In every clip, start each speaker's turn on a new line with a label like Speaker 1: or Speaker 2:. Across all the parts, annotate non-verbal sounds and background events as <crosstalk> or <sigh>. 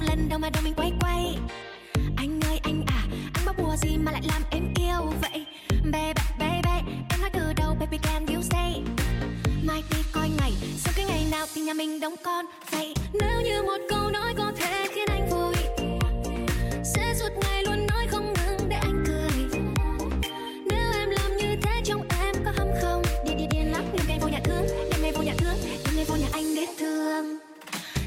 Speaker 1: 그 lần đầu mà đôi mình quay quay Anh ơi anh à Anh bắt mùa gì mà lại làm em yêu vậy Baby baby Em nói từ đầu baby can you say Mai đi coi ngày Sau cái ngày nào thì nhà mình đóng con Vậy nếu như một câu nói có thể khiến anh vui Sẽ suốt ngày luôn nói không ngừng để anh cười Nếu em làm như thế trong em có hâm không Đi đi điên lắm nhưng em vô nhà thương Đêm nay vô nhà thương Đêm nay vô nhà anh để thương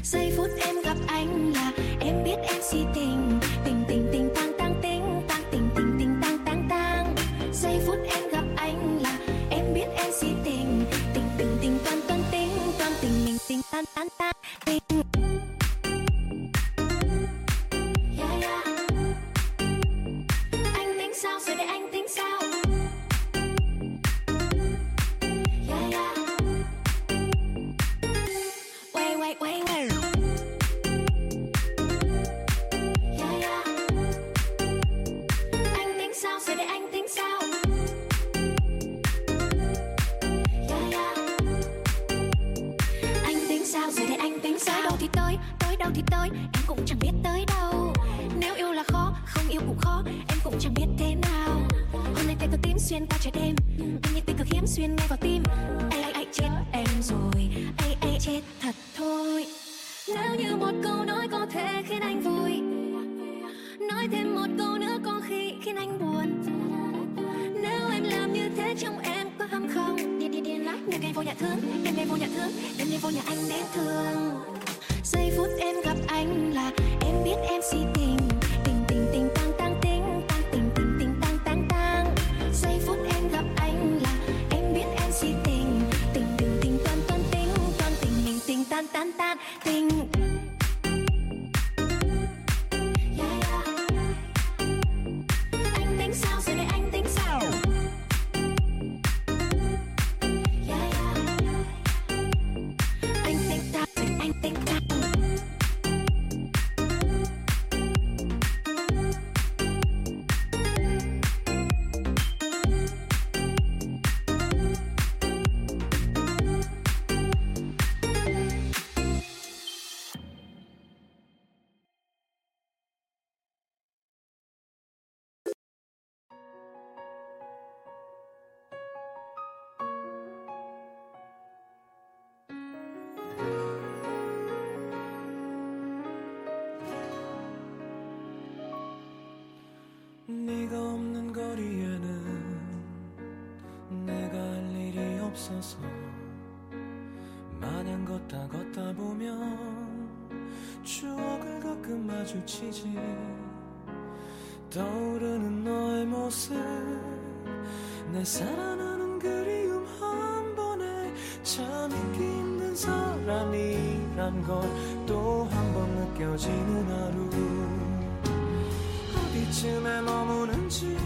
Speaker 1: Giây phút em gặp anh là em biết em si tình Tình tình tình tang tang tình tang tình tình tình tang tang tang Giây phút em gặp anh là em biết em si tình Tình tình tình tang tang tình tang tình mình tình tang tang tang tình Yeah, yeah. Anh tính sao rồi để anh tính sao Yeah, yeah. Wait, wait, wait, wait. Yeah, yeah. Anh tính sao rồi để anh tính sao Yeah, yeah. Anh tính sao rồi để anh tính sao Tới đâu thì tới, tới đâu thì tới Em cũng chẳng biết tới đâu Nếu yêu là khó, không yêu cũng khó Em cũng chẳng biết thế nào Hôm nay tay tôi tím xuyên qua trái đêm Anh nhìn tình cực hiếm xuyên ngay vào tim Ai ai ai chết em rồi Ai ai chết thật thôi Nếu như một câu nói có thể khiến anh vui Nói thêm một câu nữa có khi khiến anh buồn Nếu em làm như thế trong em có hâm không Điên điên điên lắm Nhưng em vô nhà thương Em em vô nhà thương Em em vô nhà anh để thương Giây phút em gặp anh là Em biết em si tình Tình tình tình tang tang tình Tang tình tình tình tang tang tang Giây phút em gặp anh là Em biết em si tình Tình tình tình toan toan tình Toan tình mình tình tan tan tan Tình Yeah, yeah. Anh tính sao rồi để anh tính sao Yeah, yeah. Anh tính sao rồi anh tính sao
Speaker 2: 네가 없는 거리에는 내가 할 일이 없어서 마냥 걷다 걷다 보면 추억을 가끔 마주치지 떠오르는 너의 모습 내 사랑하는 그리움 한 번에 참 잊기 힘든 사람이란 걸 또 한 번 느껴지는 하루 어디쯤에 머무는지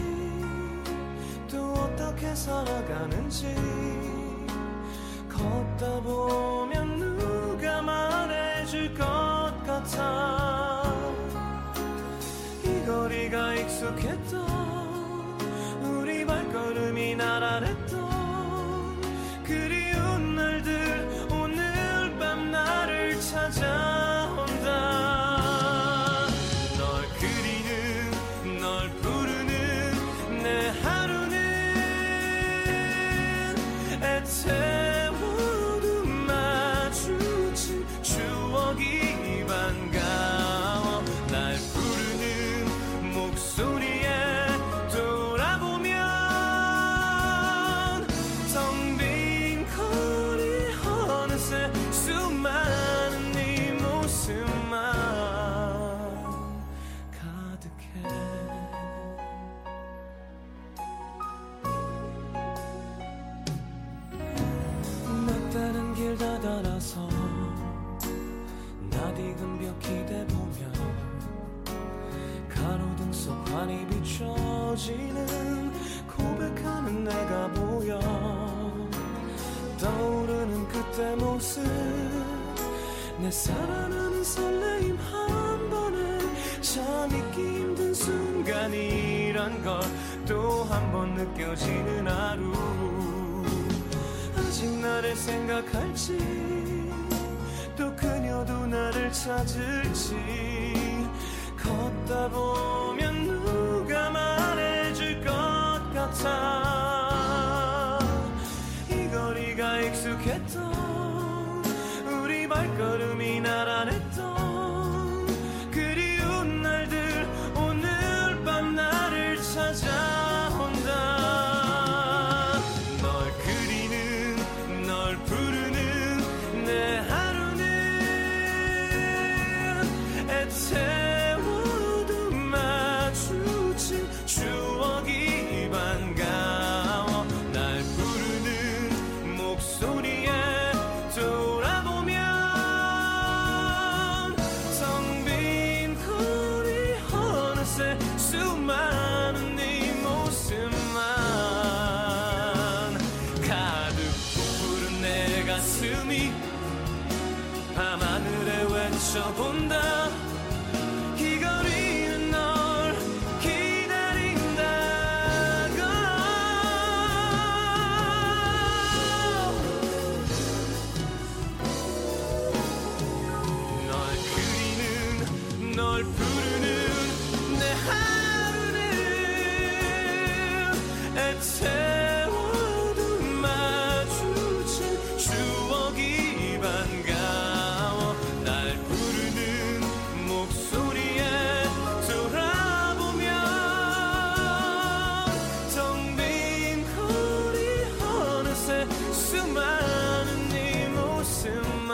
Speaker 2: 또 어떻게 살아가는지 걷다 보면 누가 말해줄 것 같아 이 거리가 익숙했던 우리 발걸음이 나란했던 그리운 날들 오늘 밤 나를 찾아온다 널 그리는 널 부르는 내 하루는 애태워도 마주친 추억이 반가워 날 부르는 목소리에 돌아보면 텅 빈 거리 어느새 수많은 네 모습만 가득해 낯다른 길 다다라서 낯익은 벽 기대보며 가로등 속 환히 비춰지는 고백하는 내가 보여 떠오르는 그때 모습 내 사랑하는 설레임 한 번에 참 잊기 힘든 순간이란 걸 또 한 번 느껴지는 하루 아직 나를 생각할지 또 그녀도 나를 찾을지 걷다 보면 누가 말해줄 것 같아 이 거리가 익숙했던 우리 발걸음이 나란했던 그리운 날들 오늘 밤 나를 찾아온다 널 그리는 널 부르는 내 하루는 애태워도 마주친 추억이 반가워 날 부르는 목소리에 돌아보면 성빈 거리 어느새 수많은 네 모습만 가득 부풀은 내 가슴이 밤하늘에 외쳐본다 이 거리는 널 기다린다고 널 그리는 널 부르는 내 하루는 애태워도 마주친 추억이 반가워 날 부르는 목소리에 돌아보면 정빈 거리 어느새 수많은 네 모습만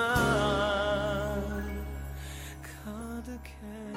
Speaker 2: 가득해
Speaker 1: 네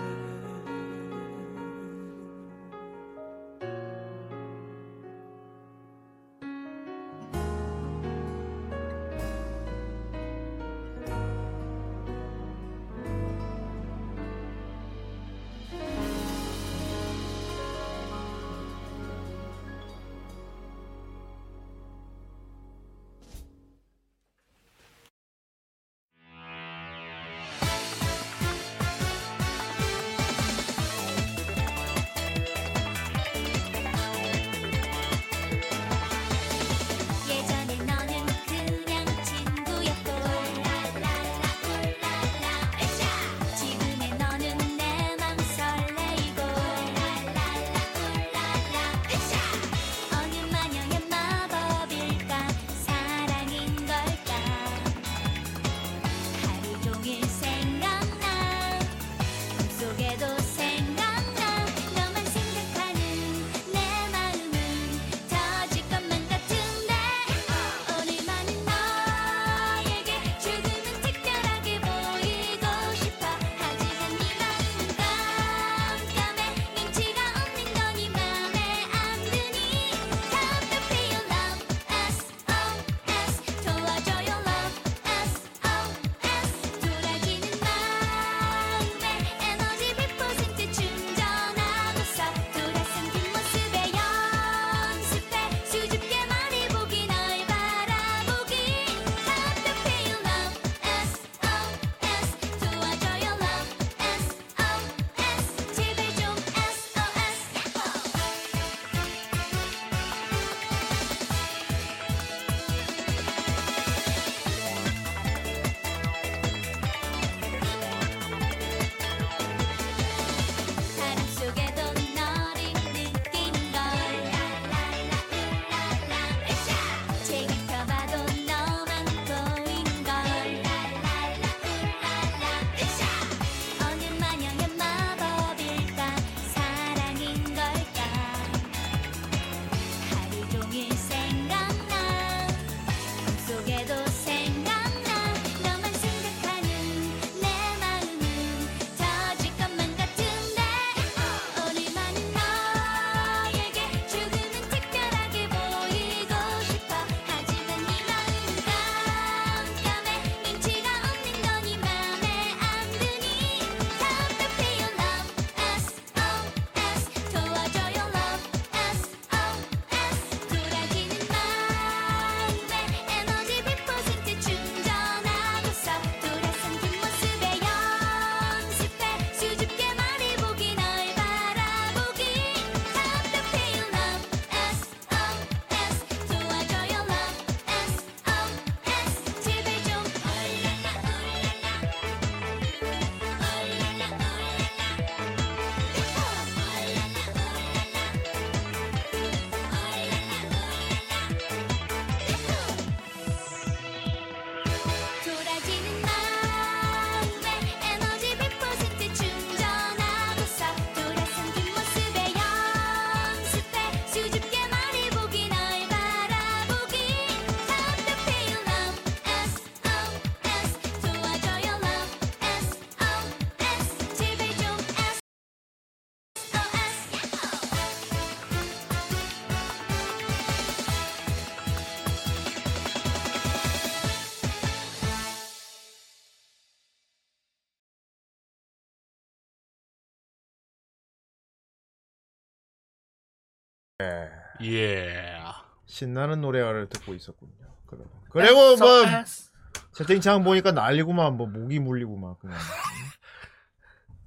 Speaker 3: 예.
Speaker 4: 신나는 노래를 듣고 있었군요. 그러고, 그리고 뭐
Speaker 2: 아.
Speaker 3: SOS.
Speaker 4: 채팅창 보니까 난리구만 뭐 모기 물리고 막 그냥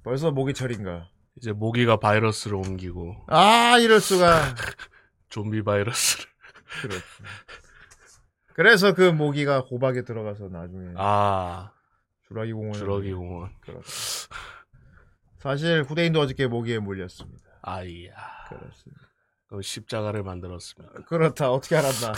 Speaker 4: 벌써 모기철인가?
Speaker 3: 이제 모기가 바이러스를 옮기고
Speaker 4: 아 이럴 수가.
Speaker 3: 좀비 바이러스를
Speaker 4: 그렇죠. 그래서 그 모기가 호박에 들어가서 나중에
Speaker 3: 아
Speaker 4: 주라기 공원
Speaker 3: 주러기 공원
Speaker 4: 그렇죠. 사실 후대인도 어저께 모기에 물렸습니다.
Speaker 3: 아이야
Speaker 4: 그렇습니다.
Speaker 3: 그럼 십자가를 만들었습니다
Speaker 4: 그렇다 어떻게 알았나?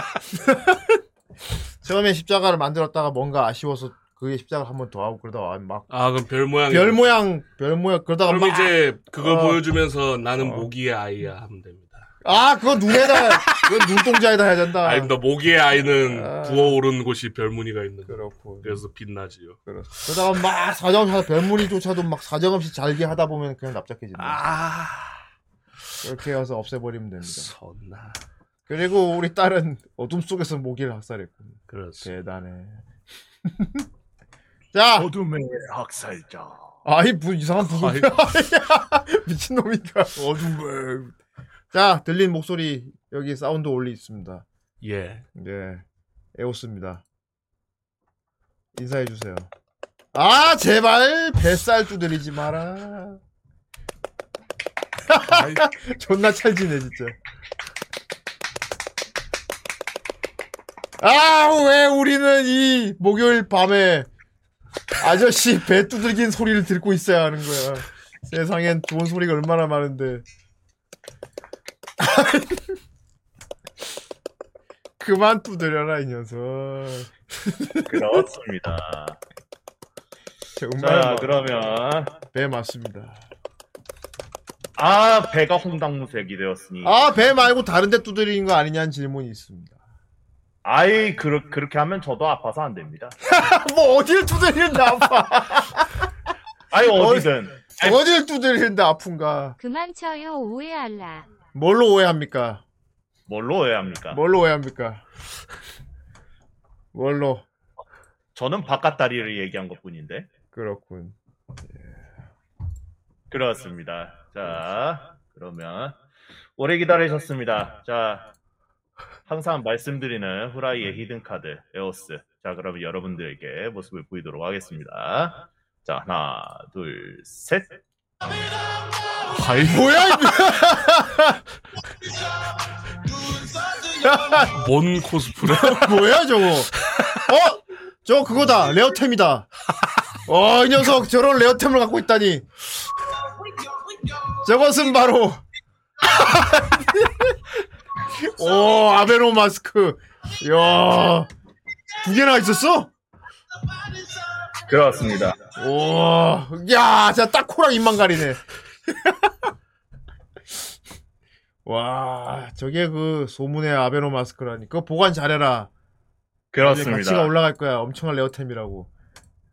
Speaker 4: <laughs> 처음에 십자가를 만들었다가 뭔가 아쉬워서 그게 십자가 를 한 번 더 하고 그러다가 막 별
Speaker 3: 아 그럼 별 모양 아.
Speaker 4: 모양 별 모양 그러다가
Speaker 3: 그럼
Speaker 4: 막
Speaker 3: 이제 그걸
Speaker 4: 어.
Speaker 3: 보여주면서 나는
Speaker 4: 어.
Speaker 3: 모기의 아이야 하면 됩니다
Speaker 4: 아 그거 눈에다 그건 눈동자에다 해야 된다.
Speaker 3: 아닙니다 모기의 아이는
Speaker 4: 아.
Speaker 3: 부어오르는 곳이 별무늬가 있는 거
Speaker 4: 그렇고
Speaker 3: 그래서 빛나지요
Speaker 4: 그렇 그러다가 막 사정없이 별무리조차도 막 사정없이 잘게 하다 보면 그냥 납작해진다.
Speaker 3: 아
Speaker 4: 이렇게 해서 없애버리면 됩니다.
Speaker 3: 선나
Speaker 4: 그리고 우리 딸은 어둠 속에서 모기를 학살했고
Speaker 3: 그렇습니다
Speaker 4: 대단해. <laughs> 자,
Speaker 3: 어둠의 학살자
Speaker 4: 아이 뭐 이상한 부분
Speaker 3: 아이.
Speaker 4: <laughs> 미친 놈인가 어둠에. 자, 들린 목소리 여기 사운드 올리 있습니다.
Speaker 3: 예
Speaker 4: 예, 에오스입니다. 인사해 주세요. 아 제발 뱃살 두드리지 마라. <laughs>
Speaker 3: 아이,
Speaker 4: 존나 찰지네 진짜. 아 왜 우리는 이 목요일 밤에 아저씨 배 두들긴 소리를 듣고 있어야 하는 거야. 세상엔 좋은 소리가 얼마나 많은데. 그만 두드려라 이 녀석. <laughs>
Speaker 5: 그렇습니다.
Speaker 4: 정말 뭐.
Speaker 5: 자, 그러면
Speaker 4: 배 맞습니다.
Speaker 5: 아 배가 홍당무색이 되었으니
Speaker 4: 아 배 말고 다른데 두드리는 거 아니냐는 질문이 있습니다.
Speaker 5: 아이 그렇 그렇게 하면 저도 아파서 안 됩니다.
Speaker 4: 뭐 어디를 두드리는데 아파.
Speaker 5: 아이 어디든
Speaker 4: <laughs>
Speaker 5: 아니,
Speaker 4: 어디를 두드리는데 아픈가.
Speaker 6: 그만 쳐요 오해할라.
Speaker 4: 뭘로 오해합니까?
Speaker 5: 뭘로 해야 합니까?
Speaker 4: 뭘로 오해합니까? 뭘로?
Speaker 5: 저는 바깥 다리를 얘기한 것뿐인데
Speaker 4: 그렇군.
Speaker 5: 그렇습니다. 자 그러면 오래 기다리셨습니다. 자 항상 말씀드리는 후라이의 히든 카드 에오스. 자 그러면 여러분들에게 모습을 보이도록 하겠습니다. 자 하나 둘 셋.
Speaker 3: 아이
Speaker 4: 뭐야 이
Speaker 3: 뭔 코스프레 <laughs>
Speaker 4: 뭐야 저거? 어? 저 그거다 레어템이다. 어 이 녀석 저런 레어템을 갖고 있다니. 저것은 바로 <laughs> 오 아베노 마스크. 이야 두 개나 있었어?
Speaker 5: 그렇습니다.
Speaker 4: 우와, 야, 진짜 딱 코랑 입만 가리네. <laughs> 와, 저게 그 소문의 아베노 마스크라니. 그거 보관 잘해라. 이제
Speaker 5: 그렇습니다.
Speaker 4: 가치가 올라갈 거야. 엄청난 레어템이라고.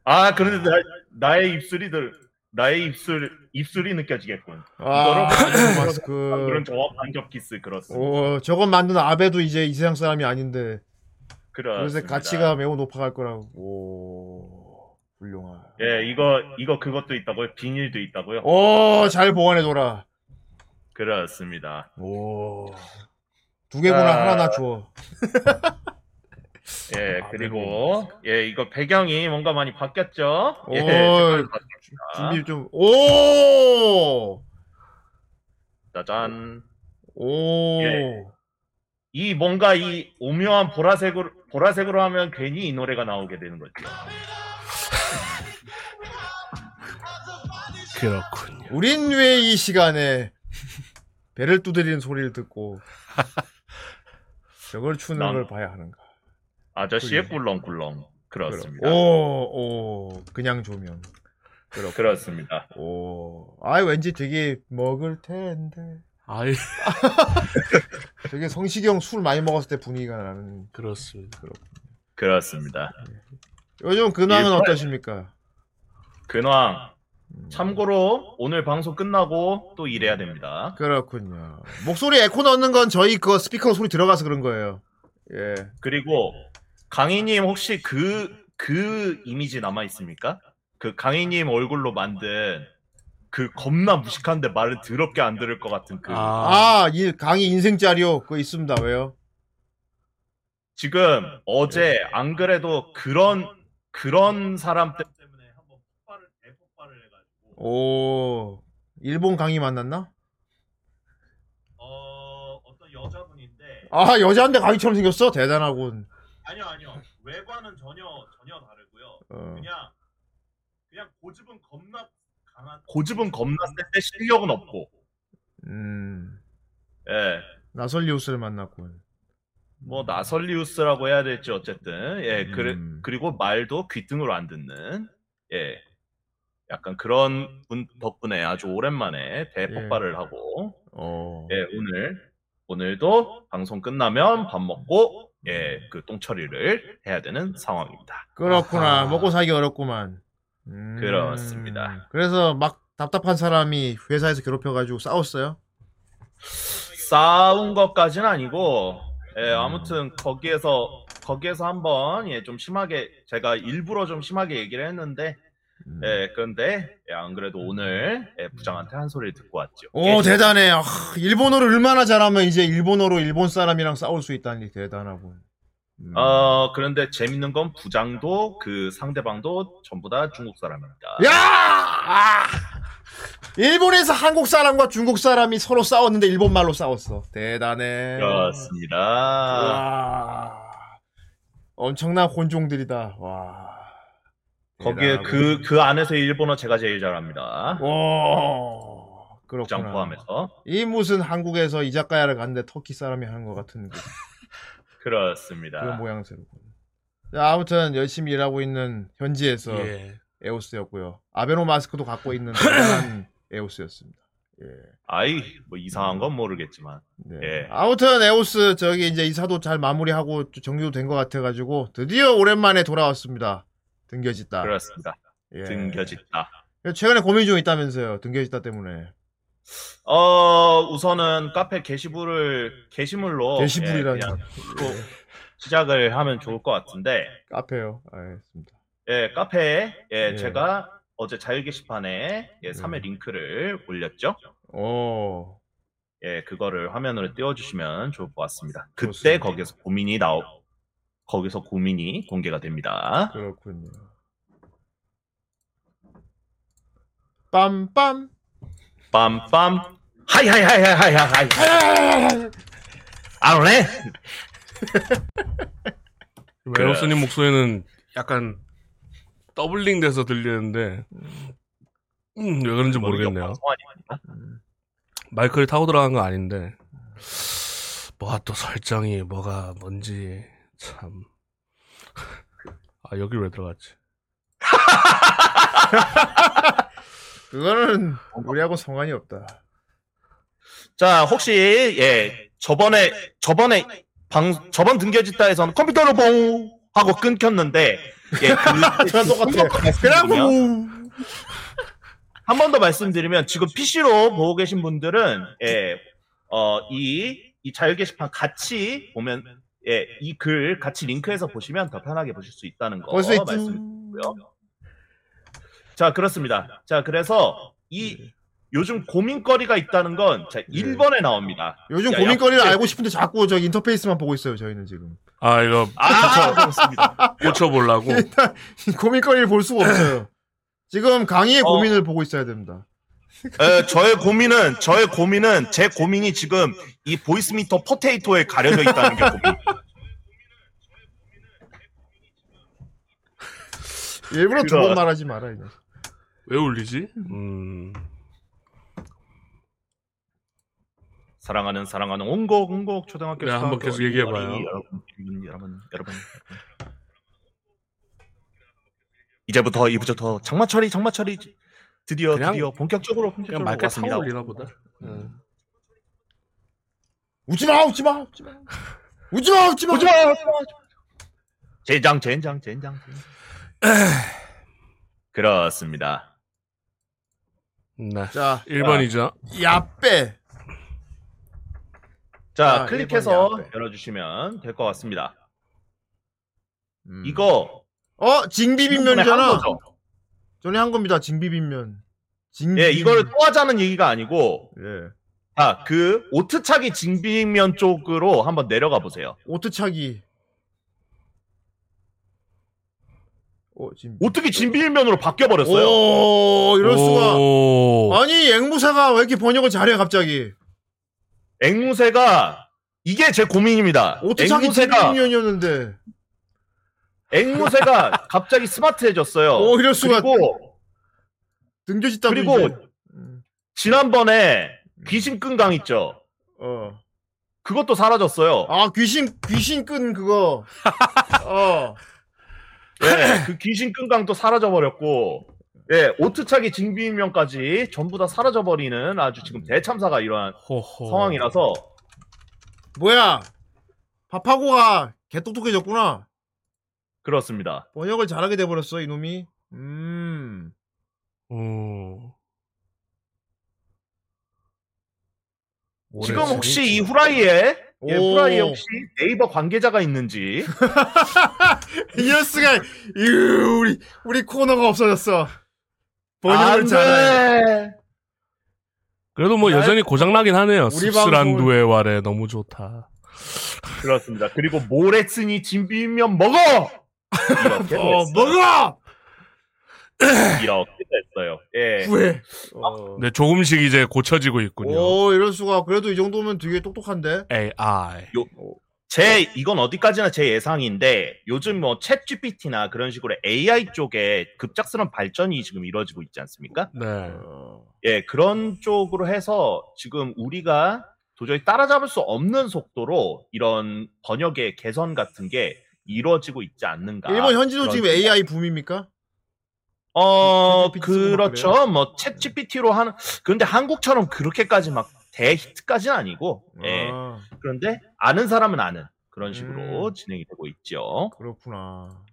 Speaker 5: 아 그런데 나, 의 입술이들 나의 입술 입술이 느껴지겠군.
Speaker 4: 아,
Speaker 5: 이거로
Speaker 4: 아베노
Speaker 5: 그런
Speaker 4: 마스크.
Speaker 5: 저와 반격 키스 그렇습니다.
Speaker 4: 오, 저건 만든 아베도 이제 이 세상 사람이 아닌데. 그래서
Speaker 5: 그렇습니다.
Speaker 4: 가치가 매우 높아갈 거라고. 오, 훌륭하.
Speaker 5: 예 이거 이거 그것도 있다고요. 비닐도 있다고요.
Speaker 4: 어? 오, 잘 보관해둬라.
Speaker 5: 그렇습니다.
Speaker 4: 오. 두 개구나
Speaker 5: 아.
Speaker 4: 하나 나 줘.
Speaker 5: 예
Speaker 3: 아,
Speaker 4: 네,
Speaker 5: 그리고 예 이거 배경이 뭔가 많이 바뀌었죠.
Speaker 4: 오.
Speaker 5: 예, 색깔이
Speaker 4: 준비
Speaker 5: 바뀌었습니다.
Speaker 4: 좀, 오!
Speaker 5: 짜잔.
Speaker 4: 오.
Speaker 5: 예. 이 뭔가 이 오묘한 보라색으로 보라색으로 하면 괜히 이 노래가 나오게 되는 거죠.
Speaker 3: 그렇군요
Speaker 4: 우린 왜 이 시간에 배를 두드리는 소리를 듣고 저걸 추는
Speaker 5: 난-
Speaker 4: 걸 봐야 하는가?
Speaker 5: 아저씨의
Speaker 4: 그러게.
Speaker 5: 꿀렁꿀렁 그렇습니다.
Speaker 4: 오, 오, 그냥 조명. 그렇.
Speaker 5: 그렇습니다.
Speaker 4: 오, 아 왠지 되게 먹을 텐데.
Speaker 3: 아이
Speaker 4: 되게 성시경 술 많이 먹었을 때 분위기가 나는.
Speaker 3: 그렇습니다
Speaker 5: 그렇습니다.
Speaker 4: 요즘 근황은
Speaker 5: 일본.
Speaker 4: 어떠십니까?
Speaker 5: 근황
Speaker 4: 음,
Speaker 5: 참고로 오늘 방송 끝나고 또 일해야 됩니다.
Speaker 4: 그렇군요. 목소리 에코 넣는 건 저희 그 스피커 소리 들어가서 그런 거예요. 예.
Speaker 5: 그리고 강희님 혹시 그 그 이미지 남아 있습니까? 그 강희님 얼굴로 만든 그 겁나 무식한데 말은 더럽게 안 들을 것 같은 그
Speaker 3: 아,
Speaker 4: 아, 이 강의 인생짜리요. 그거 있습니다. 왜요?
Speaker 5: 지금 어제 네. 안 그래도 그런 그런 사람 어. 때문에 한번 폭발을 대폭발을 해가지고
Speaker 4: 오, 일본 강의 만났나?
Speaker 5: 어 어떤 여자분인데
Speaker 4: 아, 여자한테 강의처럼 생겼어? 대단하군.
Speaker 5: 아니요 아니요 외관은 전혀 전혀 다르고요
Speaker 4: 어.
Speaker 5: 그냥 그냥 고집은 겁나 강한 고집은 겁나 센데 실력은 없고
Speaker 4: 음,
Speaker 5: 예
Speaker 4: 나설리우스를 만났군.
Speaker 5: 뭐 나설리우스라고 해야 될지 어쨌든 예 그래,
Speaker 4: 음.
Speaker 5: 그리고 말도 귀등으로 안 듣는 예 약간 그런 분 덕분에 아주 오랜만에 대폭발을 하고
Speaker 4: 어.
Speaker 5: 예 오늘 오늘도 방송 끝나면 밥 먹고 예 그 똥처리를 해야 되는 상황입니다
Speaker 4: 그렇구나.
Speaker 3: 아하.
Speaker 4: 먹고 살기 어렵구만. 음,
Speaker 5: 그렇습니다.
Speaker 4: 그래서 막 답답한 사람이 회사에서 괴롭혀가지고 싸웠어요.
Speaker 5: 싸운 것까지는 아니고 예 아무튼 거기에서 거기에서 한번 예 좀 심하게 제가 일부러 좀 심하게 얘기를 했는데
Speaker 4: 음.
Speaker 5: 예, 그런데 예, 안 그래도 오늘 예, 부장한테 한 소리를 듣고 왔죠.
Speaker 4: 오
Speaker 5: 예,
Speaker 4: 대단해. 아, 일본어를 얼마나 잘하면 이제 일본어로 일본 사람이랑 싸울 수 있다니 대단하군. 음.
Speaker 5: 어, 그런데 재밌는 건 부장도 그 상대방도 전부 다 중국 사람입니다.
Speaker 4: 야! 아! 일본에서 한국 사람과 중국 사람이 서로 싸웠는데 일본 말로 싸웠어. 대단해.
Speaker 5: 그렇습니다.
Speaker 4: 와. 엄청난 혼종들이다. 와.
Speaker 5: 거기에
Speaker 4: 대단하군.
Speaker 5: 그, 그 안에서 일본어 제가 제일 잘합니다.
Speaker 4: 와.
Speaker 5: 부장
Speaker 4: 그렇구나.
Speaker 5: 포함해서.
Speaker 4: 이 무슨 한국에서 이자카야를 갔는데 터키 사람이 하는 것 같은 그- 그런
Speaker 5: 그렇습니다.
Speaker 4: 모양새로군. 자, 아무튼 열심히 일하고 있는 현지에서
Speaker 3: 예.
Speaker 4: 에오스였고요. 아베노 마스크도 갖고 있는
Speaker 5: <laughs>
Speaker 4: 대단한 에오스였습니다. 예.
Speaker 5: 아이, 뭐 이상한 건 모르겠지만.
Speaker 4: 네.
Speaker 5: 예.
Speaker 4: 아무튼 에오스 저기 이제 이사도 잘 마무리하고 정리도 된 것 같아가지고 드디어 오랜만에 돌아왔습니다. 등겨짓다.
Speaker 5: 그렇습니다.
Speaker 4: 예.
Speaker 5: 등겨짓다.
Speaker 4: 최근에 고민 좀 있다면서요. 등겨짓다 때문에.
Speaker 5: 어, 우선은 카페 게시물을, 게시물로.
Speaker 4: 게시물이라니.
Speaker 5: 예, 그냥 또 시작을 하면 좋을 것 같은데.
Speaker 4: 카페요. 알겠습니다.
Speaker 5: 예, 카페에 예,
Speaker 4: 예.
Speaker 5: 제가 어제 자유 게시판에 예, 3회
Speaker 4: 음.
Speaker 5: 링크를 올렸죠.
Speaker 4: 오.
Speaker 5: 예, 그거를 화면으로 띄워주시면 좋을 것 같습니다. 그때
Speaker 4: 좋습니다.
Speaker 5: 거기서 고민이 나오, 거기서 고민이 공개가 됩니다.
Speaker 4: 그렇군요. 빰빰.
Speaker 5: 빰빰. 하이 하이 하이 하이 하이 하이. 아, 그래?
Speaker 3: 웨어스님 그 목소리는 약간 더블링 돼서 들리는데, 음, 왜 그런지 모르겠네요. 마이크를 타고 들어간 거 아닌데, 뭐가 또 설정이 뭐가 뭔지, 참. 아, 여기 왜 들어갔지?
Speaker 5: 어,
Speaker 4: 그거는 우리하고 상관이 없다.
Speaker 5: 자, 혹시 예, 저번에 저번에 방 저번 등겨짓다에서는 컴퓨터로 봉 하고 끊겼는데 예, 그,
Speaker 4: <laughs> 저랑 똑같아. 그냥
Speaker 5: 그냥
Speaker 4: 뭐.
Speaker 5: 한 번 더 말씀드리면 지금 PC로 보고 계신 분들은 예, 어, 이, 이 자유 게시판 같이 보면 예, 이 글 같이 링크해서 보시면 더 편하게 보실 수 있다는 거
Speaker 4: 벌써 있지.
Speaker 5: 말씀드리고요. 자, 그렇습니다. 자, 그래서
Speaker 4: 네.
Speaker 5: 이 요즘 고민거리가 있다는 건 자, 1번에 나옵니다.
Speaker 4: 요즘
Speaker 5: 야,
Speaker 4: 고민거리를
Speaker 5: 야,
Speaker 4: 알고 싶은데 자꾸 저 인터페이스만 보고 있어요. 저희는 지금 <laughs>
Speaker 3: 아, 이거
Speaker 5: 아, <laughs> 그렇습니다.
Speaker 3: 고쳐보려고.
Speaker 4: 일단 고민거리를 볼 수가 없어요. 지금 강의의
Speaker 5: 어.
Speaker 4: 고민을 보고 있어야 됩니다.
Speaker 5: 에, 저의 고민은 저의 고민은 제 고민이 지금 이 보이스미터 포테이토에 가려져 있다는 게 고민.
Speaker 4: 일부러 두 번
Speaker 5: 그거-
Speaker 4: 말하지 마라 이 녀석.
Speaker 3: 왜 울리지? 음,
Speaker 5: 사랑하는 사랑하는 온곡 온곡 초등학교
Speaker 3: 네, 한번
Speaker 5: 초등학교
Speaker 3: 계속
Speaker 5: 어린이,
Speaker 3: 얘기해봐요.
Speaker 5: 어린이, 여러분 여러분 여러분 여러분 이제부터 이부터 장마철이 장마철이 드디어
Speaker 3: 그냥-
Speaker 5: 드디어 본격적으로
Speaker 3: 그냥
Speaker 5: 본격적으로
Speaker 3: 말까
Speaker 5: 왔습니다.
Speaker 3: 타고 올리나 보다. 음.
Speaker 4: 웃지 마, 웃지 마, 웃지 마, 웃지 마, 웃지 마.
Speaker 5: 오지마 오지마 젠장 젠장
Speaker 3: <laughs>
Speaker 5: 젠장 젠장. 그렇습니다.
Speaker 3: 네.
Speaker 4: 자,
Speaker 3: 1번이죠.
Speaker 4: 야빼.
Speaker 5: 자
Speaker 4: 아,
Speaker 5: 클릭해서
Speaker 4: 일본이 앞에.
Speaker 5: 열어주시면 될 것 같습니다. 이거
Speaker 4: 어, 징비빔면이잖아.
Speaker 5: 지난번에 한 거죠?
Speaker 4: 전에 한 겁니다. 징비빔면. 징.
Speaker 5: 예, 이걸 또 하자는 얘기가 아니고
Speaker 4: 예.
Speaker 5: 자, 그 오트차기 징빙면 쪽으로 한번 내려가 보세요.
Speaker 4: 오트차기. 어, 지금.
Speaker 5: 어떻게 징빙면으로 바뀌어 버렸어요?
Speaker 4: 오, 이럴 수가.
Speaker 3: 오.
Speaker 4: 아니, 앵무새가 왜 이렇게 번역을 잘해, 갑자기?
Speaker 5: 앵무새가 이게 제 고민입니다.
Speaker 4: 오트차기
Speaker 5: 앵무새가
Speaker 4: 징빙면이었는데.
Speaker 5: 앵무새가 <laughs> 갑자기 스마트해졌어요.
Speaker 4: 오, 이럴 수가.
Speaker 5: 그리고
Speaker 4: 등교짓다
Speaker 5: 그리고 지난번에
Speaker 4: 음.
Speaker 5: 귀신끈강 있죠.
Speaker 4: 어.
Speaker 5: 그것도 사라졌어요.
Speaker 4: 아, 귀신, 귀신끈 그거. 어.
Speaker 5: 예, <laughs> 그 귀신 끈강도 사라져 버렸고, 예, 오트차기 징비인명까지 전부 다 사라져 버리는 아주 지금 대참사가 일어난
Speaker 3: 호호.
Speaker 5: 상황이라서
Speaker 4: 뭐야. 파파고가 개똑똑해졌구나.
Speaker 5: 그렇습니다.
Speaker 4: 번역을 잘하게 돼버렸어, 이놈이. 음.
Speaker 3: 음.
Speaker 5: 지금
Speaker 3: 오래
Speaker 5: 혹시 이 후라이에 예,
Speaker 4: 오.
Speaker 5: 후라이에 혹시 네이버 관계자가 있는지
Speaker 4: 이럴 수가. 이유, 우리, 우리 코너가 없어졌어. 번역을
Speaker 5: 안
Speaker 4: 잘해.
Speaker 5: 돼.
Speaker 3: 그래도 뭐 여전히 고장나긴 하네요.
Speaker 4: 우리
Speaker 3: 씁쓸한
Speaker 4: 방송을-
Speaker 3: 두의 와래 너무 좋다.
Speaker 5: 그렇습니다. 그리고 모레스니 징비인명 먹어. 이렇게
Speaker 4: 어,
Speaker 5: 됐어요.
Speaker 4: 먹어!
Speaker 5: 이렇게 됐어요. 예.
Speaker 4: 구해. 어.
Speaker 3: 근데 조금씩 이제 고쳐지고 있군요.
Speaker 4: 오, 이럴 수가. 그래도 이 정도면 되게 똑똑한데.
Speaker 3: AI.
Speaker 4: 어.
Speaker 5: 제 이건 어디까지나 제 예상인데 요즘 뭐 챗 GPT나 그런 식으로 AI 쪽에 급작스러운 발전이 지금 이루어지고 있지 않습니까?
Speaker 3: 네.
Speaker 4: 어,
Speaker 5: 예, 그런 쪽으로 해서 지금 우리가 도저히 따라잡을 수 없는 속도로 이런 번역의 개선 같은 게 이루어지고 있지 않는가.
Speaker 4: 일본 현지도
Speaker 5: 아, 그런-
Speaker 4: 지금 AI 붐입니까?
Speaker 5: 어,
Speaker 4: 챗 GPT 쓰고
Speaker 5: 그렇죠.
Speaker 4: 그래요?
Speaker 5: 뭐 챗 GPT로 하는 그런데 한국처럼 그렇게까지 막 대히트까지는 아니고 예.
Speaker 4: 아,
Speaker 5: 그런데 아는 사람은 아는 그런 식으로
Speaker 4: 음.
Speaker 5: 진행이 되고 있죠.
Speaker 4: 그렇구나.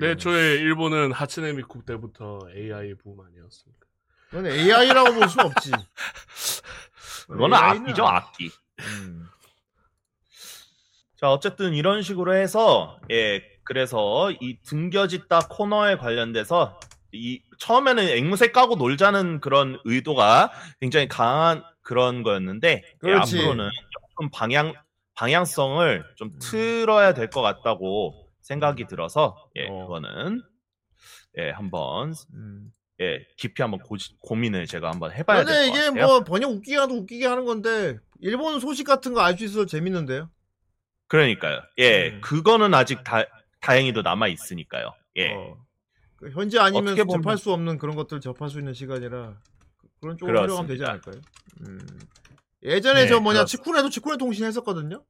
Speaker 3: 네, 저의 일본은 하츠네미쿠 때부터 AI 붐 아니었습니까?
Speaker 4: 그건 AI라고 볼 수 없지.
Speaker 5: <laughs> 그거는
Speaker 4: AI 는
Speaker 5: 악기죠, 악기.
Speaker 4: 음.
Speaker 5: 자, 어쨌든 이런 식으로 해서 예, 그래서 이 등겨짓다 코너에 관련돼서 이 처음에는 앵무새 까고 놀자는 그런 의도가 굉장히 강한 그런 거였는데 예,
Speaker 4: 그렇지.
Speaker 5: 앞으로는 조금 방향 방향성을
Speaker 4: 음.
Speaker 5: 좀 틀어야 될 것 같다고 생각이 들어서 예,
Speaker 4: 어.
Speaker 5: 그거는 예, 한번
Speaker 4: 음.
Speaker 5: 예, 깊이 한번 고, 고민을 제가 한번 해봐야 될 것
Speaker 4: 근데 이게
Speaker 5: 같아요.
Speaker 4: 뭐 번역 웃기게라도 웃기게 하는 건데 일본 소식 같은 거 알 수 있어서 재밌는데요.
Speaker 5: 그러니까요. 예,
Speaker 4: 음.
Speaker 5: 그거는 아직 다, 다행히도 남아 있으니까요. 예,
Speaker 4: 어. 그 현지 아니면
Speaker 5: 어떻게 보면-
Speaker 4: 접할 수 없는 그런 것들을 접할 수 있는 시간이라 그- 그런 쪽으로
Speaker 5: 그렇습니다.
Speaker 4: 활용하면 되지 않을까요? 음. 예전에
Speaker 5: 네,
Speaker 4: 저 뭐냐
Speaker 5: 그렇습니다.
Speaker 4: 치쿠네도 치쿠네 통신 했었거든요.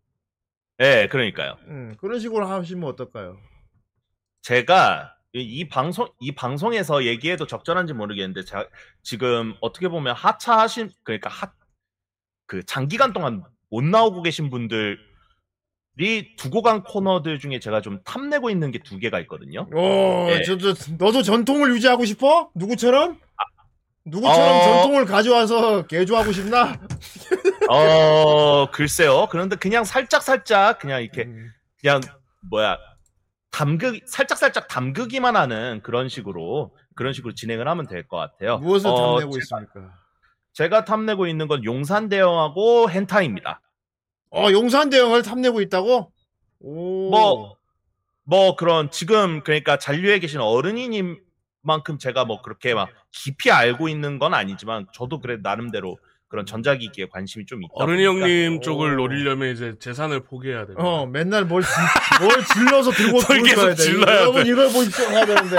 Speaker 5: 예, 그러니까요.
Speaker 4: 음, 그런 식으로 하시면 어떨까요?
Speaker 5: 제가 이- 이 방송 이 방송에서 얘기해도 적절한지 모르겠는데 자, 지금 어떻게 보면 하차하신 그러니까 하, 그 장기간 동안 못 나오고 계신 분들이 두고 간 코너들 중에 제가 좀 탐내고 있는 게 두 개가 있거든요.
Speaker 4: 오,
Speaker 5: 예.
Speaker 4: 저, 저, 너도 전통을 유지하고 싶어? 누구처럼? 누구처럼
Speaker 5: 아. 어.
Speaker 4: 전통을 가져와서 개조하고 싶나?
Speaker 5: <laughs> 어 글쎄요. 그런데 그냥 살짝 살짝 그냥 이렇게
Speaker 4: 음.
Speaker 5: 그냥 뭐야 담그 살짝 살짝 담그기만 하는 그런 식으로 그런 식으로 진행을 하면 될 것 같아요.
Speaker 4: 무엇을
Speaker 5: 어,
Speaker 4: 탐내고
Speaker 5: 제가-
Speaker 4: 있습니까?
Speaker 5: 제가 탐내고 있는 건 용산 대형하고 헨타입니다.
Speaker 4: 어, 용산 대형을 탐내고 있다고? 오.
Speaker 5: 뭐, 뭐 그런 지금 그러니까 잔류에 계신 어른이님만큼 제가 뭐 그렇게 막 깊이 알고 있는 건 아니지만 저도 그래 나름대로 그런 전자기기에 관심이 좀 있다.
Speaker 3: 어른이
Speaker 5: 보니까
Speaker 3: 형님
Speaker 4: 그러니까. 오.
Speaker 3: 쪽을 노리려면 이제 재산을 포기해야 됩니다.
Speaker 4: 어, 맨날 뭘, 지- 뭘 질러서 들고
Speaker 3: <laughs> 뭘
Speaker 4: 들고
Speaker 3: 계속
Speaker 4: 있어야 돼.
Speaker 3: 질러야
Speaker 4: 여러분
Speaker 3: 돼.
Speaker 4: 이걸 보십시오 해야 되는데.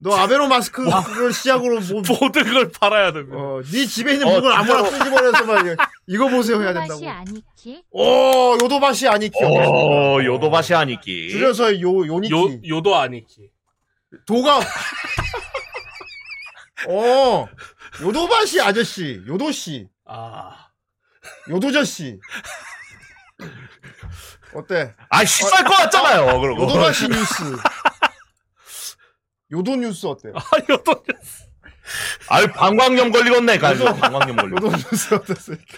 Speaker 4: 너 아베노 마스크를 시작으로 뭐,
Speaker 3: <laughs> 모든 걸 팔아야 됩니다.
Speaker 4: 어, 네 집에 있는
Speaker 5: 어,
Speaker 4: 물건 아무나 끄집어내서 막 이거- 이거 보세요
Speaker 1: 그
Speaker 4: 해야 된다고.
Speaker 6: 맛이 아니키?
Speaker 4: 오, 요도바시 아니키.
Speaker 5: 오 요도바시 아니기.
Speaker 4: 줄여서 요, 요니키.
Speaker 3: 어. 요 요도 아니키.
Speaker 4: 도가 어 요도바시 아저씨 요도씨
Speaker 3: 아.
Speaker 4: 요도저씨 어때
Speaker 5: 아 씨발 것 같잖아요. 그러고.
Speaker 4: 요도바시 뉴스 요도 뉴스 어때 요
Speaker 3: 아 요도
Speaker 5: 아유 방광염 걸리겠네. 가지고 방광염 걸리.
Speaker 4: 요도 뉴스 어땠습니까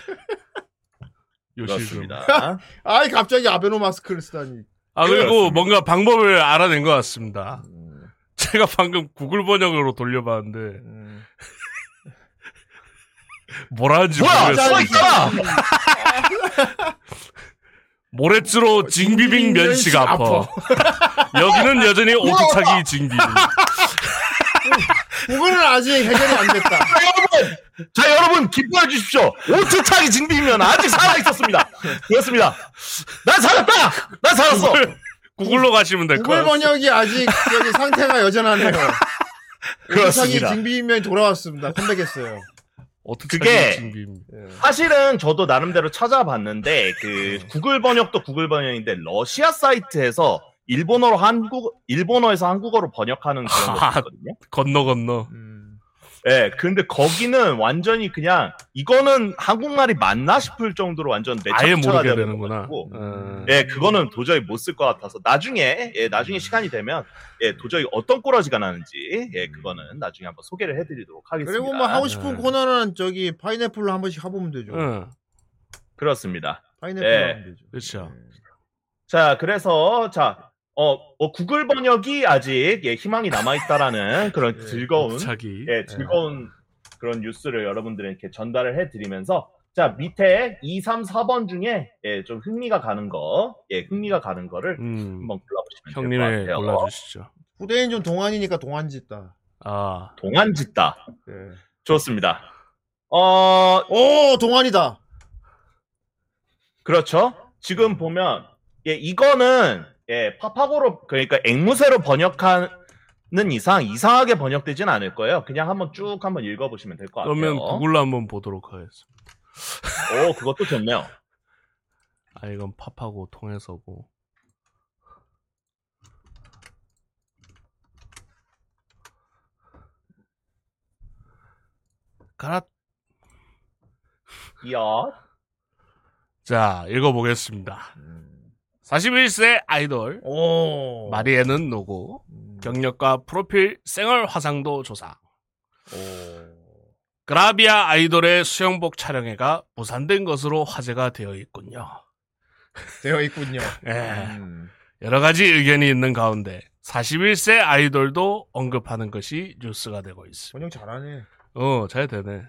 Speaker 3: 요시즘.
Speaker 5: 그렇습니다.
Speaker 4: 아이 갑자기 아베노 마스크를 쓰다니
Speaker 3: 아 그리고
Speaker 5: 그렇습니다.
Speaker 3: 뭔가 방법을 알아낸 것 같습니다. 제가 방금 구글 번역으로 돌려봤는데
Speaker 4: 음. 음.
Speaker 3: <laughs> 뭐라 하는지
Speaker 7: 뭐야
Speaker 3: 모르겠어.
Speaker 7: 써 있잖아.
Speaker 3: 모래주로 어, 징비빙 면식 아퍼. <laughs> 여기는 여전히 오두차기 <laughs> 징비빙.
Speaker 4: 그거는 아직 해결이 안 됐다.
Speaker 7: 자 여러분, 자 여러분 기뻐해 주십시오. 오트차기 징비면 아직 살아 있었습니다. 그렇습니다. 난 살았다. 난 살았어.
Speaker 3: 구글로 가시면 될
Speaker 4: 구글
Speaker 3: 거예요.
Speaker 4: 번역이 아직 저기 상태가 여전하네요. 세상이
Speaker 7: 그렇습니다.
Speaker 4: 징비인면이 돌아왔습니다. 컴백했어요.
Speaker 3: 오두차기
Speaker 7: 그게-
Speaker 3: 징비빙.
Speaker 5: 사실은 저도 나름대로 찾아봤는데 그 구글 번역도 구글 번역인데 러시아 사이트에서 일본어로 한국 일본어에서 한국어로 번역하는 그런
Speaker 3: 아.
Speaker 5: 거거든요.
Speaker 3: 건너 건너.
Speaker 4: 음.
Speaker 5: 예, 근데 거기는 완전히 그냥 이거는 한국말이 맞나 싶을 정도로 완전 내
Speaker 3: 아예
Speaker 5: 착취가
Speaker 3: 모르게
Speaker 5: 네, 되는
Speaker 3: 되는구나.
Speaker 5: 거고.
Speaker 3: 어.
Speaker 5: 예, 그거는 도저히 못 쓸 것 같아서 나중에 예, 나중에 시간이 되면 예, 도저히 어떤 꼬라지가 나는지 예, 그거는 나중에 한번 소개를 해드리도록 하겠습니다.
Speaker 4: 그리고 뭐 하고 싶은
Speaker 3: 네.
Speaker 4: 코너는 저기 파인애플로 한 번씩 해보면 되죠.
Speaker 3: 응.
Speaker 5: 그렇습니다.
Speaker 4: 파인애플로
Speaker 5: 예.
Speaker 4: 하면 되죠.
Speaker 3: 어, 그렇죠.
Speaker 5: 자, 그래서 자, 어, 어, 구글 번역이 아직 예, 희망이 남아 있다라는 그런
Speaker 4: 예,
Speaker 5: 즐거운
Speaker 3: 오두차기.
Speaker 5: 예, 즐거운 그런 뉴스를 여러분들에게 전달을 해드리면서 자 밑에 2, 3, 4번 중에 예, 좀 흥미가 가는 거, 예, 흥미가 가는 거를
Speaker 3: 음.
Speaker 5: 한번 골라보시면 될 것
Speaker 3: 형님의
Speaker 5: 같아요.
Speaker 3: 골라주시죠.
Speaker 4: 후대인 좀 동안이니까 동안 짓다.
Speaker 3: 아.
Speaker 5: 동안짓다
Speaker 4: 예.
Speaker 5: 좋습니다. 어
Speaker 4: 오 동안이다.
Speaker 5: 그렇죠. 지금 보면 예, 이거는 예, 파파고로 그러니까 앵무새로 번역하는 이상 이상하게 번역되진 않을 거예요. 그냥 한번 쭉 한번 읽어보시면 될 것 같아요. 네.
Speaker 3: 그러면 구글로 한번 보도록 하겠습니다.
Speaker 5: 오 그것도 좋네요.
Speaker 3: 아 이건 팝하고 통해서고. 가라.
Speaker 5: 이야
Speaker 3: 자 읽어보겠습니다. 41세 아이돌
Speaker 4: 오.
Speaker 3: 마리에는 누구? 경력과 프로필 생활 화상도 조사. 그라비아 아이돌의 수영복 촬영회가 무산된 것으로 화제가 되어 있군요.
Speaker 4: 되어 있군요.
Speaker 3: 예.
Speaker 5: 음.
Speaker 3: 여러 가지 의견이 있는 가운데 41세 아이돌도 언급하는 것이 뉴스가 되고 있습니다.
Speaker 4: 번역 잘하네.
Speaker 3: 어, 잘 되네.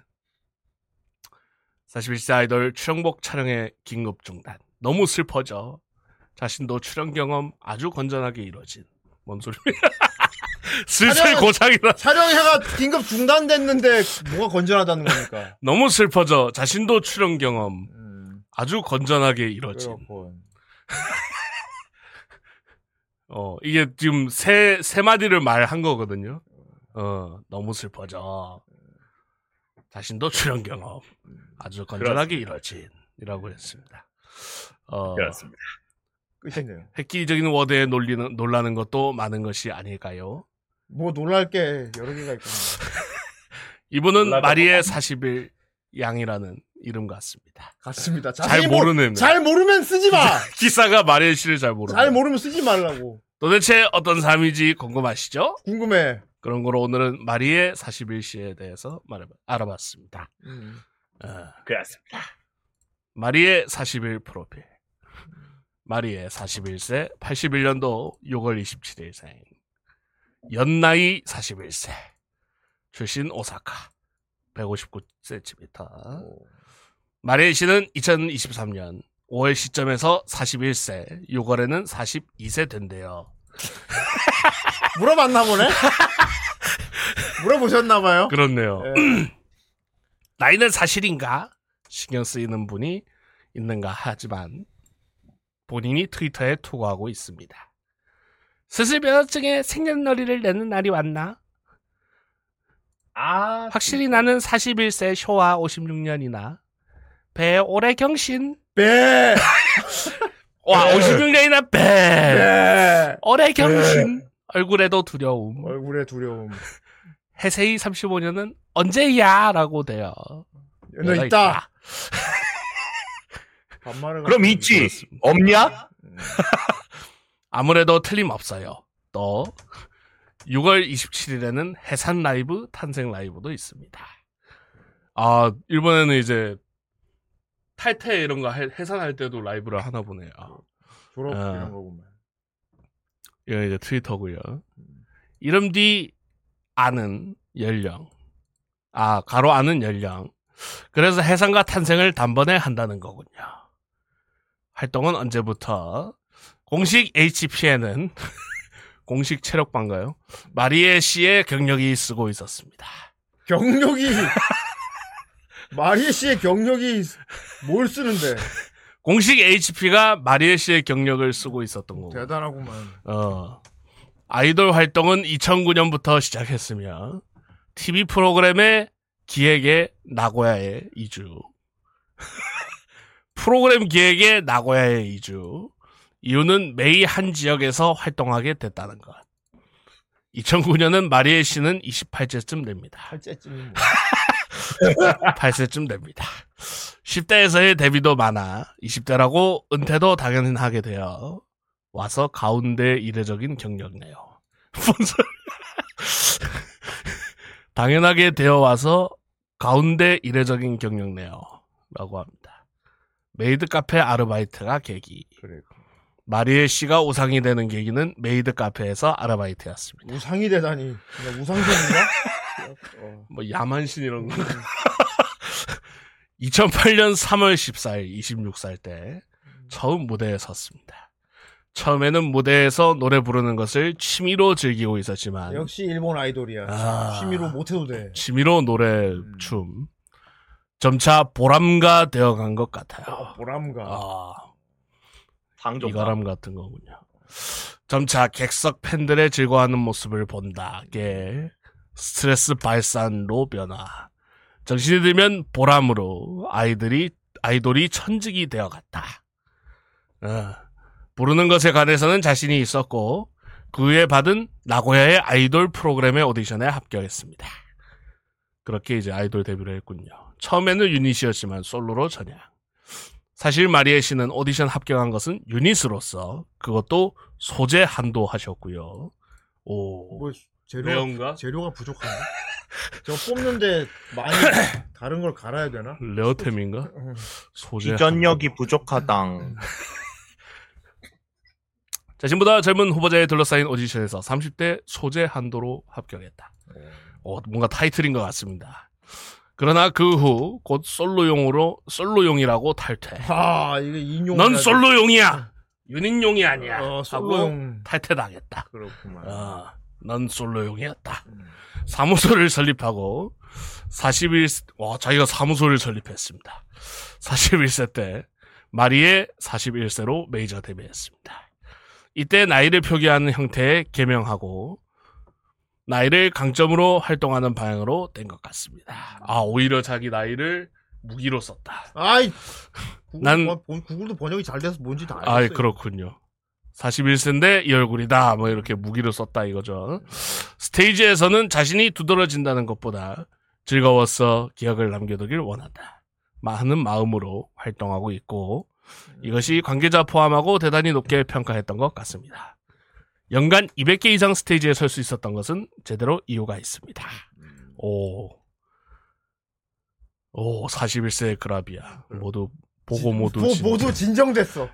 Speaker 3: 41세 아이돌 출연복 촬영에 긴급 중단. 너무 슬퍼져. 자신도 출연 경험 아주 건전하게 이루어진. 뭔 소리야? <laughs> 슬슬
Speaker 4: 촬영은-
Speaker 3: 고장이라.
Speaker 4: 촬영회가 긴급 중단됐는데 뭐가 건전하다는 겁니까?
Speaker 3: 너무 슬퍼져. 자신도 출연 경험 아주 건전하게 이루어진.
Speaker 4: 그렇군.
Speaker 3: 어, 이게 지금 세, 세 마디를 말한 거거든요. 어, 너무 슬퍼져. 자신도 출연 경험. 아주 건전하게 이루어진. 이라고 했습니다. 어,
Speaker 5: 그렇습니다.
Speaker 4: 끝이네요.
Speaker 3: 획기적인 워드에 놀리는, 놀라는 것도 많은 것이 아닐까요?
Speaker 4: 뭐 놀랄 게 여러 개가 있군요.
Speaker 3: 이분은
Speaker 5: 놀라다가
Speaker 3: 마리의 40일 양이라는 이름 같습니다.
Speaker 4: 같습니다.
Speaker 3: 잘
Speaker 4: 자세히 모-
Speaker 3: 모르는.
Speaker 4: 잘 모르면 쓰지 마.
Speaker 3: <laughs> 기사가 마리의 씨를 잘 모르는.
Speaker 4: 잘 모르면 쓰지 말라고.
Speaker 3: 도대체 어떤 삶인지 궁금하시죠?
Speaker 4: 궁금해.
Speaker 3: 그런 거로 오늘은 마리의 40일 씨에 대해서 말해, 알아봤습니다.
Speaker 4: 음.
Speaker 3: 어.
Speaker 5: 그렇습니다.
Speaker 3: 마리의 40일 프로필. 마리의 41세, 81년도 6월 27일생. 연나이 41세. 출신 오사카. 159cm. 마리의 씨는 2023년 5월 시점에서 41세, 6월에는 42세 된대요.
Speaker 4: 물어봤나 보네. <laughs> 물어보셨나 봐요.
Speaker 3: 그렇네요.
Speaker 4: 예.
Speaker 3: <clears throat> 나이는 사실인가? 신경 쓰이는 분이 있는가 하지만 본인이 트위터에 투고하고 있습니다. 슬슬 면허증에 생년월일을 내는 날이 왔나?
Speaker 5: 아
Speaker 3: 확실히 나는 41세 쇼와 56년이나 배 오래 경신
Speaker 4: 배.
Speaker 3: 와 56년이나 배
Speaker 4: 배.
Speaker 3: 오래 경신 얼굴에도 두려움
Speaker 4: 네! 얼굴에 두려움.
Speaker 3: 해세이 35년은 언제야 라고 돼요
Speaker 4: 너
Speaker 3: 내가
Speaker 4: 있다. 반말을.
Speaker 5: 그럼
Speaker 4: 갖고
Speaker 5: 있지.
Speaker 4: 있어.
Speaker 5: 없냐?
Speaker 3: 아무래도 틀림없어요. 또 6월 27일에는 해산 라이브, 탄생 라이브도 있습니다. 아 일본에는 이제 탈퇴 이런 거 해- 해산할 때도 라이브를 하나 보네요.
Speaker 4: 졸업
Speaker 3: 아.
Speaker 4: 이런 거구만.
Speaker 3: 예, 이건 이제 트위터고요.
Speaker 4: 음.
Speaker 3: 이름 뒤 아는 연령. 아 가로 아는 연령. 그래서 해상과 탄생을 단번에 한다는 거군요. 활동은 언제부터? 공식 HPN은 <laughs> 공식 체력반가요? 마리에 씨의 경력이 쓰고 있었습니다.
Speaker 4: 경력이 마리에 씨의 경력이 뭘 쓰는데
Speaker 3: 공식 HP가 마리에 씨의 경력을 쓰고 있었던
Speaker 4: 뭐.
Speaker 3: 거고.
Speaker 4: 대단하구만.
Speaker 3: 어, 아이돌 활동은 2009년부터 시작했으며 TV 프로그램의 기획에 나고야에 2주 <laughs> 프로그램 기획에 나고야에 2주 이유는 매일 한 지역에서 활동하게 됐다는 것 2009년은 마리에 씨는 28세쯤 됩니다.
Speaker 4: 팔째쯤 뭐.
Speaker 3: <laughs> 8세쯤 됩니다. 10대에서의 데뷔도 많아 20대라고 은퇴도 당연히 하게 되어 와서 가운데 이례적인 경력이네요. <laughs> 뭔 소리야. <laughs> 당연하게 되어 와서 가운데 이례적인 경력네요. 라고 합니다. 메이드 카페 아르바이트가 계기.
Speaker 4: 그래요.
Speaker 3: 마리에 씨가 우상이 되는 계기는 메이드 카페에서 아르바이트였습니다.
Speaker 4: <laughs> 우상이 되다니. 그냥 우상적인가? <laughs> 어.
Speaker 3: 뭐 야만신 이런 거. <laughs> 2008년 3월 14일 26살 때 처음 무대에 섰습니다. 처음에는 무대에서 노래 부르는 것을 취미로 즐기고 있었지만
Speaker 4: 역시 일본 아이돌이야.
Speaker 3: 아.
Speaker 4: 취미로 못해도 돼.
Speaker 3: 취미로 노래
Speaker 4: 음.
Speaker 3: 춤 점차 보람가 되어간 것 같아요.
Speaker 4: 보람가.
Speaker 3: 아,
Speaker 5: 당좀
Speaker 3: 이가람 같은 거군요. 점차 객석 팬들의 즐거워하는 모습을 본다게 예. 스트레스 발산로 변화. 정신이 들면 보람으로 아이들이 아이돌이 천직이 되어갔다. 어, 부르는 것에 관해서는 자신이 있었고 그 후에 받은 나고야의 아이돌 프로그램의 오디션에 합격했습니다. 그렇게 이제 아이돌 데뷔를 했군요. 처음에는 유닛이었지만 솔로로 전향. 사실 마리에 씨는 오디션 합격한 것은 유닛으로서 그것도 소재 한도 하셨고요. 오.
Speaker 4: 뭐 재료
Speaker 3: 레온가?
Speaker 4: 재료가 부족하네. 저 뽑는데 <laughs> 많이 다른 걸 갈아야 되나?
Speaker 3: 레어템인가?
Speaker 7: 음.
Speaker 4: 어.
Speaker 3: 소재.
Speaker 7: 비전력이
Speaker 3: 한도.
Speaker 7: 부족하당.
Speaker 3: 자신보다 젊은 후보자에 둘러싸인 오디션에서 30대 소재 한도로 합격했다. 어, 뭔가 타이틀인 것 같습니다. 그러나 그 후 곧 솔로용으로 솔로용이라고 탈퇴.
Speaker 4: 아 이게 인용.
Speaker 3: 넌 솔로용이야. 유닛용이 아니야.
Speaker 4: 어,
Speaker 3: 하고
Speaker 4: 솔로용.
Speaker 3: 탈퇴당했다.
Speaker 4: 그렇구만.
Speaker 3: 아, 넌 솔로용이었다. 사무소를 설립하고 41세 와 자기가 사무소를 설립했습니다. 41세 때 마리의 41세로 메이저 데뷔했습니다. 이때 나이를 표기하는 형태의 개명하고 나이를 강점으로 활동하는 방향으로 된 것 같습니다. 아 오히려 자기 나이를 무기로 썼다.
Speaker 4: 아이. 구글,
Speaker 3: 난-
Speaker 4: 난 구글도 번역이 잘 돼서 뭔지 다 알겠어요.
Speaker 3: 아이 그렇군요. 41세인데 이 얼굴이다. 뭐 이렇게 무기를 썼다 이거죠. 스테이지에서는 자신이 두드러진다는 것보다 즐거웠어 기억을 남겨두길 원한다. 많은 마음으로 활동하고 있고 이것이 관계자 포함하고 대단히 높게 평가했던 것 같습니다. 연간 200개 이상 스테이지에 설 수 있었던 것은 제대로 이유가 있습니다.
Speaker 4: 음.
Speaker 3: 오. 오, 41세의 그라비아. 모두 보고 모두
Speaker 4: 모,
Speaker 3: 진짜.
Speaker 4: 모두
Speaker 3: <laughs>
Speaker 4: 진정됐어.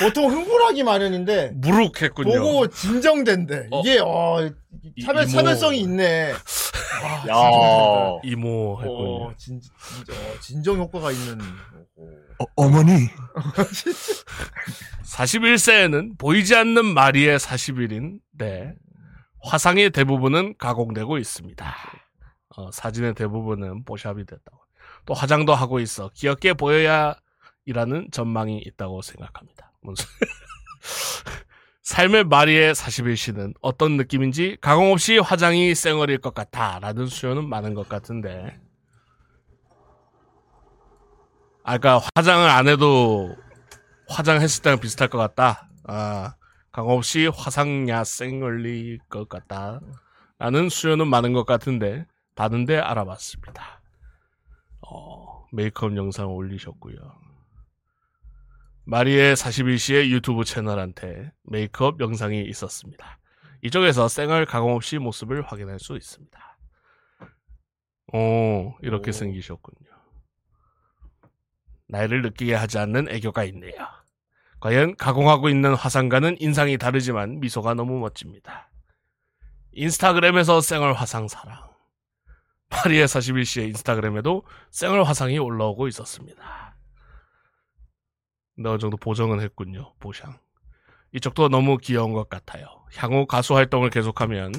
Speaker 4: 보통 흥분하기 마련인데
Speaker 3: 무룩했군요.
Speaker 4: 보고 진정된대.
Speaker 3: 어.
Speaker 4: 이게 어 차별
Speaker 3: 이- 이모.
Speaker 4: 차별성이
Speaker 3: <laughs>
Speaker 4: 있네.
Speaker 7: 야.
Speaker 4: 와,
Speaker 3: 이모
Speaker 4: 진정된다.
Speaker 3: 했군요.
Speaker 4: 어, 진, 진정, 어, 진정 효과가 있는.
Speaker 7: 어, 어머니.
Speaker 3: 41세에는 보이지 않는 마리의 40일인데 네, 화상의 대부분은 가공되고 있습니다. 어, 사진의 대부분은 보샵이 됐다고. 또 화장도 하고 있어 귀엽게 보여야 이라는 전망이 있다고 생각합니다. 뭔 소리- <laughs> 삶의 마리의 41 씨는 어떤 느낌인지 가공 없이 화장이 쌩얼일 것 같아라는 수요는 많은 것 같은데. 아까 화장을 안 해도 화장했을 때랑 비슷할 것 같다. 아, 강업 씨 화상야 쌩얼릴 것 같다. 라는 수요는 많은 것 같은데 다른데 알아봤습니다. 어, 메이크업 영상 올리셨고요. 마리의 41시의 유튜브 채널한테 메이크업 영상이 있었습니다. 이쪽에서 쌩얼 강업 씨 모습을 확인할 수 있습니다. 오, 이렇게
Speaker 4: 오.
Speaker 3: 생기셨군요. 나이를 느끼게 하지 않는 애교가 있네요. 과연 가공하고 있는 화상과는 인상이 다르지만 미소가 너무 멋집니다. 인스타그램에서 쌩얼 화상 사랑. 파리의 41시의 인스타그램에도 쌩얼 화상이 올라오고 있었습니다. 근데 어느 정도 보정은 했군요. 보상. 이쪽도 너무 귀여운 것 같아요. 향후 가수 활동을 계속하면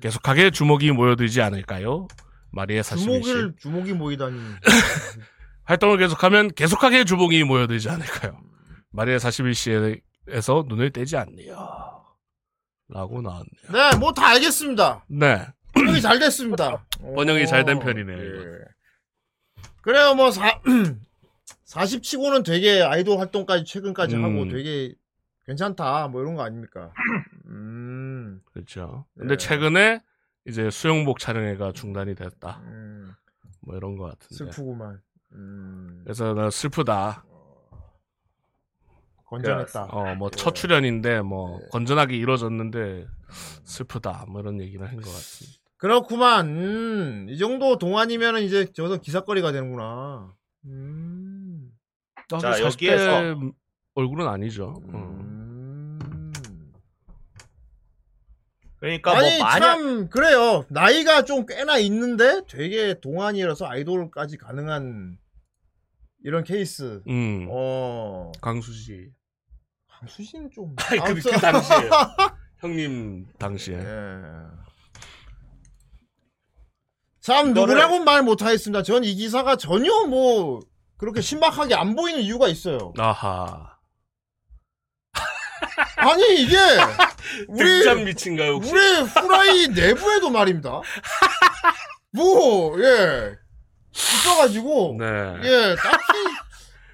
Speaker 3: 계속하게 주목이 모여들지 않을까요? 마리의 41시.
Speaker 4: 주목을 주목이 모이다니.
Speaker 3: 활동을 계속하면 계속하게 주봉이 모여들지 않을까요? 마리아 41시에서 눈을 떼지 않네요. 라고 나왔네요.
Speaker 4: 네, 뭐 다 알겠습니다.
Speaker 3: 네.
Speaker 4: 번영이 잘 됐습니다.
Speaker 3: <laughs> 번영이
Speaker 4: 오,
Speaker 3: 잘된 편이네요,
Speaker 4: 예.
Speaker 3: 이건.
Speaker 4: 그래요, 뭐 사, <clears throat> 40 치고는 되게 아이돌 활동까지 최근까지 하고
Speaker 3: 음.
Speaker 4: 되게 괜찮다 뭐 이런 거 아닙니까? 음,
Speaker 3: 그렇죠. 근데
Speaker 4: 예.
Speaker 3: 최근에 이제 수영복 촬영회가 중단이 됐다.
Speaker 4: 음,
Speaker 3: 뭐 이런 것 같은데.
Speaker 4: 슬프구만. 음,
Speaker 3: 그래서 나 슬프다.
Speaker 4: 건전했다.
Speaker 3: 어, 뭐 첫 출연인데 뭐 건전하게 이루어졌는데 슬프다. 뭐 이런 얘기를 한 것 같습니다.
Speaker 4: 그렇구만. 음, 이 정도 동안이면 은 이제 저기서 기사거리가 되는구나. 음.
Speaker 5: 자,
Speaker 3: 40대
Speaker 5: 여기에서-
Speaker 3: 얼굴은 아니죠. 음.
Speaker 4: 음.
Speaker 5: 그러니까
Speaker 4: 아니
Speaker 5: 뭐 마냥
Speaker 4: 참 그래요 나이가 좀 꽤나 있는데 되게 동안이라서 아이돌까지 가능한 이런 케이스
Speaker 3: 음.
Speaker 4: 어 아,
Speaker 3: 강수지.
Speaker 4: 강수진 좀
Speaker 3: 아이, 그, 그
Speaker 4: 아무튼-
Speaker 3: 당시에. <laughs> 형님 당시에.
Speaker 4: 예. 참
Speaker 5: 이거를-
Speaker 4: 누구라고는 말 못하겠습니다 전 이 기사가 전혀 뭐 그렇게 신박하게 안 보이는 이유가 있어요
Speaker 3: 아하.
Speaker 4: 아니 이게 우리
Speaker 3: 등잔 미친가요 혹시?
Speaker 4: 우리 후라이 내부에도 말입니다. 뭐, 예. 있어가지고,
Speaker 3: 네.
Speaker 4: 예, 딱히,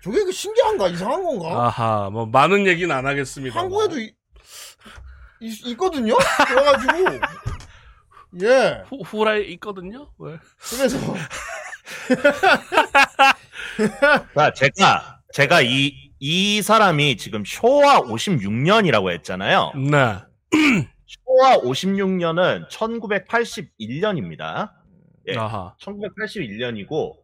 Speaker 4: 저게 그 신기한가? 이상한 건가?
Speaker 3: 아하. 뭐 많은 얘기는 안 하겠습니다.
Speaker 4: 어? 한국에도 이- 이- 있거든요? 그래가지고, 예.
Speaker 3: 후, 후라이 있거든요. 왜?
Speaker 4: 그래서,
Speaker 5: 자, 그러니까 제가 제가 이, 이 사람이 지금 쇼와 56년이라고 했잖아요.
Speaker 3: 네.
Speaker 5: 쇼와 56년은 1981년입니다. 예.
Speaker 3: 아하.
Speaker 5: 1981년이고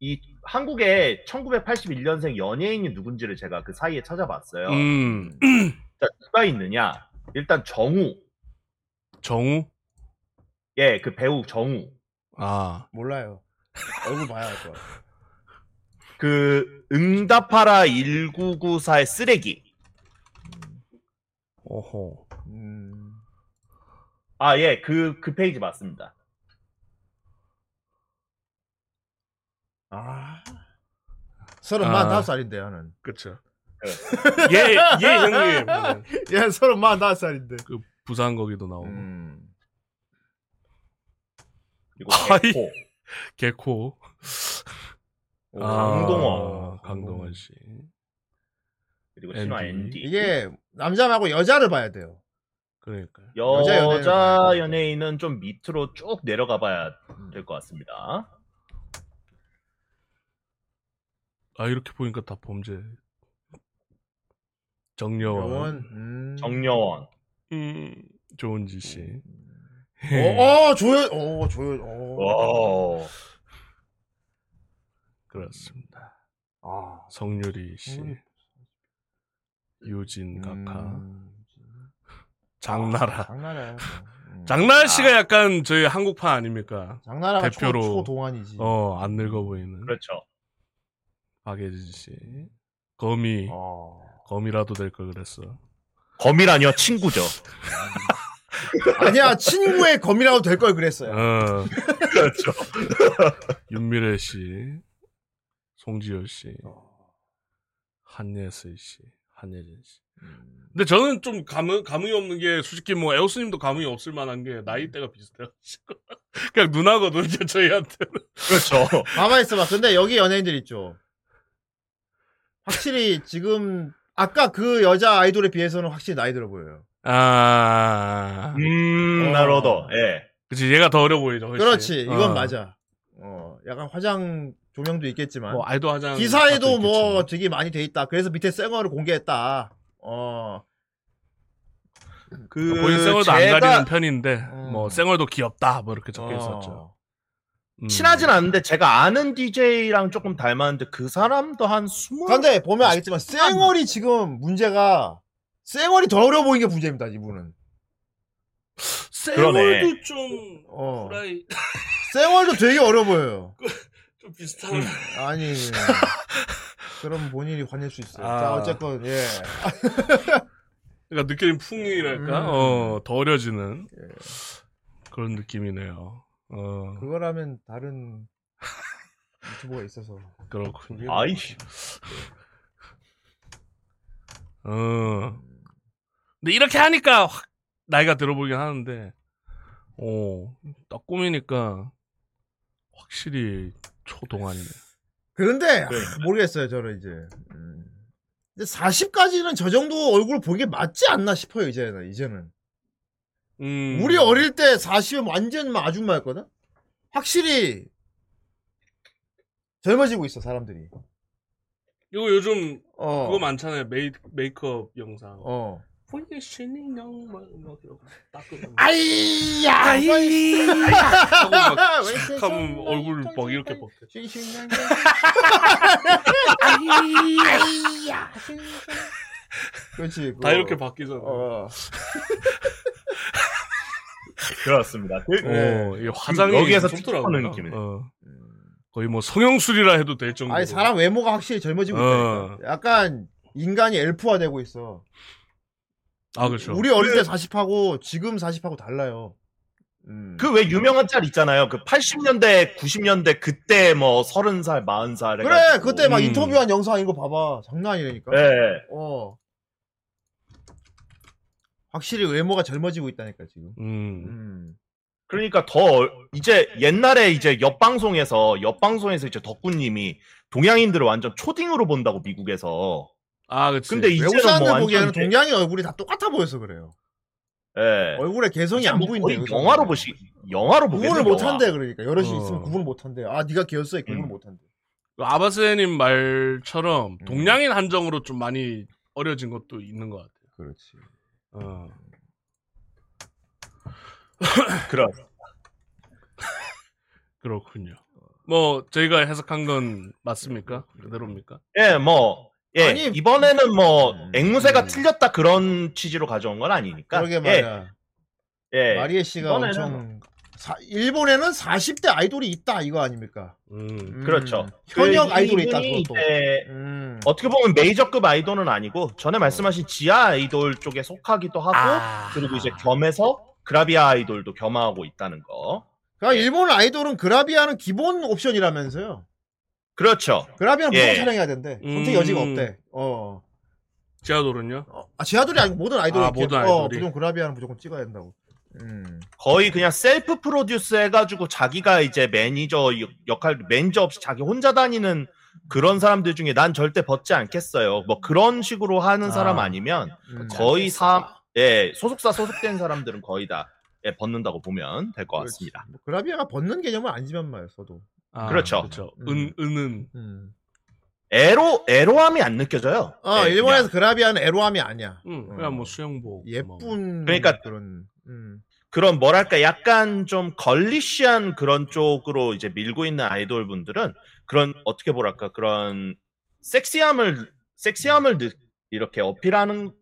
Speaker 5: 이 한국에 1981년생 연예인이 누군지를 제가 그 사이에 찾아봤어요.
Speaker 3: 음.
Speaker 5: 자, 누가 있느냐? 일단 정우.
Speaker 3: 정우.
Speaker 5: 예, 그 배우 정우.
Speaker 3: 아.
Speaker 4: 몰라요. 얼굴 봐야 할 거야.
Speaker 5: 그 응답하라 1994의 쓰레기.
Speaker 3: 오호.
Speaker 4: 음,
Speaker 5: 아, 예. 그, 그
Speaker 3: <laughs>
Speaker 5: 페이지 맞습니다.
Speaker 4: 아. 서른만 다섯 살인데, 나는.
Speaker 3: 그쵸. 예, 예, 형님. 네.
Speaker 4: 예, 서른만 다섯 살인데.
Speaker 3: <laughs> 부산 거기도 나오고.
Speaker 4: 음.
Speaker 5: 그리고
Speaker 3: 아이.
Speaker 5: 개코.
Speaker 3: 개코.
Speaker 5: 오, 강동원.
Speaker 3: 아, 강동원 씨.
Speaker 4: 음.
Speaker 5: 그리고 신화
Speaker 3: ND.
Speaker 5: ND.
Speaker 4: 이게, 남자하고 여자를 봐야 돼요.
Speaker 3: 그러니까. 요
Speaker 4: 여자 연예인을 봐야
Speaker 5: 여자
Speaker 4: 돼요.
Speaker 5: 연예인은 좀 밑으로 쭉 내려가 봐야 될 것 같습니다.
Speaker 3: 아 이렇게 보니까 다 범죄. 어. 정여원.
Speaker 4: 영원. 음.
Speaker 5: 정여원.
Speaker 3: 음. 조은지 <laughs> 씨. 예.
Speaker 4: 어,
Speaker 3: 아,
Speaker 4: 어, 조연, 어, 조연, 어.
Speaker 5: 와.
Speaker 3: 그렇습니다.
Speaker 4: 아,
Speaker 3: 성유리 씨,
Speaker 4: 음.
Speaker 3: 유진 각하,
Speaker 4: 음.
Speaker 3: 장나라. <laughs>
Speaker 4: 장나라.
Speaker 3: 음. 장나라 씨가
Speaker 4: 아.
Speaker 3: 약간 저희 한국파 아닙니까?
Speaker 4: 장나라가
Speaker 3: 대표로.
Speaker 4: 대표로. 초, 동안이지. 어.
Speaker 3: 어, 안 늙어 보이는
Speaker 5: 그렇죠.
Speaker 3: 박예진 씨. 거미,
Speaker 4: 어.
Speaker 3: 아. 거미라도 될 걸 그랬어.
Speaker 5: 거미라뇨 친구죠.
Speaker 4: 아니야, 친구의 검이라고 될 걸 그랬어요. <laughs>
Speaker 3: 어,
Speaker 5: <laughs> 그렇죠.
Speaker 3: 윤미래 씨, 송지효 씨,
Speaker 4: 어.
Speaker 3: 한예슬 씨, 한예진 씨.
Speaker 4: 음.
Speaker 3: 근데 저는 좀 감흥, 감흥이 없는 게 솔직히 뭐 에오스님도 감흥이 없을 만한 게 나이대가 비슷해요. <laughs> 그냥 누나거든요, <laughs> 저희한테.
Speaker 5: 그렇죠.
Speaker 4: 가만 있어봐. 근데 여기 연예인들 있죠. 확실히 지금, 아까 그 여자 아이돌에 비해서는 확실히 나이 들어 보여요.
Speaker 3: 아,
Speaker 5: 음, 나로도. 예.
Speaker 3: 그렇지 얘가 더 어려 보이죠. 훨씬.
Speaker 4: 그렇지, 이건
Speaker 3: 어.
Speaker 4: 맞아. 어, 약간 화장 조명도 있겠지만.
Speaker 3: 뭐 아이돌 화장
Speaker 4: 기사에도
Speaker 3: 같은
Speaker 4: 뭐
Speaker 3: 있겠지만.
Speaker 4: 되게 많이 돼 있다. 그래서 밑에 생얼을 공개했다. 어,
Speaker 5: 그
Speaker 3: 아, 본인 생얼도 안 가리는 편인데
Speaker 4: 음.
Speaker 3: 뭐 생얼도 귀엽다 뭐 이렇게 적혀
Speaker 4: 어.
Speaker 3: 있었죠. 음.
Speaker 5: 친하진 않은데 제가 아는 DJ랑 조금 닮았는데 그 사람도 한 스무.
Speaker 4: 근데 보면 알겠지만 쌩얼이 지금 문제가 쌩얼이 더 어려 보이는 게 문제입니다 이분은
Speaker 3: 생얼도
Speaker 5: 그러네.
Speaker 3: 좀
Speaker 4: 어.
Speaker 3: 후라이
Speaker 4: 쌩얼도 되게 어려 보여요.
Speaker 3: 좀 비슷한.
Speaker 4: 아니. 그럼 본인이 화낼 수 있어요.
Speaker 3: 아.
Speaker 4: 자, 어쨌건, 예.
Speaker 3: 그러니까 느낌이 풍이랄까?
Speaker 4: 음.
Speaker 3: 어, 더 어려지는 그런 느낌이네요. 어,
Speaker 4: 그거라면 다른 유튜버가 있어서.
Speaker 3: 그렇군요.
Speaker 5: 아이씨.
Speaker 3: 어. 근데 이렇게 하니까 확 나이가 들어보긴 하는데, 어, 딱 꾸미니까 확실히 초동안이네.
Speaker 4: 그런데,
Speaker 5: 그래.
Speaker 4: 모르겠어요, 저는 이제. 음. 근데 40까지는 저 정도 얼굴 보는 게 맞지 않나 싶어요, 이제는. 이제는.
Speaker 3: 음.
Speaker 4: 우리 어릴 때 40은 완전 막 아줌마였거든? 확실히 젊어지고 있어, 사람들이.
Speaker 3: 이거 요즘
Speaker 4: 어.
Speaker 3: 그거 많잖아요. 메이, 메이크업 영상.
Speaker 4: 어.
Speaker 3: 보이시는 영막 막 이러고 딱 그거.
Speaker 4: 아이야! 아이! <laughs>
Speaker 3: 하고 막 하면 얼굴 막 이렇게 벗겨. <laughs>
Speaker 4: 그렇지. 그거.
Speaker 3: 다 이렇게 바뀌잖아. 어,
Speaker 4: 어.
Speaker 5: 그렇습니다. 그-
Speaker 3: 어, 이 화장이
Speaker 5: 여기에서
Speaker 3: 네. 좀 좋더라고요.
Speaker 5: 튀어나오는 느낌이네.
Speaker 3: 어. 거의 뭐 성형술이라 해도 될 정도로.
Speaker 4: 아니 사람 외모가 확실히 젊어지고
Speaker 3: 어.
Speaker 4: 있다니까. 약간 인간이 엘프화되고 있어.
Speaker 3: 아 그렇죠.
Speaker 4: 우리 어릴 때 40하고 지금 40하고 달라요. 음.
Speaker 5: 그 왜 유명한 짤 있잖아요. 그 80년대, 90년대 그때 뭐 30살, 40살.
Speaker 4: 그래 그때 막
Speaker 3: 음.
Speaker 4: 인터뷰한 영상 이거 봐봐 장난 아니라니까.
Speaker 5: 예. 네.
Speaker 4: 어. 확실히 외모가 젊어지고 있다니까 지금.
Speaker 3: 음.
Speaker 4: 음.
Speaker 5: 그러니까 더 얼- 이제 옛날에 이제 옆 방송에서 옆 방송에서 이제 덕구님이 동양인들을 완전 초딩으로 본다고 미국에서.
Speaker 3: 아 그치.
Speaker 5: 근데
Speaker 4: 외국
Speaker 5: 이제는 뭐
Speaker 4: 사람들 보기에는
Speaker 5: 완전
Speaker 4: 동양인 얼굴이 다 똑같아 보여서 그래요.
Speaker 5: 예.
Speaker 4: 얼굴에 개성이
Speaker 5: 이제
Speaker 4: 안
Speaker 5: 뭐
Speaker 4: 보인대.
Speaker 5: 거의
Speaker 4: 여기서는.
Speaker 5: 영화로 보시 영화로 보게
Speaker 4: 구분을
Speaker 5: 된
Speaker 4: 못
Speaker 5: 영화.
Speaker 4: 한대 그러니까 여럿이
Speaker 3: 어.
Speaker 4: 있으면 구분을 못 한대. 아 네가 개였어 구분을
Speaker 5: 음.
Speaker 4: 못 한대.
Speaker 3: 그 아바세님 말처럼
Speaker 4: 음.
Speaker 3: 동양인 한정으로 좀 많이 어려진 것도 있는 것 같아요.
Speaker 4: 그렇지.
Speaker 3: 어.
Speaker 5: 그런.
Speaker 3: 그렇군요. 뭐 저희가 해석한 건 맞습니까? 그대로입니까?
Speaker 5: 예, 뭐 예.
Speaker 4: 아니,
Speaker 5: 이번에는 뭐
Speaker 4: 음,
Speaker 5: 앵무새가
Speaker 3: 음.
Speaker 5: 틀렸다 그런 취지로 가져온 건 아니니까.
Speaker 4: 그러게
Speaker 5: 예.
Speaker 4: 말이야.
Speaker 5: 예.
Speaker 4: 마리에 씨가
Speaker 5: 이번에는
Speaker 4: 엄청 사- 일본에는 40대 아이돌이 있다 이거 아닙니까?
Speaker 3: 음.
Speaker 5: 그렇죠.
Speaker 4: 현역
Speaker 5: 그
Speaker 4: 아이돌이 있다
Speaker 5: 이분이
Speaker 4: 그것도.
Speaker 5: 이제
Speaker 4: 음.
Speaker 5: 어떻게 보면 메이저급 아이돌은 아니고 전에 말씀하신 지하 아이돌 쪽에 속하기도 하고
Speaker 2: 아,
Speaker 3: 아,
Speaker 5: 그리고 이제 겸해서 그라비아 아이돌도 겸하고 있다는 거.
Speaker 4: 그러니까 일본 아이돌은 그라비아는 기본 옵션이라면서요.
Speaker 5: 그렇죠.
Speaker 4: 그라비아는 무조건
Speaker 5: 예.
Speaker 4: 촬영해야 된대. 선택
Speaker 3: 음.
Speaker 4: 여지가 없대. 어.
Speaker 3: 지하도는요?
Speaker 4: 어, 아, 제아돌이 아니고 모든 아이돌이
Speaker 3: 아,
Speaker 4: 이렇게,
Speaker 3: 모든
Speaker 4: 어,
Speaker 3: 아이돌이.
Speaker 4: 무조건 그라비아는 무조건 찍어야 된다고. 음.
Speaker 5: 거의 그냥 셀프 프로듀스 해가지고 자기가 이제 매니저 역- 역할, 매니저 없이 자기 혼자 다니는 그런 사람들 중에 난 절대 벗지 않겠어요. 뭐 그런 식으로 하는
Speaker 3: 아.
Speaker 5: 사람 아니면
Speaker 4: 음.
Speaker 5: 거의 사, 예, 소속사 소속된 사람들은 거의 다 예, 벗는다고 보면 될 것 같습니다.
Speaker 4: 뭐 그라비아가 벗는 개념은 아니지만 말이야, 저도.
Speaker 3: 아,
Speaker 5: 그렇죠.
Speaker 3: 그렇죠.
Speaker 4: 음.
Speaker 3: 은 은은
Speaker 4: 음.
Speaker 5: 애로, 애로함이 안 느껴져요.
Speaker 4: 어,
Speaker 5: 예,
Speaker 4: 일본에서
Speaker 5: 그냥.
Speaker 4: 그라비아는 애로함이 아니야.
Speaker 3: 음,
Speaker 4: 어.
Speaker 3: 그냥 뭐 수영복 뭐.
Speaker 4: 예쁜
Speaker 5: 그러니까-
Speaker 4: 그런 음.
Speaker 5: 그런 뭐랄까 약간 좀 걸리시한 그런 쪽으로 이제 밀고 있는 아이돌 분들은 그런 어떻게 보랄까 그런 섹시함을 섹시함을 느- 이렇게 어필하는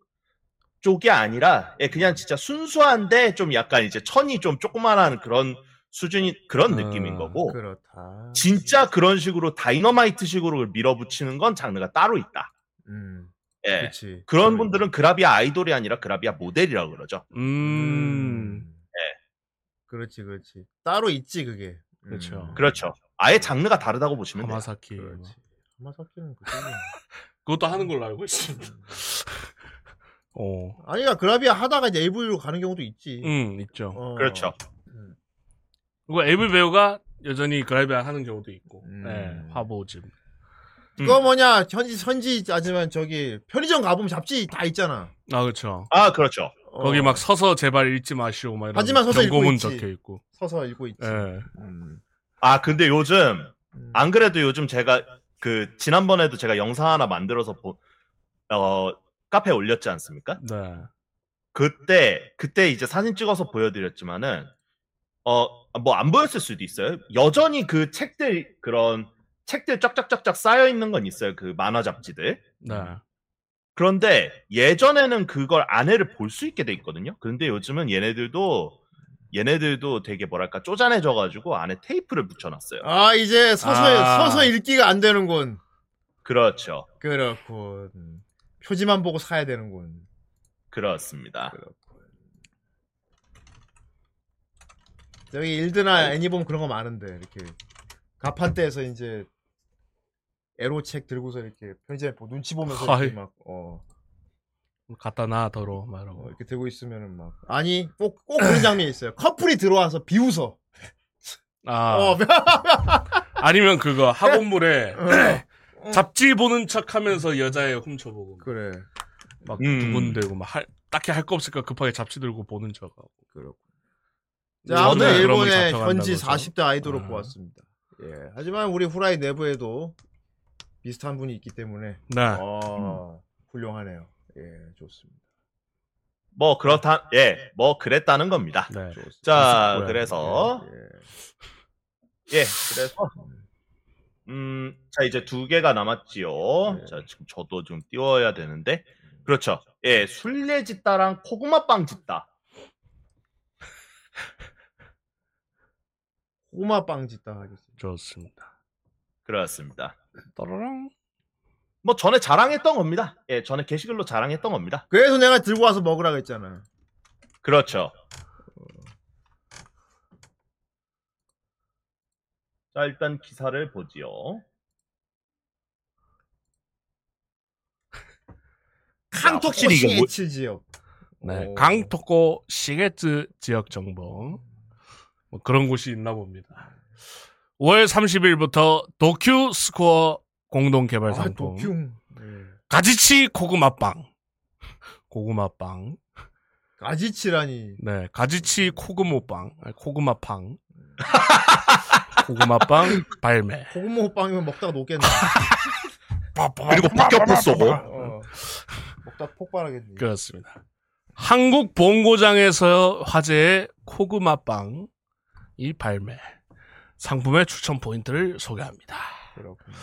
Speaker 5: 쪽이 아니라 예, 그냥 진짜 순수한데 좀 약간 이제 천이 좀 조그만한 그런 수준이 그런
Speaker 3: 아,
Speaker 5: 느낌인 거고
Speaker 4: 그렇다.
Speaker 5: 어. 진짜 그런 식으로 다이너마이트식으로 밀어붙이는 건 장르가 따로 있다.
Speaker 4: 음.
Speaker 5: 예.
Speaker 4: 그렇지.
Speaker 5: 그런 분들은 그라비아 아이돌이 아니라 그라비아 모델이라고 그러죠.
Speaker 3: 음.
Speaker 4: 그렇지, 그렇지. 따로 있지 그게.
Speaker 3: 그렇죠.
Speaker 5: 그렇죠. 아예 장르가 다르다고 보시면 돼요.
Speaker 3: 하마사키. 뭐.
Speaker 4: 그렇지. 아마 섞이는 그거.
Speaker 3: 그것도 하는 걸로 알고 있습니다.
Speaker 4: <laughs>
Speaker 3: 어.
Speaker 4: 아니, 그러니까 그라비아 하다가 이제 AV로 가는 경우도 있지.
Speaker 3: 음, 있죠.
Speaker 4: 어.
Speaker 5: 그렇죠.
Speaker 4: 음.
Speaker 3: 그리고 에이블 배우가 여전히 그라비아 하는 경우도 있고.
Speaker 4: 음.
Speaker 3: 네, 화보집. 음.
Speaker 4: 그거 뭐냐 현지 현지 하지만 저기 편의점 가보면 잡지 다 있잖아.
Speaker 3: 아, 그렇죠.
Speaker 5: 아, 그렇죠.
Speaker 4: 어,
Speaker 3: 거기 막 서서 제발 읽지 마시오. 막 이런
Speaker 4: 하지만 서서 읽고
Speaker 3: 경고문
Speaker 4: 있지.
Speaker 3: 적혀 있고.
Speaker 4: 서서 읽고 있지.
Speaker 3: 예.
Speaker 4: 음.
Speaker 5: 아, 근데 요즘,
Speaker 4: 음.
Speaker 5: 안 그래도 요즘 제가, 그, 지난번에도 제가 영상 하나 만들어서, 보, 어, 카페에 올렸지 않습니까?
Speaker 3: 네.
Speaker 4: 음.
Speaker 5: 그때, 그때 이제 사진 찍어서 보여드렸지만은, 어, 뭐 안 보였을 수도 있어요. 여전히 그 책들, 그런, 책들 쫙쫙쫙쫙 쌓여있는 건 있어요. 그 만화 잡지들.
Speaker 3: 네.
Speaker 5: 그런데 예전에는 그걸 아내를 볼 수 있게 돼 있거든요. 그런데 요즘은 얘네들도 얘네들도 되게 뭐랄까 쪼잔해져가지고 안에 테이프를 붙여놨어요.
Speaker 4: 아 이제 서서
Speaker 3: 아.
Speaker 4: 서서 읽기가 안 되는군.
Speaker 5: 그렇죠.
Speaker 4: 그렇군. 표지만 보고 사야 되는군.
Speaker 5: 그렇습니다.
Speaker 4: 여기 일드나 애니봄 그런 거 많은데 이렇게 가판대에서 이제 에로책 들고서 이렇게 편집에 보- 눈치 보면서
Speaker 3: 하이.
Speaker 4: 이렇게 막 어,
Speaker 3: 뭐 갖다 놔 더러 막
Speaker 4: 어,
Speaker 3: 이러고
Speaker 4: 이렇게 들고 있으면은 막 아니 꼭 꼭 그런 장면이 있어요. 커플이 들어와서 비웃어.
Speaker 3: 아
Speaker 4: 어,
Speaker 3: 아니면
Speaker 4: <laughs>
Speaker 3: 그거 학원물에 잡지 보는 척하면서 여자애 훔쳐보고
Speaker 4: 어. 그래.
Speaker 3: 막
Speaker 5: 음.
Speaker 3: 두근대고 막 할- 딱히 할 거 없으니까 급하게 잡지 들고 보는 척하고
Speaker 4: 그렇군.
Speaker 3: 음,
Speaker 4: 자, 아무튼
Speaker 3: 오늘 여러분이
Speaker 4: 일본의
Speaker 3: 잡혀간다는
Speaker 4: 현지
Speaker 3: 거죠.
Speaker 4: 40대 아이돌을
Speaker 3: 음.
Speaker 4: 보았습니다. 예. 하지만 우리 후라이 내부에도 비슷한 분이 있기 때문에
Speaker 3: 네
Speaker 5: 음.
Speaker 4: 아, 훌륭하네요. 예, 좋습니다.
Speaker 5: 뭐 그렇다, 예, 뭐 그랬다는 겁니다.
Speaker 3: 네.
Speaker 4: 좋습니다.
Speaker 5: 자, 어?
Speaker 3: 뭐야.
Speaker 5: 그래서
Speaker 4: 예,
Speaker 5: 음. 예, 그래서 음, 자 이제 두 개가 남았지요.
Speaker 4: 네.
Speaker 5: 자 지금 저도 좀 띄워야 되는데, 그렇죠. 예, 술래 짓다랑 고구마빵 짓다.
Speaker 4: 꼬마 빵 짓다 하겠습니다.
Speaker 3: 좋습니다
Speaker 5: 그렇습니다.
Speaker 3: 떠로롱
Speaker 5: 뭐 전에 자랑했던 겁니다. 예, 전에 게시글로 자랑했던 겁니다.
Speaker 4: 그래서 내가 들고 와서 먹으라고 했잖아.
Speaker 5: 그렇죠. 자 일단 기사를 보지요.
Speaker 4: 캉톡시리
Speaker 5: 이거 뭐-
Speaker 4: 지역.
Speaker 3: 네,
Speaker 4: 오.
Speaker 3: 강토코 시게츠 지역 정보 뭐 그런 곳이 있나 봅니다. 5월 30일부터 도큐 스코어 공동 개발
Speaker 4: 아,
Speaker 3: 상품
Speaker 4: 도쿄. 예.
Speaker 3: 가지치 고구마빵 <laughs> 고구마빵
Speaker 4: 가지치라니.
Speaker 3: 네 가지치 코그모빵 아니,
Speaker 4: <laughs>
Speaker 3: 코그마빵 고구마빵 발매
Speaker 4: 고구마 빵이면 먹다가 녹겠네.
Speaker 7: 그리고
Speaker 3: 아,
Speaker 7: 박격포 쏘고.
Speaker 4: 어. 먹다 폭발하겠네.
Speaker 3: 그렇습니다. 한국 본고장에서 화제의 코그마빵 이 발매 상품의 추천 포인트를 소개합니다.
Speaker 4: 그렇군요.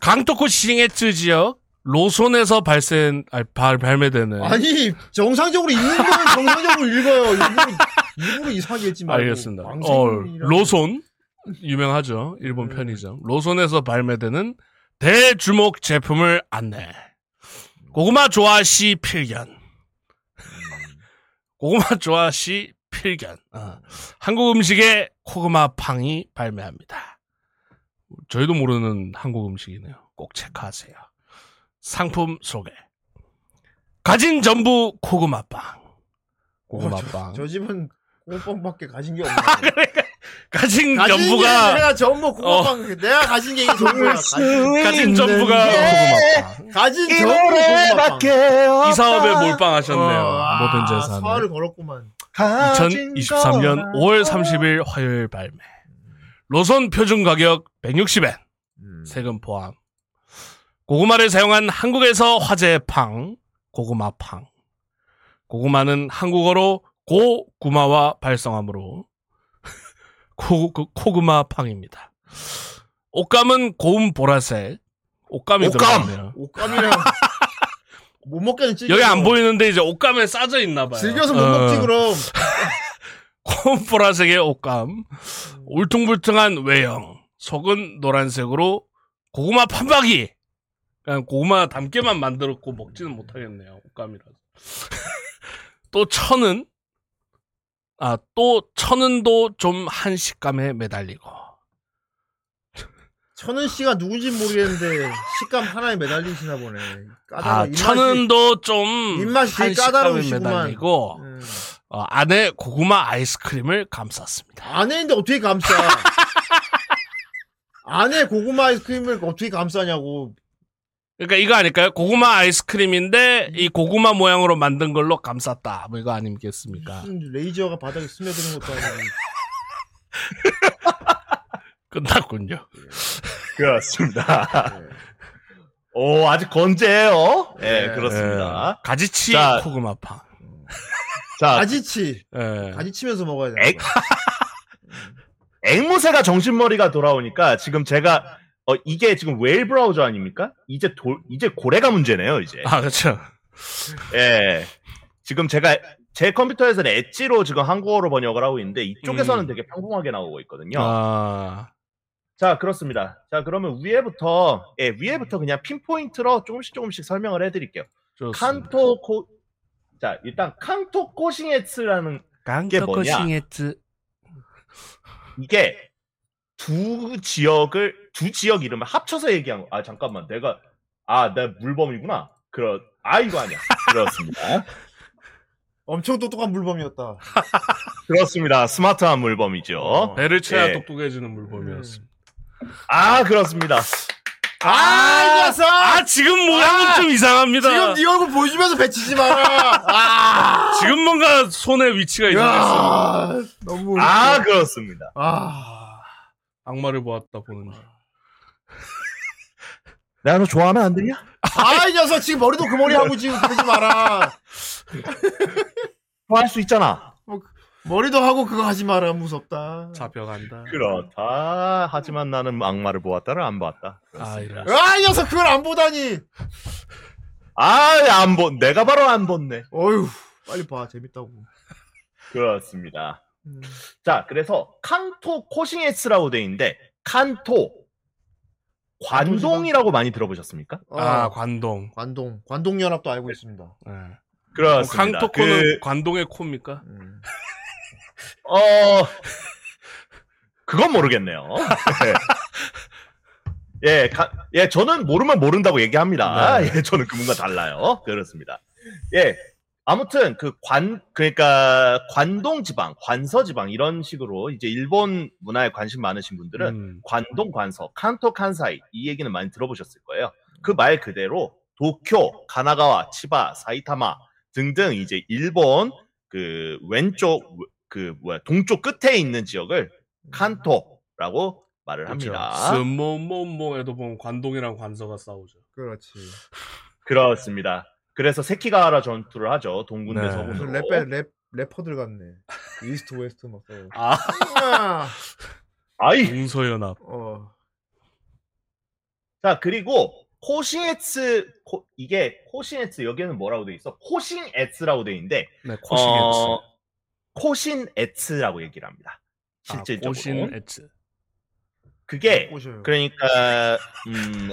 Speaker 3: 강토코 시흥해츠 지역 로손에서 발생 아, 발, 발매되는
Speaker 4: 아니 정상적으로 읽는 거는 정상적으로 읽어요. 일부러, 일부러 이상하게 읽지 말고.
Speaker 3: 알겠습니다. 어,
Speaker 4: 방생이라는-
Speaker 3: 로손 유명하죠 일본
Speaker 4: 음.
Speaker 3: 편의점 로손에서 발매되는 대주목 제품을 안내. 고구마 조아씨 필견.
Speaker 4: 음.
Speaker 3: 고구마 조아씨 필견. 어. 한국 음식의 고구마 팡이 발매합니다. 저희도 모르는 한국 음식이네요. 꼭 체크하세요. 상품 소개. 가진 전부 고구마 빵. 고구마
Speaker 4: 어, 저-
Speaker 3: 빵.
Speaker 4: 저 집은 고빵밖에 가진
Speaker 3: <laughs>
Speaker 4: 게 없네.
Speaker 3: 가진
Speaker 4: 가진 게
Speaker 3: 전부가 어.
Speaker 4: 내가 전부 고빵. 내가 가진 게 이게
Speaker 3: <laughs>
Speaker 4: 전부야. 가진,
Speaker 3: 가진 전부가 고구마 빵.
Speaker 4: 가진 전부 고빵.
Speaker 3: 이 사업에 몰빵하셨네요.
Speaker 4: 어, 아,
Speaker 3: 모든 재산을.
Speaker 4: 사활을 걸었구만.
Speaker 3: 2023년 5월 30일 화요일 발매. 로선 표준 가격 160엔. 세금 포함. 고구마를 사용한 한국에서 화제의 팡, 고구마 팡. 고구마는 한국어로 고구마와 발성하므로 <laughs> 코, 그, 코구마 팡입니다. 옷감은 고운 보라색. 옷감이
Speaker 7: 옷감!
Speaker 3: 들어갔네요. <laughs>
Speaker 4: 옷감이랑 못 먹겠는 찌.
Speaker 3: 여기 안 보이는데 이제 옷감에 싸져 있나 봐요.
Speaker 4: 즐겨서 못
Speaker 3: 어.
Speaker 4: 먹지 그럼.
Speaker 3: 콤 보라색의 옷감, 울퉁불퉁한 외형, 속은 노란색으로 고구마 판박이. 그냥 고구마 담게만 만들었고 먹지는 못하겠네요. 옷감이라서. <laughs> 또 천은 아, 또 천은도 좀 한식감에 매달리고.
Speaker 4: 천은 씨가 누군지 모르겠는데 식감 하나에 매달리시나 보네. 까다로워.
Speaker 3: 아,
Speaker 4: 입맛이-
Speaker 3: 천은도 좀
Speaker 4: 입맛이
Speaker 3: 한식감에
Speaker 4: 까다로우시구만.
Speaker 3: 매달리고
Speaker 4: 음.
Speaker 3: 어, 안에 고구마 아이스크림을 감쌌습니다.
Speaker 4: 안에 있는데 어떻게
Speaker 3: <laughs>
Speaker 4: 감싸? 안에 고구마 아이스크림을 어떻게 감싸냐고.
Speaker 3: 그러니까 이거 아닐까요? 고구마 아이스크림인데 이 고구마 모양으로 만든 걸로 감쌌다. 뭐 이거 아니겠습니까?
Speaker 4: 무슨 레이저가 바닥에 스며드는 것도
Speaker 3: <laughs>
Speaker 4: 아니고.
Speaker 3: 끝났군요.
Speaker 5: 그렇습니다.
Speaker 7: 네.
Speaker 5: 오 아직 건재해요. 예,
Speaker 7: 네.
Speaker 4: 예.
Speaker 5: 그렇습니다.
Speaker 3: 예. 가지치
Speaker 5: 자.
Speaker 3: 고구마빵.
Speaker 7: 네.
Speaker 3: 아.
Speaker 5: 자
Speaker 4: 가지치.
Speaker 3: 예.
Speaker 4: 가지치면서 먹어야 돼.
Speaker 5: 액? 앵무새가 정신머리가 돌아오니까 지금 제가 어 이게 지금 웨일 브라우저 아닙니까? 이제 돌 이제 고래가 문제네요 이제.
Speaker 3: 아 그렇죠.
Speaker 5: 예. 지금 제가 제 컴퓨터에서는 엣지로 지금 한국어로 번역을 하고 있는데 이쪽에서는
Speaker 3: 음.
Speaker 5: 되게 평범하게 나오고 있거든요.
Speaker 3: 아,
Speaker 5: 자, 그렇습니다. 자, 그러면 위에부터, 예, 위에부터 그냥 핀포인트로 조금씩 조금씩 설명을 해드릴게요.
Speaker 3: 좋습니다.
Speaker 5: 칸토 코, 자, 일단 칸토 코싱에츠라는
Speaker 3: 칸토
Speaker 5: 뭐냐?
Speaker 3: 코싱에츠.
Speaker 5: 이게 두 지역을, 두 지역 이름을 합쳐서 얘기한 거. 아, 잠깐만. 내가, 아, 나 물범이구나. 그런, 아, 이거 아니야.
Speaker 3: <laughs>
Speaker 5: 그렇습니다.
Speaker 4: 엄청 똑똑한 물범이었다.
Speaker 3: 어?
Speaker 5: 그렇습니다. 스마트한 물범이죠.
Speaker 4: 어.
Speaker 3: 배를 쳐야
Speaker 5: 예.
Speaker 3: 똑똑해지는 물범이었습니다.
Speaker 5: 아, 그렇습니다.
Speaker 4: 아, 이거 왔어!
Speaker 3: 아, 지금 모양은
Speaker 4: 아!
Speaker 3: 좀
Speaker 4: 지금
Speaker 3: 이상합니다.
Speaker 4: 네 얼굴 보여주면서 배치지 마라.
Speaker 3: <laughs>
Speaker 4: 아,
Speaker 3: 지금 뭔가 손의 위치가 이상했어.
Speaker 4: 야, 너무.
Speaker 5: 아, 그렇습니다.
Speaker 4: 아,
Speaker 3: 악마를 보았다 보는 중.
Speaker 7: 내가 너 좋아하면 안 되냐?
Speaker 4: 아, 이 녀석 지금 머리도 그 머리 하고 지금 그러지 마라.
Speaker 7: 좋아할 수 있잖아.
Speaker 4: 머리도 하고 그거 하지 마라. 무섭다.
Speaker 3: 잡혀간다.
Speaker 5: 그렇다. 하지만 나는 악마를 보았다를 안 봤다.
Speaker 3: 아, 이런.
Speaker 4: 아, 이 녀석 그걸 안 보다니.
Speaker 5: 아, 안 본, 내가 바로 안 본네.
Speaker 4: 어휴, 빨리 봐. 재밌다고. 음.
Speaker 5: 그렇습니다. 자, 그래서 칸토 코싱에스라고 돼 있는데 칸토 관동이라고 많이 들어보셨습니까?
Speaker 4: 어,
Speaker 3: 아, 관동.
Speaker 4: 관동. 관동연합도 알고 있습니다.
Speaker 3: 예. 어,
Speaker 5: 그렇습니다.
Speaker 3: 칸토코는
Speaker 5: 그,
Speaker 3: 관동의 코입니까?
Speaker 4: 음.
Speaker 5: 어 그건 모르겠네요. 예. 예, 가- 예, 저는 모르면 모른다고 얘기합니다. 예, 저는 그분과 달라요. 그렇습니다. 예, 아무튼 그 관, 그러니까 관동 지방, 관서 지방 이런 식으로 이제 일본 문화에 관심 많으신 분들은
Speaker 3: 음.
Speaker 5: 관동 관서, 칸토 칸사이 이 얘기는 많이 들어보셨을 거예요. 그 말 그대로 도쿄, 가나가와, 치바, 사이타마 등등 이제 일본 그 왼쪽 그 뭐야 동쪽 끝에 있는 지역을 칸토라고 말을
Speaker 3: 그렇죠.
Speaker 5: 합니다.
Speaker 3: 스모모모에도 보면 관동이랑 관서가 싸우죠.
Speaker 4: 그렇지.
Speaker 5: 그렇습니다. 그래서 세키가하라 전투를 하죠. 동군대
Speaker 3: 네.
Speaker 4: 무슨
Speaker 5: 서군으로.
Speaker 4: 랩, 랩, 래퍼들 같네. 이스트, 웨스트 막 싸워.
Speaker 3: 아,
Speaker 4: 아,
Speaker 5: 아이.
Speaker 3: 동서연합.
Speaker 4: 어.
Speaker 5: 자 그리고 코싱에츠 코- 이게 코싱에츠 여기는 뭐라고 돼 있어? 코싱에츠라고 돼 있는데
Speaker 3: 네, 코싱에츠.
Speaker 5: 어, 코신에츠라고 얘기를 합니다.
Speaker 3: 아,
Speaker 5: 실질적으로
Speaker 3: 코싱에츠.
Speaker 5: 그게
Speaker 4: 꼬셔요.
Speaker 5: 그러니까 음,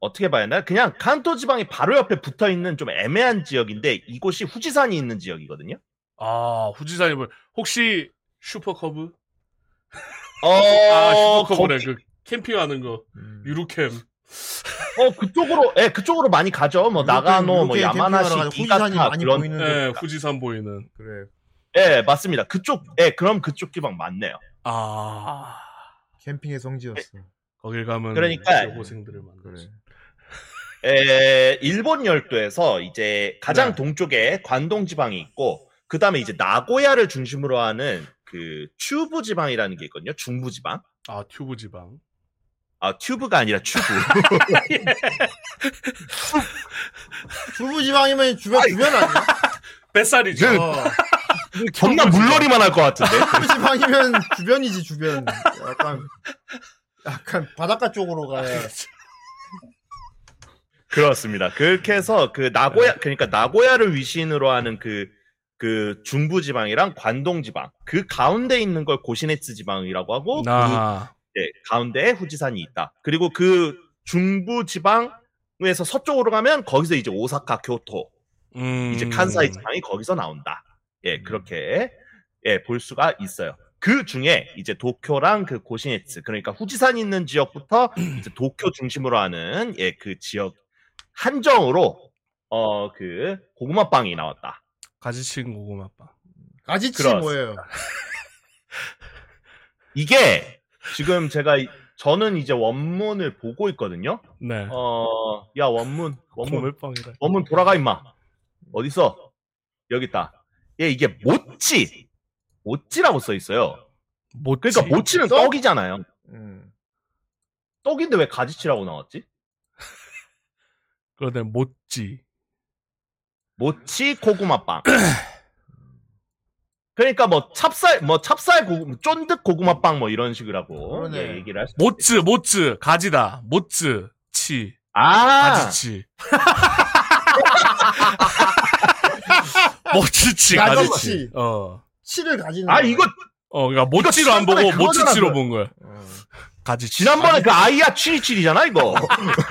Speaker 5: 어, 떻게 봐야 하나? 그냥 칸토 지방이 바로 옆에 붙어 있는 좀 애매한 지역인데 이곳이 후지산이 있는 지역이거든요.
Speaker 3: 아, 후지산이 뭐 혹시 슈퍼커브?
Speaker 5: 어,
Speaker 3: 아, 슈퍼커브래.
Speaker 5: 거기-
Speaker 3: 그 캠핑하는 거.
Speaker 4: 음.
Speaker 3: 유로캠.
Speaker 5: 어 그쪽으로 예 그쪽으로 많이 가죠. 뭐 나가노, 뭐
Speaker 4: 이렇게
Speaker 5: 야마나시,
Speaker 4: 캠핑하러 가서 후지산이
Speaker 5: 기가타
Speaker 4: 많이
Speaker 5: 그런 네.
Speaker 4: 보이는
Speaker 3: 예,
Speaker 5: 그러니까.
Speaker 4: 데
Speaker 3: 후지산 보이는.
Speaker 4: 그래.
Speaker 5: 예 맞습니다. 그쪽 예 그럼 그쪽 지방 맞네요.
Speaker 3: 아.
Speaker 4: 캠핑의 성지였어.
Speaker 3: 거길 가면
Speaker 5: 그러니까.
Speaker 3: 고생들을 만나지.
Speaker 4: 그래.
Speaker 5: 에, 일본 열도에서 이제 가장
Speaker 3: 네.
Speaker 5: 동쪽에 관동 지방이 있고 그 다음에 이제 나고야를 중심으로 하는 그 튜브 지방이라는 게 있거든요. 중부 지방.
Speaker 3: 아, 튜브 지방.
Speaker 5: 아 튜브가 아니라 <laughs> 튜브.
Speaker 4: 주부 지방이면 주변 주변 아니야?
Speaker 5: 그
Speaker 3: 뱃살이죠.
Speaker 4: 어.
Speaker 7: 겁나 물놀이만 할 것 같은데.
Speaker 4: 주부 지방이면 주변이지 주변. 약간 약간 바닷가 쪽으로 가야.
Speaker 5: <laughs> 그렇습니다. 그렇게 해서 그 나고야 그러니까 나고야를 위신으로 하는 그 그 중부 지방이랑 관동 지방 그 가운데 있는 걸 고시네츠 지방이라고 하고 그
Speaker 3: 아,
Speaker 5: 네, 가운데에 후지산이 있다. 그리고 그 중부 지방에서 서쪽으로 가면 거기서 이제 오사카, 교토,
Speaker 3: 음.
Speaker 5: 그 이제 칸사이 지방이 거기서 나온다. 예, 그렇게 예, 볼 수가 있어요. 그 중에 이제 도쿄랑 그 고시네츠, 그러니까 후지산 있는 지역부터 이제 도쿄 중심으로 하는 예, 그 지역 한정으로 어, 그 고구마 빵이 나왔다.
Speaker 3: 가지친 고구마빵.
Speaker 4: 가지치
Speaker 5: 그렇습니다.
Speaker 4: 뭐예요?
Speaker 5: 이게 지금 제가 이- 저는 이제 원문을 보고 있거든요.
Speaker 3: 네. 뭐
Speaker 5: 어, 야 원문, 원문
Speaker 3: 고물빵이라.
Speaker 5: 어문 돌아가 임마. 어딨어? 여기 있다. 예, 이게 모찌. 모찌라고 써 있어요.
Speaker 3: 못
Speaker 5: 그러니까 모찌는
Speaker 4: 떡?
Speaker 5: 떡이잖아요.
Speaker 4: 음.
Speaker 5: 떡인데 왜 가지치라고 나왔지?
Speaker 3: 그러네 못지.
Speaker 5: 모찌 고구마빵. <clears throat> 그러니까 뭐 찹쌀 뭐 찹쌀 고구 쫀득 고구마빵 뭐 이런 식으라고
Speaker 4: 그러네.
Speaker 5: 예, 얘기를 할수
Speaker 3: 모츠 모츠 가지다 모츠 치
Speaker 5: 아
Speaker 3: 가지치 모찌치
Speaker 4: 가지치.
Speaker 3: 가지치. 어.
Speaker 4: 치를 가지는
Speaker 7: 아
Speaker 4: 거야.
Speaker 7: 이거
Speaker 3: 어, 그러니까 모찌로 안
Speaker 7: 지난번에
Speaker 3: 보고
Speaker 7: 그거잖아,
Speaker 3: 모찌치로
Speaker 7: 그거.
Speaker 3: 본 거야.
Speaker 4: 어.
Speaker 3: 가지치.
Speaker 7: 지난번에 그 아이야 727이잖아 이거.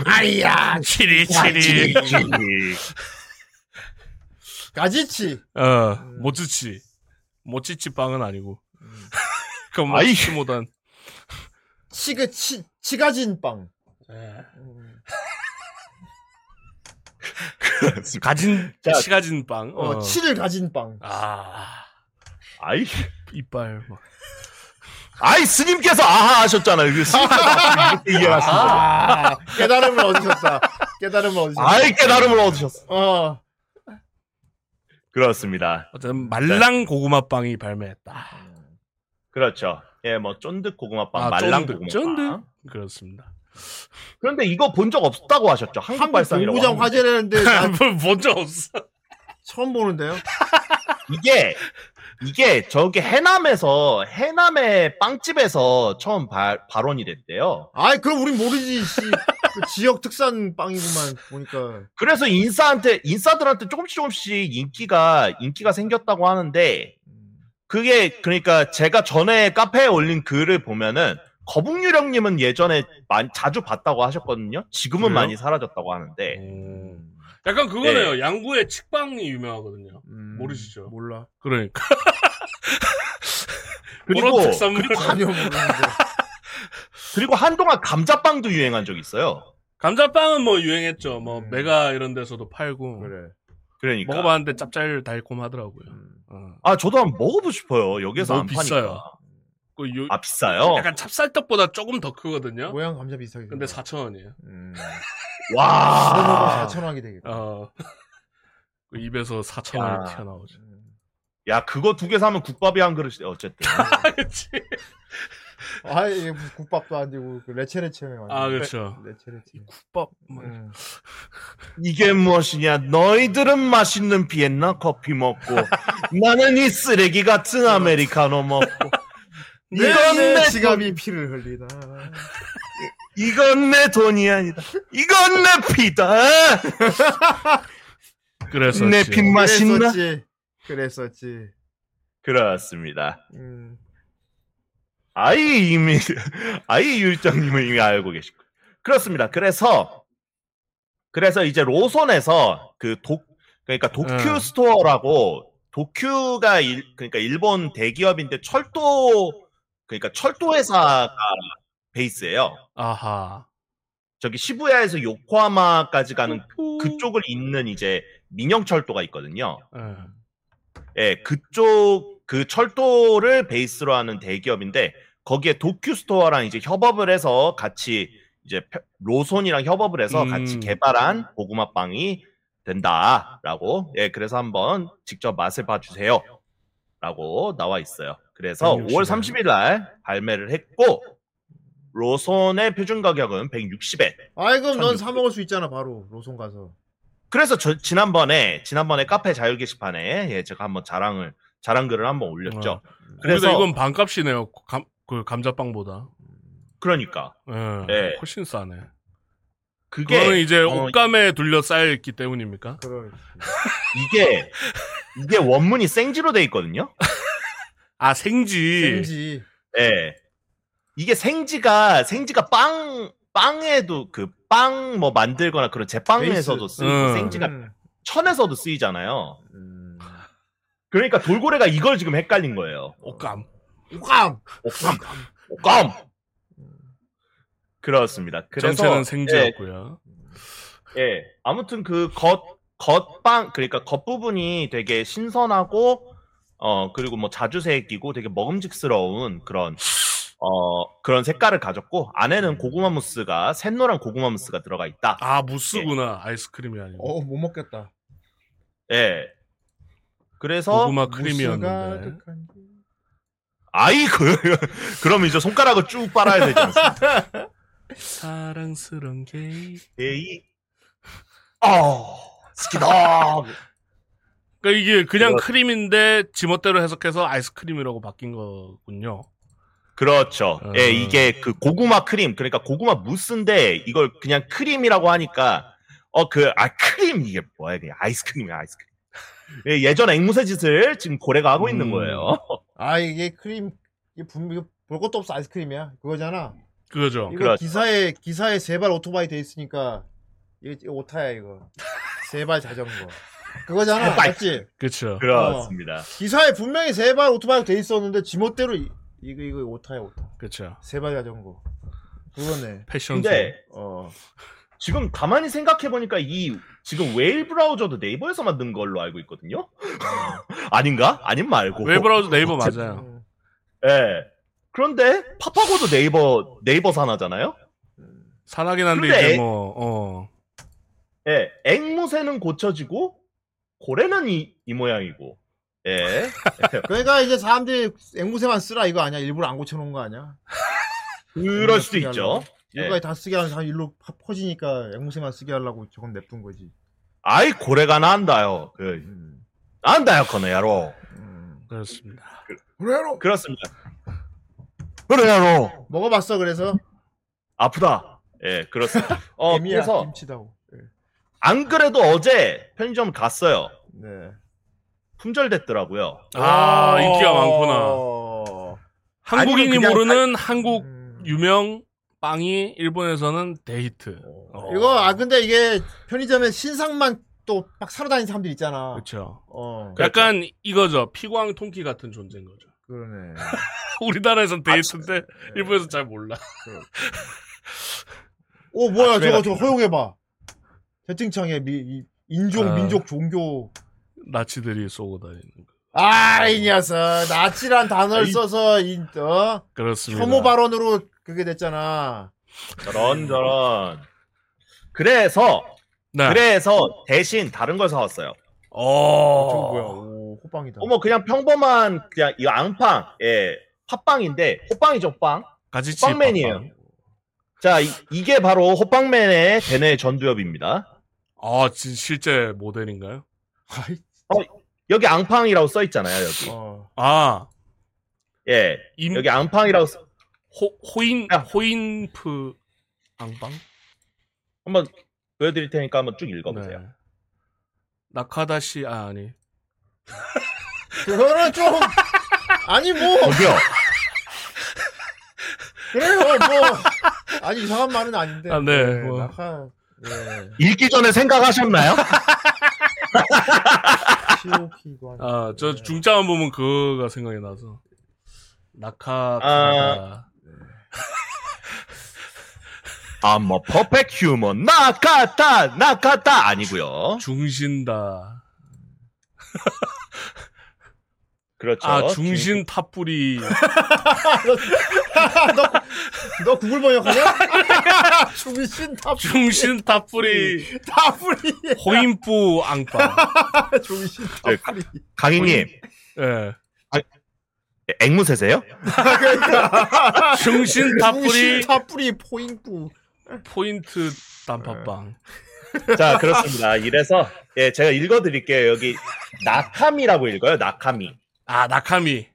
Speaker 3: 아이야, 치리치리.
Speaker 5: <laughs>
Speaker 4: 가지치.
Speaker 3: 어, 모찌치. 모찌치 빵은 아니고. <laughs> 그건
Speaker 7: 음. 아이.
Speaker 3: 모찌치 못한.
Speaker 4: 치그 치 치가진 빵.
Speaker 3: 가진,
Speaker 7: 자.
Speaker 3: 치가진 빵.
Speaker 4: 어, 치를 가진 빵.
Speaker 3: 아,
Speaker 7: 아이
Speaker 3: 이빨. 막.
Speaker 7: 아이 스님께서 아하 하셨잖아요.
Speaker 5: 그
Speaker 7: 이거 스님께서 이렇게 이해하시죠.
Speaker 4: 아, <laughs> 깨달음을 얻으셨다. 깨달음을 얻으셨다.
Speaker 7: 아이 깨달음을 얻으셨어.
Speaker 4: 어.
Speaker 5: 그렇습니다.
Speaker 3: 어쨌든 말랑 고구마 빵이 발매했다.
Speaker 5: 그렇죠. 예, 뭐 쫀득 고구마빵,
Speaker 3: 아,
Speaker 5: 말랑
Speaker 3: 쫀득,
Speaker 5: 고구마빵.
Speaker 3: 쫀득. 그렇습니다. <laughs>
Speaker 5: 그런데 이거 본 적 없다고 하셨죠? 한국
Speaker 4: 한국
Speaker 5: 발상이라고.
Speaker 4: 공구장
Speaker 5: 하는데. <laughs>
Speaker 4: 화재라는데 난
Speaker 3: 아, 뭐, 본적 없어.
Speaker 4: 처음 보는데요.
Speaker 5: 이게 이게 저기 해남에서 해남의 빵집에서 처음 발, 발원이 됐대요.
Speaker 4: 아이 그럼 우린 모르지. 씨. 그 지역 특산 빵이구만 보니까.
Speaker 5: 그래서 인싸한테 인싸들한테 조금씩 조금씩 인기가 인기가 생겼다고 하는데 그게 그러니까 제가 전에 카페에 올린 글을 보면은 거북유령님은 예전에 많- 자주 봤다고 하셨거든요. 지금은
Speaker 3: 그래요?
Speaker 5: 많이 사라졌다고 하는데
Speaker 3: 약간 그거네요. 양구의 칡빵이 유명하거든요.
Speaker 4: 음,
Speaker 3: 모르시죠?
Speaker 4: 몰라.
Speaker 3: 그러니까. <laughs>
Speaker 5: 그리고
Speaker 3: 그런 특산물.
Speaker 4: 전혀
Speaker 5: <laughs>
Speaker 4: 모르는데.
Speaker 5: 그리고 한동안 감자빵도 유행한 적이 있어요.
Speaker 3: <laughs> 감자빵은 뭐 유행했죠. 뭐
Speaker 4: 음.
Speaker 3: 메가 이런 데서도 팔고
Speaker 4: 그래.
Speaker 5: 그러니까
Speaker 3: 먹어봤는데 짭짤 달콤하더라고요.
Speaker 4: 음.
Speaker 3: 어.
Speaker 5: 아 저도 한번 먹어보고 싶어요. 여기서
Speaker 3: 너무
Speaker 5: 안
Speaker 3: 뭐 비싸요.
Speaker 5: 파니까.
Speaker 3: 그 요-
Speaker 5: 아 비싸요?
Speaker 3: 약간 찹쌀떡보다 조금 더 크거든요.
Speaker 4: 모양 감자 비슷하게.
Speaker 3: 근데
Speaker 4: 생겼다.
Speaker 3: 4천 원이에요.
Speaker 4: 음.
Speaker 5: 아. 와.
Speaker 4: 4천 원이 되겠다.
Speaker 3: 어. <laughs> 그 입에서 4천 원이
Speaker 5: 야.
Speaker 3: 튀어나오죠.
Speaker 5: 야 그거 두 개 사면 국밥이 한 그릇이 어쨌든. <laughs>
Speaker 3: 그치?
Speaker 4: 아, 이게 무슨 국밥도 아니고 그 레체레체 완전.
Speaker 3: 아 뭐. 그렇죠.
Speaker 4: 레체레체.
Speaker 3: 국밥.
Speaker 4: 음.
Speaker 7: 이게 무엇이냐? 너희들은 맛있는 비엔나 커피
Speaker 5: <laughs>
Speaker 7: 먹고 나는 이 쓰레기 같은 아메리카노 먹고 이건
Speaker 4: 내
Speaker 7: 내
Speaker 4: 지갑이 피를 흘리나.
Speaker 7: 이건 내 돈이 아니다. 이건 내 피다.
Speaker 3: 그래서
Speaker 7: 내
Speaker 3: 지금-
Speaker 7: 피 맛있나?
Speaker 4: 그랬었지. 그랬었지.
Speaker 5: 그렇습니다.
Speaker 4: 음.
Speaker 5: 아이 이미 아이 유일장님은 이미 알고 계실 거예요. 그렇습니다. 그래서 그래서 이제 로손에서 그 독 그러니까 도큐
Speaker 3: 음.
Speaker 5: 스토어라고 도큐가 일, 그러니까 일본 대기업인데 철도 그러니까 철도 회사가 베이스예요.
Speaker 3: 아하.
Speaker 5: 저기 시부야에서 요코하마까지 가는 그쪽을 잇는 이제 민영 철도가 있거든요.
Speaker 3: 예.
Speaker 5: 예, 그쪽 그 철도를 베이스로 하는 대기업인데 거기에 도큐스토어랑 이제 협업을 해서 같이 이제 펴- 로손이랑 협업을 해서
Speaker 3: 음.
Speaker 5: 같이 개발한 고구마 빵이 된다라고 예, 그래서 한번 직접 맛을 봐주세요라고 나와 있어요. 그래서
Speaker 3: 음,
Speaker 5: 5월
Speaker 3: 역시나요.
Speaker 5: 30일 날 발매를 했고 로손의 표준 가격은 160엔.
Speaker 4: 아이, 그럼 넌 사먹을 수 있잖아, 바로. 로손 가서.
Speaker 5: 그래서 저- 지난번에 지난번에 카페 자유 게시판에 예, 제가 한번 자랑을 자랑 글을 한번 올렸죠.
Speaker 3: 어.
Speaker 5: 그래서
Speaker 3: 그래서 이건 반값이네요. 감, 그 감자빵보다.
Speaker 5: 그러니까
Speaker 3: 예.
Speaker 5: 네.
Speaker 3: 훨씬 싸네. 그거는
Speaker 5: 그게
Speaker 3: 이제
Speaker 5: 어,
Speaker 3: 옷감에 둘러싸였기 때문입니까?
Speaker 4: 그럴.
Speaker 5: 이게 이게 원문이 생지로 돼 있거든요.
Speaker 3: 아 생지.
Speaker 4: 왠지.
Speaker 5: 예. 이게 생지가 생지가 빵 빵에도 그 빵 뭐 만들거나 그런 제빵에서도
Speaker 4: 베이스.
Speaker 5: 쓰이고
Speaker 3: 음.
Speaker 5: 생지가
Speaker 4: 음.
Speaker 5: 천에서도 쓰이잖아요.
Speaker 4: 음.
Speaker 5: 그러니까 돌고래가 이걸 지금 헷갈린 거예요.
Speaker 3: 옷감.
Speaker 4: 꽝!
Speaker 5: 옥감 옥감 그렇습니다. 그래서
Speaker 3: 정체는
Speaker 5: 예,
Speaker 3: 생지였고요.
Speaker 5: 예. 아무튼 그 겉, 겉빵, 그러니까 겉부분이 되게 신선하고, 어, 그리고 뭐 자주색 끼고 되게 먹음직스러운 그런, 어, 그런 색깔을 가졌고, 안에는 고구마 무스가, 샛노란 고구마 무스가 들어가 있다.
Speaker 3: 아 무스구나 아이스크림이 아니고
Speaker 4: 어, 못 먹겠다.
Speaker 5: 예. 그래서,
Speaker 3: 고구마
Speaker 4: 무스가
Speaker 3: 크림이었는데.
Speaker 4: 가득한 게.
Speaker 5: 아이, <laughs> 그, 그럼 이제 손가락을 쭉 빨아야 되지 않습니까?
Speaker 3: 사랑스런 게.
Speaker 5: 예, 에이. 어, 스키다.
Speaker 3: 그러니까 이게 그냥
Speaker 5: 그거-
Speaker 3: 크림인데 지멋대로 해석해서 아이스크림이라고 바뀐 거군요.
Speaker 5: 그렇죠.
Speaker 3: 어.
Speaker 5: 예, 이게 그 고구마 크림, 그러니까 고구마 무스인데 이걸 그냥 크림이라고 하니까 어 그 아 크림 이게 뭐야 그냥 아이스크림이야 아이스크림. 예, 예전 앵무새 짓을 지금 고래가 하고 있는
Speaker 3: 음.
Speaker 5: 거예요.
Speaker 4: 아 이게 크림 이게 분 이거 볼 것도 없어 아이스크림이야 그거잖아.
Speaker 3: 어, 그거죠.
Speaker 4: 이거
Speaker 5: 그렇죠.
Speaker 4: 기사에 기사에 세발 오토바이 돼 있으니까 이거 이거 오타야 이거 세발 자전거 그거잖아
Speaker 5: 세발.
Speaker 4: 맞지?
Speaker 3: 그렇죠.
Speaker 5: 그렇습니다.
Speaker 4: 기사에 분명히 세발 오토바이 돼 있었는데 지멋대로 이- 이거 이거 오타야 오타
Speaker 3: 그렇죠.
Speaker 4: 세발 자전거 그거네.
Speaker 3: 패션.
Speaker 5: 근데
Speaker 4: 어
Speaker 5: 지금 가만히 생각해 보니까 이 지금 웨일 브라우저도 네이버에서 만든 걸로 알고 있거든요. <laughs> 아닌가? 아닌 말고.
Speaker 3: 웹브라우저 네이버 맞아요.
Speaker 4: 음.
Speaker 5: 예. 그런데 파파고도 네이버 네이버 산하잖아요.
Speaker 3: 산하긴 한데
Speaker 5: 근데
Speaker 3: 이제 뭐 어.
Speaker 5: 예. 앵무새는 고쳐지고 고래는 이, 이 모양이고. 예.
Speaker 4: 그러니까 이제 사람들이 앵무새만 쓰라 이거 아니야 일부러 안 고쳐놓은 거 아니야?
Speaker 5: 그럴 수도 있죠. 예.
Speaker 4: 일부러 다 쓰게 하는 사람 일로 파- 퍼지니까 앵무새만 쓰게 하려고 저건 냅둔 거지.
Speaker 5: 아이 고래가 난다요. 그
Speaker 4: 음.
Speaker 5: 난다요 그네야로.
Speaker 4: 음.
Speaker 3: 그렇습니다.
Speaker 4: 그래로
Speaker 5: 그렇습니다.
Speaker 7: 그래요.
Speaker 4: 먹어봤어 그래서
Speaker 5: 아프다. 예, 그렇습니다. 어,
Speaker 4: <laughs> 애미야
Speaker 5: 그래서
Speaker 4: 김치다고. 예.
Speaker 5: 안 그래도 어제 편의점 갔어요.
Speaker 4: 네.
Speaker 5: 품절됐더라고요.
Speaker 3: 아 인기가 많구나.
Speaker 4: 어.
Speaker 3: 한국인이
Speaker 5: 아니면 그냥
Speaker 3: 모르는 한국
Speaker 4: 음.
Speaker 3: 유명 빵이 일본에서는 데이트.
Speaker 4: 어. 이거 아 근데 이게 편의점에 신상만 또 막 사러 다니는 사람들 있잖아.
Speaker 3: 그렇죠.
Speaker 4: 어.
Speaker 5: 그렇죠.
Speaker 3: 약간 이거죠. 피광 통키 같은 존재인 거죠. <laughs>
Speaker 4: 그러네.
Speaker 5: 아,
Speaker 3: 우리나라에선 데이트인데
Speaker 5: 네.
Speaker 3: 일본에서 잘 몰라. <laughs>
Speaker 4: 어 뭐야
Speaker 5: 아, 그래
Speaker 4: 저거 저거 허용해봐. 채팅창에 미, 이- 인종
Speaker 3: 아.
Speaker 4: 민족 종교
Speaker 3: 나치들이 쏘고 다니는 거.
Speaker 4: 아이 녀석 나치란 단어를
Speaker 5: 아이.
Speaker 4: 써서 이, 어?
Speaker 3: 그렇습니다.
Speaker 4: 혐오 발언으로 그게 됐잖아.
Speaker 5: 저런 저런. 그래서
Speaker 3: 네.
Speaker 5: 그래서 대신 다른 걸 사왔어요.
Speaker 3: 어.
Speaker 4: 저거 뭐야? 오 호빵이다.
Speaker 5: 어머 뭐 그냥 평범한 그냥 이 앙팡 예 팥빵인데 호빵이죠 호빵.
Speaker 3: 가지치
Speaker 5: 호빵맨이에요.
Speaker 3: 빵빵.
Speaker 5: 자 이, 게 바로 호빵맨의 대뇌 전두엽입니다.
Speaker 3: 아, 진, 실제 모델인가요?
Speaker 5: 여기 앙팡이라고 써 있잖아요 여기.
Speaker 4: 어.
Speaker 3: 아,
Speaker 5: 예
Speaker 3: 임,
Speaker 5: 여기 아. 앙팡이라고 써-
Speaker 3: 호, 호인,
Speaker 5: 야.
Speaker 3: 호인프, 앙방?
Speaker 5: 한번 보여드릴 테니까 한번 쭉 읽어보세요.
Speaker 3: 네. 나카다시, 아, 아니.
Speaker 4: 그거는 좀 아니 뭐
Speaker 5: 저기요
Speaker 4: 그래요 뭐 아니 이상한 말은 아닌데.
Speaker 3: 아, 네,
Speaker 4: 예,
Speaker 3: 뭐.
Speaker 4: 낙하 예
Speaker 7: 읽기 전에 생각하셨나요?
Speaker 4: 키오키도 아니고.
Speaker 3: 아,
Speaker 4: 예.
Speaker 3: 저 중짜만 보면 그거가 생각이 나서. 나카,
Speaker 5: 아.
Speaker 3: 아...
Speaker 5: I'm a perfect human 나카타 나카타 아니고요.
Speaker 3: 중신다.
Speaker 5: 그렇죠.
Speaker 3: 아, 중신 탑불이.
Speaker 4: 너 구글
Speaker 3: <laughs>
Speaker 4: 번역하냐? 중신 탑
Speaker 3: 중신 탑불이.
Speaker 4: 탑불이
Speaker 3: 호인프 앙빵. <laughs>
Speaker 4: 중신
Speaker 5: 네,
Speaker 4: 탑불이.
Speaker 5: 강희님 예,
Speaker 3: 예.
Speaker 5: 앵무새세요?
Speaker 3: 중신 탑불이
Speaker 4: 중신 탑불이 포인트.
Speaker 3: 포인트 단팥빵.
Speaker 5: 자, 그렇습니다. 이래서 예, 제가 읽어 드릴게요. 여기 나카미라고 읽어요. 나카미.
Speaker 3: 아, 나카미.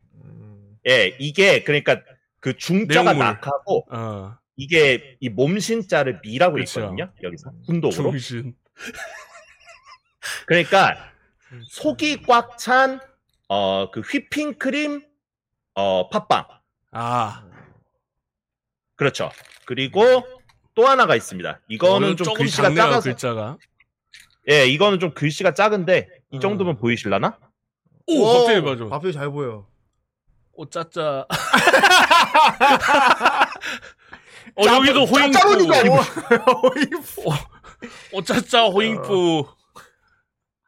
Speaker 5: 예, 이게 그러니까 그 중자가
Speaker 3: 내용물.
Speaker 5: 낙하고
Speaker 3: 어.
Speaker 5: 이게 이 몸신자를 미라고
Speaker 3: 그쵸.
Speaker 5: 읽거든요. 여기서 훈독으로.
Speaker 3: 그렇죠. 중신.
Speaker 5: 그러니까
Speaker 3: 음.
Speaker 5: 속이 꽉 찬 어, 그 휘핑 크림 어, 팥빵.
Speaker 3: 아,
Speaker 5: 그렇죠. 그리고 또 하나가 있습니다. 이거는
Speaker 3: 음. 오늘
Speaker 5: 좀
Speaker 3: 조금
Speaker 5: 글씨가
Speaker 3: 작네요,
Speaker 5: 작아서
Speaker 3: 글자가.
Speaker 5: 예, 이거는 좀 글씨가 작은데 이
Speaker 3: 음.
Speaker 5: 정도면 보이실라나?
Speaker 3: 오, 갑자기 봐줘.
Speaker 4: 어, 갑자기 잘 보여.
Speaker 3: 오, 짜짜. 어, 여기도 호잉푸.
Speaker 7: 짜짜분이가 아니고.
Speaker 3: 오, 짜짜
Speaker 5: 어.
Speaker 3: 호잉푸.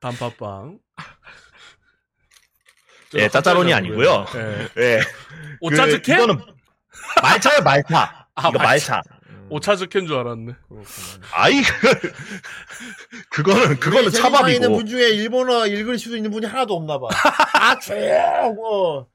Speaker 3: 단팥빵.
Speaker 5: 예, 짜짜로니 아니고요.
Speaker 3: 예.
Speaker 5: 예.
Speaker 3: 오,
Speaker 5: 그,
Speaker 3: 짜즈캔?
Speaker 5: 이거는 말차예요, 말차.
Speaker 3: 아,
Speaker 5: 이거 말차.
Speaker 3: 오, 짜즈캔 줄 알았네.
Speaker 5: 아이
Speaker 3: <laughs>
Speaker 5: 그 그거는 그거는
Speaker 4: 세상에 있는
Speaker 5: 차밥이고.
Speaker 4: 분 중에 일본어 읽을 수도 있는 분이 하나도 없나
Speaker 5: <laughs>
Speaker 4: 봐. 아 조용. 어.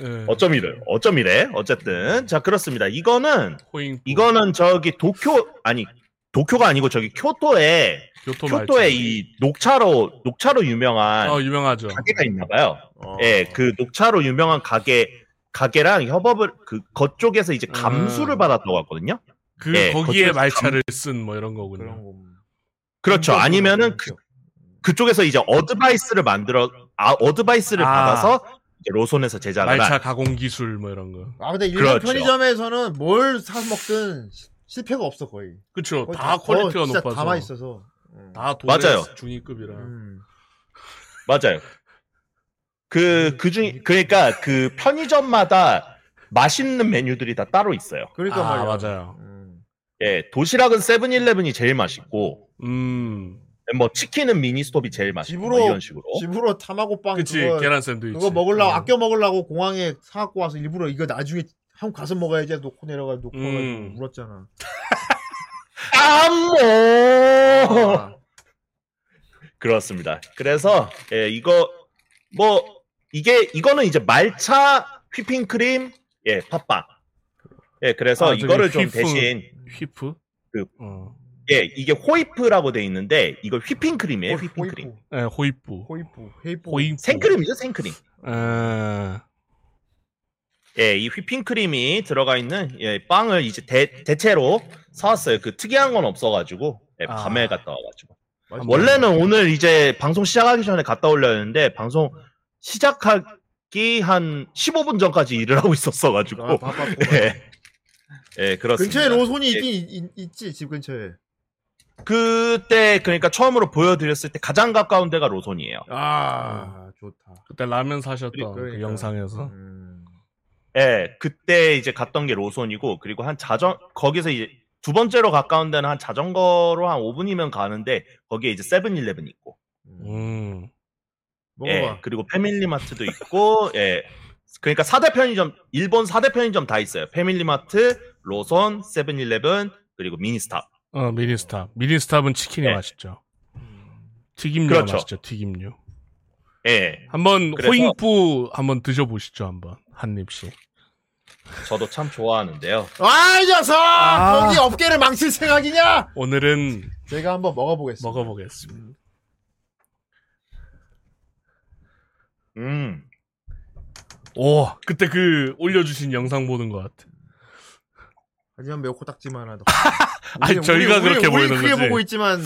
Speaker 3: 예.
Speaker 5: 어쩜 이래? 어쩜 이래? 어쨌든 자 그렇습니다. 이거는
Speaker 3: 호잉푸.
Speaker 5: 이거는 저기 도쿄 아니 도쿄가 아니고 저기 교토에
Speaker 3: 교토 말차.
Speaker 5: 교토에 이 녹차로 녹차로 유명한
Speaker 3: 어, 유명하죠.
Speaker 5: 가게가 있나봐요.
Speaker 3: 어.
Speaker 5: 예, 그 녹차로 유명한 가게 가게랑 협업을 그 거쪽에서 이제 감수를
Speaker 3: 음.
Speaker 5: 받았다고 하거든요.
Speaker 3: 그
Speaker 5: 예,
Speaker 3: 거기에
Speaker 5: 거쳐서
Speaker 3: 말차를 쓴 뭐 이런 거군요.
Speaker 4: 그런 거.
Speaker 5: 그렇죠. 아니면은 그,
Speaker 4: 인격.
Speaker 5: 그쪽에서 이제 어드바이스를 만들어 아, 어드바이스를
Speaker 3: 아.
Speaker 5: 받아서 이제 로손에서 제작을 한
Speaker 3: 말차 가공 기술 뭐 이런 거.
Speaker 4: 아 근데 일반
Speaker 5: 그렇죠.
Speaker 4: 편의점에서는 뭘 사 먹든 시- 실패가 없어 거의.
Speaker 3: 그렇죠.
Speaker 4: 거의
Speaker 3: 다 퀄리티가
Speaker 4: 어, 진짜
Speaker 3: 높아서
Speaker 4: 다 맛있어서. 음.
Speaker 3: 다 돈의
Speaker 5: 맞아요.
Speaker 3: 중위급이라.
Speaker 4: 음.
Speaker 5: 맞아요. 그, 그 중, 그러니까 그 편의점마다 맛있는 메뉴들이 다 따로 있어요.
Speaker 4: 그러니까
Speaker 3: 아,
Speaker 4: 말이야.
Speaker 3: 맞아요.
Speaker 4: 음.
Speaker 5: 예, 도시락은 세븐일레븐이 제일 맛있고,
Speaker 3: 음.
Speaker 5: 뭐, 치킨은 미니스톱이 제일 맛있고, 뭐
Speaker 4: 집으로-
Speaker 5: 이런 식으로.
Speaker 4: 집으로 타마고 빵
Speaker 3: 그치
Speaker 4: 그거
Speaker 3: 계란 샌드위치.
Speaker 4: 그거 먹으려고
Speaker 3: 음.
Speaker 4: 아껴 먹으려고 공항에 사갖고 와서 일부러 이거 나중에 한국 가서 먹어야지 놓고 내려가 놓고
Speaker 3: 음.
Speaker 4: 와가지고 울었잖아.
Speaker 5: 아, 깜모! <laughs>
Speaker 4: 아,
Speaker 5: 뭐! 그렇습니다. 그래서, 예, 이거, 뭐, 이게, 이거는 이제 말차, 휘핑크림, 예, 팥빵. 예,
Speaker 3: 아,
Speaker 5: 그래서
Speaker 3: 저기
Speaker 5: 이거를 좀
Speaker 3: 휘핑.
Speaker 5: 대신,
Speaker 3: 휘프.
Speaker 5: 그-
Speaker 3: 어.
Speaker 5: 예, 이게 호이프라고 돼 있는데, 이거 휘핑크림이에요, 휘핑크림.
Speaker 4: 호이프,
Speaker 3: 예, 호이프.
Speaker 4: 호이프, 호이프.
Speaker 3: 호이프.
Speaker 5: 생크림이죠, 생크림.
Speaker 3: 에.
Speaker 5: 예, 이 휘핑크림이 들어가 있는 예, 빵을 이제 대, 대체로 사왔어요. 그 특이한 건 없어가지고 예, 밤에
Speaker 3: 아.
Speaker 5: 갔다 와가지고
Speaker 4: 맞아.
Speaker 5: 원래는 오늘 이제 방송 시작하기 전에 갔다 올려 했는데 방송 시작하기 한 15분 전까지 일을 하고 있었어가지고
Speaker 4: 아, 바빴고.
Speaker 5: <laughs> 예, 예 그렇습니다.
Speaker 4: 근처에 로손이 있긴 있, 있, 지집 근처에.
Speaker 5: 그때 그러니까 처음으로 보여드렸을 때 가장 가까운 데가 로손이에요.
Speaker 4: 아,
Speaker 5: 어.
Speaker 4: 좋다.
Speaker 3: 그때 라면 사셨던 어, 그
Speaker 4: 그러니까.
Speaker 3: 영상에서.
Speaker 4: 음.
Speaker 5: 예, 그때 이제 갔던 게 로손이고, 그리고 한 자전, 거기서 이제 두 번째로 가까운 데는 한 자전거로 한 5분이면 가는데, 거기에 이제 세븐일레븐 있고,
Speaker 3: 음.
Speaker 5: 예,
Speaker 4: 먹어봐.
Speaker 5: 그리고 패밀리마트도 있고, 예, 그러니까 4대 편의점, 일본 4대 편의점 다 있어요. 패밀리마트, 로손, 세븐일레븐, 그리고 미니스탑.
Speaker 3: 어, 미니스탑. 미니스탑은 치킨이
Speaker 5: 네.
Speaker 3: 맛있죠. 튀김류 가
Speaker 5: 그렇죠.
Speaker 3: 맛있죠. 튀김류.
Speaker 5: 예,
Speaker 3: 한번
Speaker 5: 그래서-
Speaker 3: 호잉뿌 한번 드셔보시죠. 한번 한 입씩.
Speaker 5: 저도 참 좋아하는데요.
Speaker 4: 아, 이 녀석!
Speaker 3: 아.
Speaker 4: 거기 업계를 망칠 생각이냐?
Speaker 3: 오늘은
Speaker 4: 제가 한번 먹어보겠습니다.
Speaker 3: 먹어보겠습니다.
Speaker 5: 음,
Speaker 3: 오, 그때 그 올려주신 영상 보는 것 같아.
Speaker 4: 하지만 매우 고딱지만 하다.
Speaker 3: <laughs> 아니, 저희가 그렇게
Speaker 4: 우리, 우리
Speaker 3: 보이는
Speaker 4: 크게
Speaker 3: 거지.
Speaker 4: 보고 있지만,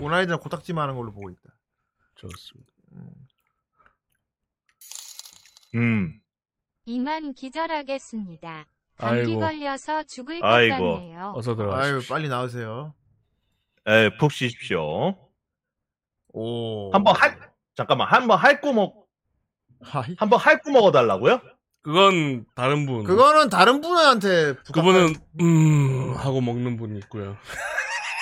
Speaker 4: 오나이드는 고딱지만 하는 걸로 보고 있다.
Speaker 3: 좋습니다.
Speaker 5: 음,
Speaker 1: 이만 기절하겠습니다. 감기
Speaker 3: 아이고,
Speaker 1: 걸려서 죽을 것
Speaker 5: 아이고.
Speaker 1: 같네요.
Speaker 3: 어서 들어가시죠.
Speaker 4: 아유, 빨리 나오세요.
Speaker 5: 예, 푹 쉬십시오.
Speaker 4: 오.
Speaker 5: 한번 할, 잠깐만, 한번 할구먹,
Speaker 4: 하이.
Speaker 5: 한번 할구먹어 달라고요?
Speaker 3: 그건 다른 분.
Speaker 4: 그거는 다른 분한테. 부탁-
Speaker 3: 그분은 음 하고 먹는 분이 있고요.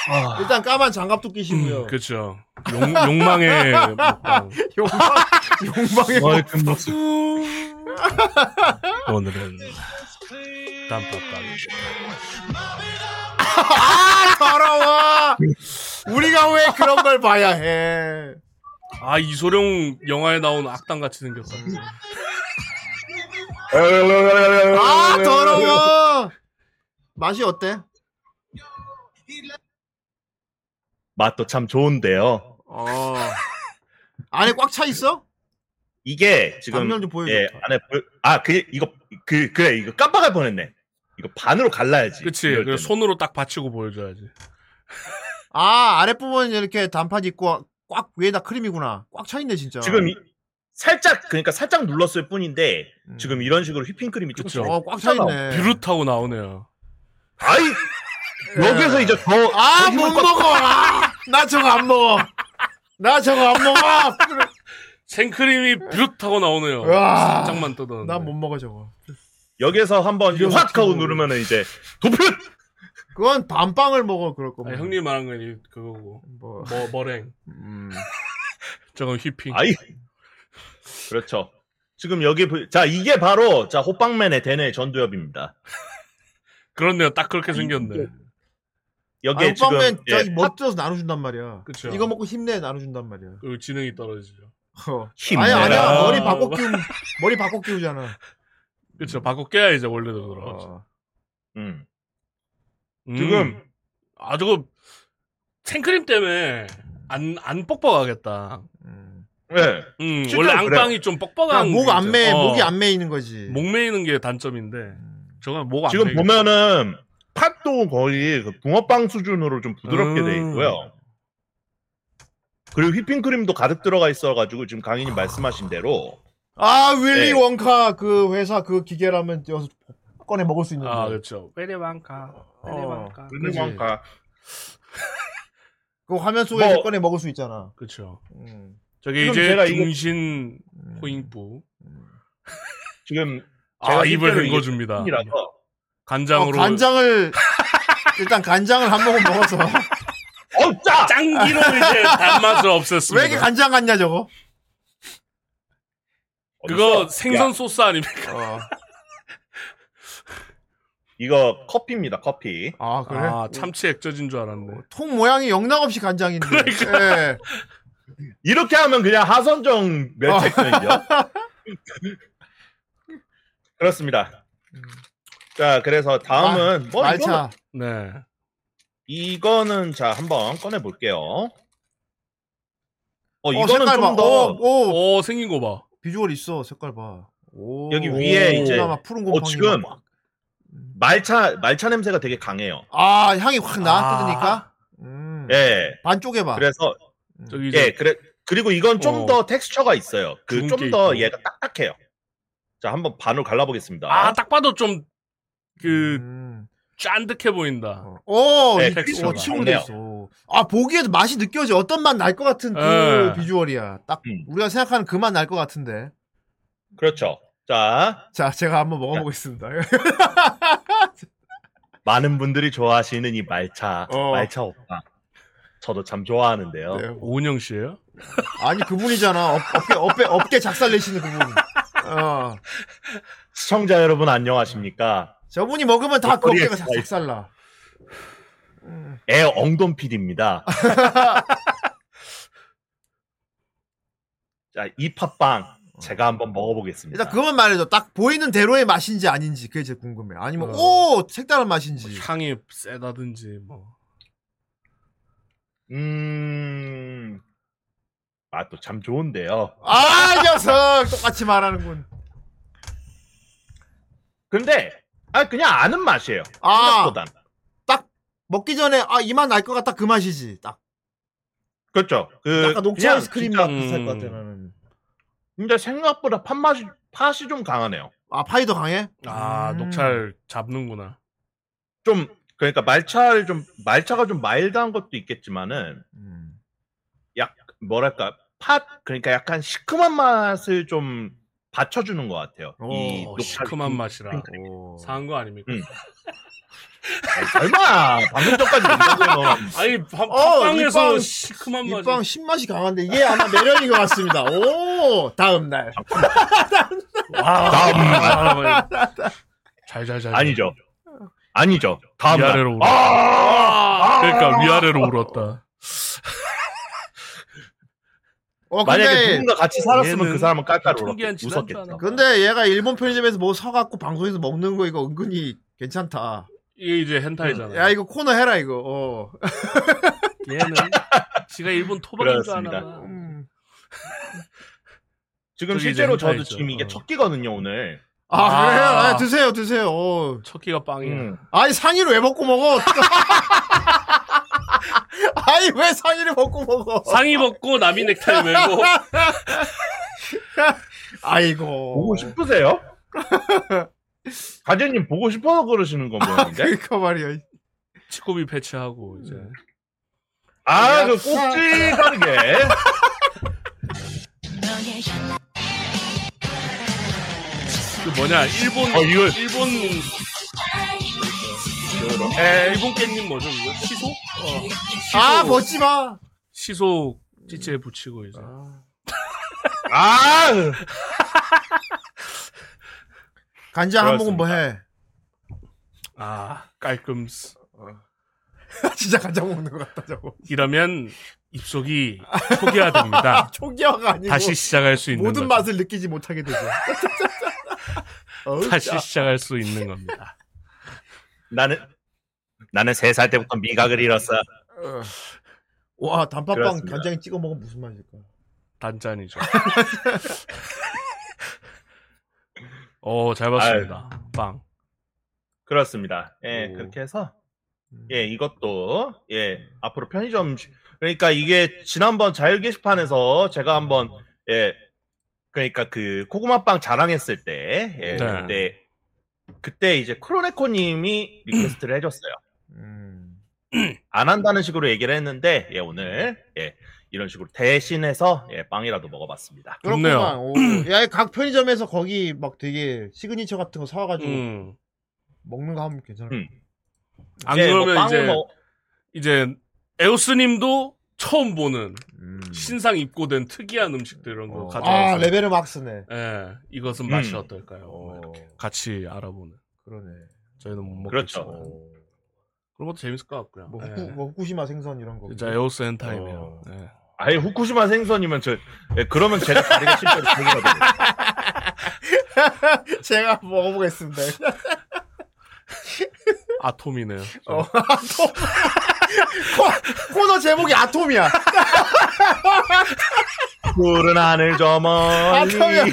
Speaker 3: 아,
Speaker 4: 일단 까만 장갑도
Speaker 3: 음,
Speaker 4: 끼시고요.
Speaker 3: 그렇죠. 욕, 욕망의 먹방.
Speaker 4: 용방, 용방에.
Speaker 3: 오늘은 땀밥빵.
Speaker 4: 아, <laughs> 더러워! 우리가 왜 그런 걸 봐야 해.
Speaker 3: 아 이소룡 영화에 나온 악당 같이 생겼다.
Speaker 4: 아, 더러워! 맛이 어때?
Speaker 5: 맛도 참 좋은데요.
Speaker 4: 어. 안에 꽉 차 있어?
Speaker 5: 이게 지금
Speaker 4: 단면 좀 보여줘.
Speaker 5: 예 안에 보- 아 그, 이거 그 그래 이거 깜빡할 뻔했네. 이거 반으로 갈라야지.
Speaker 3: 그치?
Speaker 5: 이럴
Speaker 3: 그래서
Speaker 5: 때는.
Speaker 3: 손으로 딱 받치고 보여줘야지.
Speaker 4: 아, 아랫부분 이렇게 단팥 있고 꽉 위에다 크림이구나. 꽉 차 있네, 진짜.
Speaker 5: 지금 이- 살짝 그러니까 살짝 눌렀을 뿐인데
Speaker 4: 음.
Speaker 5: 지금 이런 식으로 휘핑크림이
Speaker 3: 그쵸.
Speaker 5: 조금
Speaker 4: 어, 꽉 차 있네.
Speaker 3: 비루타고 나오네요.
Speaker 5: 아이 여기서 이제 더
Speaker 4: 아,
Speaker 5: 힘을
Speaker 4: 못
Speaker 5: 꽉-
Speaker 4: 먹어. 아, 나 저거 안 먹어. 나 저거 안 먹어.
Speaker 3: 생크림이 비루타고 나오네요.
Speaker 4: 으아.
Speaker 3: 살짝만 뜯었는데.
Speaker 4: 난 못 먹어, 저거.
Speaker 5: 여기서 한번
Speaker 4: 이거
Speaker 5: 확 하고
Speaker 4: 지금-
Speaker 5: 누르면은 이제 도표
Speaker 4: 그건 반빵을 먹어, 그럴
Speaker 3: 아,
Speaker 4: 거면.
Speaker 3: 형님 말한 건 이- 그거고.
Speaker 4: 뭐.
Speaker 3: 머, 머랭.
Speaker 4: 음.
Speaker 3: 저건 휘핑.
Speaker 5: 아이 그렇죠. 지금 여기 보- 자 이게 바로 자 호빵맨의 대뇌 전두엽입니다.
Speaker 3: 그렇네요. 딱 그렇게 생겼네.
Speaker 5: 여기에
Speaker 4: 아, 빵맨
Speaker 5: 지금
Speaker 4: 저기
Speaker 5: 예,
Speaker 4: 멋져서 나눠준단 말이야.
Speaker 3: 그쵸.
Speaker 4: 이거 먹고 힘내 나눠준단 말이야.
Speaker 3: 그리고 지능이 떨어지죠.
Speaker 4: 어.
Speaker 5: 힘내라.
Speaker 4: 아니 아니야
Speaker 3: 아.
Speaker 4: 머리 바꿔 끼우 머리 바꿔 끼우잖아.
Speaker 3: 그쵸. 바꿔 깨야 이제 원래대로
Speaker 4: 어,
Speaker 3: 돌아가죠.
Speaker 5: 음.
Speaker 3: 음.
Speaker 5: 지금
Speaker 3: 아 저거 생크림 때문에 안, 안 뻑뻑하겠다.
Speaker 4: 음.
Speaker 5: 예.
Speaker 3: 음,
Speaker 5: 실제로
Speaker 3: 원래
Speaker 5: 그래요.
Speaker 3: 앙빵이 좀 뻑뻑한. 게
Speaker 4: 그러니까 목안
Speaker 3: 있잖아.
Speaker 4: 매,
Speaker 3: 어,
Speaker 4: 목이 안 매이는 거지.
Speaker 3: 목 매이는 게 단점인데. 저건 목안
Speaker 5: 지금
Speaker 3: 뭐 매이겠다.
Speaker 5: 보면은 팥도 거의 그 붕어빵 수준으로 좀 부드럽게
Speaker 3: 음.
Speaker 5: 돼 있고요. 그리고 휘핑크림도 가득 들어가 있어가지고 지금
Speaker 3: 아.
Speaker 5: 강희님 말씀하신 대로
Speaker 4: 아 윌리
Speaker 5: 네.
Speaker 4: 원카 그 회사 그 기계라면 여기서 꺼내 먹을 수 있는
Speaker 3: 아
Speaker 4: 거.
Speaker 3: 그렇죠. 베레방카. 베레방카.
Speaker 5: 그치.
Speaker 4: 그 화면 속에서
Speaker 5: 뭐-
Speaker 4: 꺼내 먹을 수 있잖아.
Speaker 3: 그렇죠.
Speaker 4: 음.
Speaker 3: 저게
Speaker 5: 지금
Speaker 3: 이제
Speaker 5: 제가 이거- 음.
Speaker 3: 중신 호잉부.
Speaker 5: 지금
Speaker 3: 아 네. 입을
Speaker 5: 실제로 이게
Speaker 3: 헹궈줍니다.
Speaker 5: 팬이라서
Speaker 4: 어,
Speaker 3: 간장으로
Speaker 4: 간장을 <laughs> 일단 간장을 한 모금 먹어서
Speaker 5: 어, 짜!
Speaker 3: 짱기로
Speaker 5: <laughs>
Speaker 3: 이제 단맛을 없앴습니다.
Speaker 4: 왜 이렇게 간장 같냐 저거?
Speaker 3: 그거
Speaker 5: 어딨어?
Speaker 3: 생선
Speaker 5: 야, 어,
Speaker 3: 소스 아닙니까?
Speaker 5: 이거 커피입니다 커피
Speaker 4: 아 그래?
Speaker 3: 아
Speaker 5: 음.
Speaker 3: 참치 액젓인 줄 알았네.
Speaker 5: 어.
Speaker 4: 통 모양이 영락 없이 간장인데. 그러니까. 예.
Speaker 5: 이렇게 하면 그냥 하선정 멸책전이죠
Speaker 3: 아.
Speaker 5: <laughs> 그렇습니다 자 그래서 다음은 뭐
Speaker 4: 말차.
Speaker 3: 네.
Speaker 5: 이거는, 이거는 자 한번 꺼내 볼게요 어
Speaker 4: 어,
Speaker 5: 이거는
Speaker 4: 색깔 봐.
Speaker 5: 좀
Speaker 4: 어,
Speaker 5: 더
Speaker 4: 오,
Speaker 3: 오 생긴 거 봐.
Speaker 4: 비주얼 있어. 색깔 봐. 오.
Speaker 5: 여기 위에
Speaker 4: 오,
Speaker 5: 이제
Speaker 4: 막 푸른 곰팡이.
Speaker 5: 어, 지금
Speaker 4: 막.
Speaker 5: 말차 말차 냄새가 되게 강해요
Speaker 4: 아 향이 확 나. 뜯으니까. 음. 아,
Speaker 5: 예
Speaker 4: 반쪽에 봐.
Speaker 5: 그래서
Speaker 3: 저기 이제
Speaker 5: 예, 그래. 그리고 이건 좀
Speaker 3: 어.
Speaker 5: 더 텍스처가 있어요. 그
Speaker 3: 주근깨
Speaker 5: 좀 더
Speaker 3: 있고.
Speaker 5: 얘가 딱딱해요. 자, 한번 반으로 갈라보겠습니다.
Speaker 3: 아 딱 봐도 좀 그
Speaker 4: 음.
Speaker 3: 짠득해 보인다.
Speaker 4: 오,
Speaker 5: 네,
Speaker 4: 이-
Speaker 3: 텍스처가.
Speaker 4: 어, 침울돼 있어. 아 보기에도 맛이 느껴져. 어떤 맛 날 것 같은 그
Speaker 3: 예.
Speaker 4: 비주얼이야. 딱
Speaker 5: 네. 음.
Speaker 4: 우리가 생각하는 그 맛 날 것 같은데.
Speaker 5: 그렇죠. 자,
Speaker 4: 자, 제가 한번 먹어보겠습니다.
Speaker 5: <laughs> 많은 분들이 좋아하시는 이 말차,
Speaker 4: 어.
Speaker 5: 말차 오빠. 저도 참 좋아하는데요.
Speaker 4: 네.
Speaker 3: 오은영 씨예요?
Speaker 4: 아니 그분이잖아. 업- 업계 업계 업계 작살 내시는 그분. 어.
Speaker 5: 시청자 여러분 안녕하십니까?
Speaker 4: 저분이 먹으면 다 그
Speaker 5: 머리에
Speaker 4: 업계가 작-
Speaker 5: 있어.
Speaker 4: 작살 나.
Speaker 5: 애
Speaker 4: <laughs>
Speaker 5: 엉돈 PD입니다. 자, 이 팥빵 제가 한번 먹어보겠습니다.
Speaker 4: 일단 그것만 말해줘. 딱 보이는 대로의 맛인지 아닌지 그게 제일 궁금해. 아니면 뭐,
Speaker 5: 어.
Speaker 4: 오 색다른 맛인지.
Speaker 3: 뭐
Speaker 5: 뭐,
Speaker 3: 향이 세다든지 뭐.
Speaker 4: 그
Speaker 5: 음, 맛도 참 좋은데요.
Speaker 4: 아 이 녀석 똑같이 말하는군.
Speaker 5: 근데 아 그냥 아는 맛이에요.
Speaker 4: 아.
Speaker 5: 생각보단.
Speaker 4: 먹기 전에 아 이 맛 날 것 같다 그 맛이지. 딱
Speaker 5: 그렇죠. 그
Speaker 4: 약간 녹차
Speaker 5: 그냥
Speaker 4: 아이스크림
Speaker 5: 진짜-
Speaker 4: 맛 비슷할 것 같아
Speaker 3: 음.
Speaker 4: 나는.
Speaker 5: 근데 생각보다 팥 맛이 팥이 좀 강하네요.
Speaker 4: 아 파이도 강해?
Speaker 3: 아
Speaker 4: 음.
Speaker 3: 녹차를 잡는구나.
Speaker 5: 좀 그러니까 말차를 좀 말차가 좀 마일드한 것도 있겠지만은
Speaker 4: 음.
Speaker 5: 뭐랄까 팥 그러니까 약간 시큼한 맛을 좀 받쳐주는 것 같아요. 이
Speaker 3: 어,
Speaker 5: 녹차
Speaker 3: 시큼한 맛이라.
Speaker 5: 네.
Speaker 4: 오.
Speaker 3: 사한 거 아닙니까?
Speaker 5: 음. 설마 방금 전까지 된다고
Speaker 3: <laughs> 아니 밥-
Speaker 4: 어,
Speaker 3: 팥빵에서
Speaker 4: 이 빵-
Speaker 3: 시큼한 맛.
Speaker 4: 이빵 신맛이 강한데 이게 아마 매력인 것 같습니다. 오 다음 날.
Speaker 3: 아, 잘잘잘.
Speaker 5: 아니죠. 아니죠. 다음 날.
Speaker 3: 위아래로
Speaker 5: 아! 아!
Speaker 3: 그러니까 위아래로 울었다.
Speaker 4: 어
Speaker 5: 만약에
Speaker 4: 근데
Speaker 5: 누군가 같이 살았으면
Speaker 3: 얘는
Speaker 5: 그 사람은 깔깔
Speaker 3: 통기한
Speaker 5: 울었겠-
Speaker 3: 지난 줄
Speaker 5: 웃었겠죠.
Speaker 3: 알았나?
Speaker 4: 근데 얘가 일본 편의점에서 뭐 사갖고 방송에서 먹는 거 이거 은근히 괜찮다.
Speaker 3: 이게 이제 헨타이잖아요.
Speaker 4: 야 이거 코너 해라 이거. 어.
Speaker 3: 얘는 지가 일본 토박인 줄
Speaker 5: 그렇습니다.
Speaker 3: 아나. 봐.
Speaker 4: 음.
Speaker 5: 지금
Speaker 3: 저기 이제
Speaker 5: 실제로 저도
Speaker 3: 행사했죠.
Speaker 5: 지금 이게
Speaker 3: 어.
Speaker 5: 첫 끼거든요 오늘.
Speaker 4: 아,
Speaker 3: 아.
Speaker 4: 그래요? 아, 드세요 드세요. 어.
Speaker 3: 첫 끼가 빵이야.
Speaker 5: 음.
Speaker 4: 아니 상의를 왜 먹고 먹어? <laughs> 아니 왜 상의를 먹고 먹어?
Speaker 3: 상의 벗고 남이 넥타이 메고
Speaker 4: 아이고.
Speaker 5: 보고 싶으세요? 가재님 보고 싶어서 그러시는 건 모양인데?
Speaker 4: 그러니까 말이야.
Speaker 3: 치코비 패치하고 이제
Speaker 5: 아, 그 꼭지 가르게.
Speaker 3: 그 뭐냐 일본
Speaker 5: 어, 이거-
Speaker 3: 일본
Speaker 5: 에,
Speaker 3: 예, 일본 깻잎 뭐죠 이거 시소? 어. 시소
Speaker 4: 아 벗지 마.
Speaker 3: 시소 찌찌에 붙이고 이제
Speaker 5: 아,
Speaker 4: 간장 한 모금 뭐 해?
Speaker 3: 아 깔끔
Speaker 4: <laughs> 진짜 간장 먹는 것 같다 저거.
Speaker 3: 이러면 입속이 초기화됩니다.
Speaker 4: 초기화가 아니고
Speaker 3: 다시 시작할 수 있는
Speaker 4: 모든
Speaker 3: 거죠.
Speaker 4: 맛을 느끼지 못하게 되죠. <laughs> 어우,
Speaker 3: 다시
Speaker 4: 짜.
Speaker 3: 시작할 수 있는 겁니다.
Speaker 5: 나는 나는 세 살 때부터 미각을 잃었어.
Speaker 4: 어. 와 단팥빵
Speaker 5: 그렇습니다.
Speaker 4: 간장에 찍어 먹으면 무슨 맛일까?
Speaker 3: 단짠이죠. 어, 잘 봤습니다. 빵.
Speaker 5: 그렇습니다. 예,
Speaker 3: 오.
Speaker 5: 그렇게 해서 예, 이것도 예 앞으로 편의점 시- 그러니까 이게 지난번 자율 게시판에서 제가 한번 예 그러니까 그 고구마빵 자랑했을 때 예,
Speaker 3: 네.
Speaker 5: 그때 그때 이제 크로네코님이 리퀘스트를 해줬어요.
Speaker 4: 음.
Speaker 5: 안 한다는 식으로 얘기를 했는데 예 오늘 예 이런 식으로 대신해서 예 빵이라도 먹어봤습니다.
Speaker 3: 좋네요. 음.
Speaker 4: 그렇구만. 오, 야, 각 편의점에서 거기 막 되게 시그니처 같은 거 사와가지고
Speaker 3: 음.
Speaker 4: 먹는 거 하면 괜찮을 것
Speaker 5: 음.
Speaker 4: 같아.
Speaker 3: 안
Speaker 5: 예, 뭐
Speaker 3: 그러면
Speaker 5: 빵을
Speaker 3: 이제
Speaker 5: 먹-
Speaker 3: 이제 에오스님도 처음 보는
Speaker 4: 음.
Speaker 3: 신상 입고된 특이한 음식들 이런 거
Speaker 4: 어.
Speaker 3: 가져와서
Speaker 4: 아, 레벨을 막 쓰네.
Speaker 3: 예, 이것은 맛이
Speaker 5: 음.
Speaker 3: 어떨까요? 뭐 이렇게
Speaker 4: 어.
Speaker 3: 같이 알아보는.
Speaker 4: 그러네.
Speaker 3: 저희는 못 먹고
Speaker 5: 그렇죠.
Speaker 3: 있어요. 그런 것도 재밌을 것 같고요.
Speaker 4: 뭐,
Speaker 3: 예.
Speaker 4: 후쿠, 뭐 후쿠시마 생선 이런 거.
Speaker 3: 진짜 에오스 엔타임이요.
Speaker 4: 어.
Speaker 3: 예.
Speaker 5: 아예 후쿠시마 생선이면 저 예, 그러면 제가 다리가 실제로 보이거든요.
Speaker 4: <laughs> 제가 먹어보겠습니다. <laughs>
Speaker 3: 아톰이네요.
Speaker 4: 어, 아톰. 코, 코너 제목이 아톰이야.
Speaker 5: 푸른 하늘 저 멀리
Speaker 4: 아톰이야.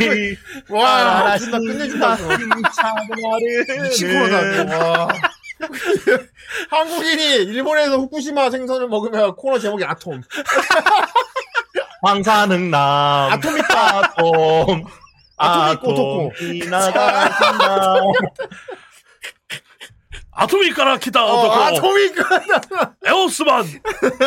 Speaker 4: 와, 나 진짜 끝내준다. 그거.
Speaker 3: <laughs>
Speaker 4: 미친 코너다. 그거. 와. 네, <laughs> 한국인이 일본에서 후쿠시마 생선을 먹으면 코너 제목이 아톰.
Speaker 5: 황사능 남
Speaker 4: 아톰이다.
Speaker 5: 아톰
Speaker 4: 아톰이 있고, 토코.
Speaker 5: 이나다신다
Speaker 3: 아톰이 까라 기타
Speaker 4: 어,
Speaker 3: 어떻고
Speaker 4: 아톰이
Speaker 3: 에오스만
Speaker 4: 끝.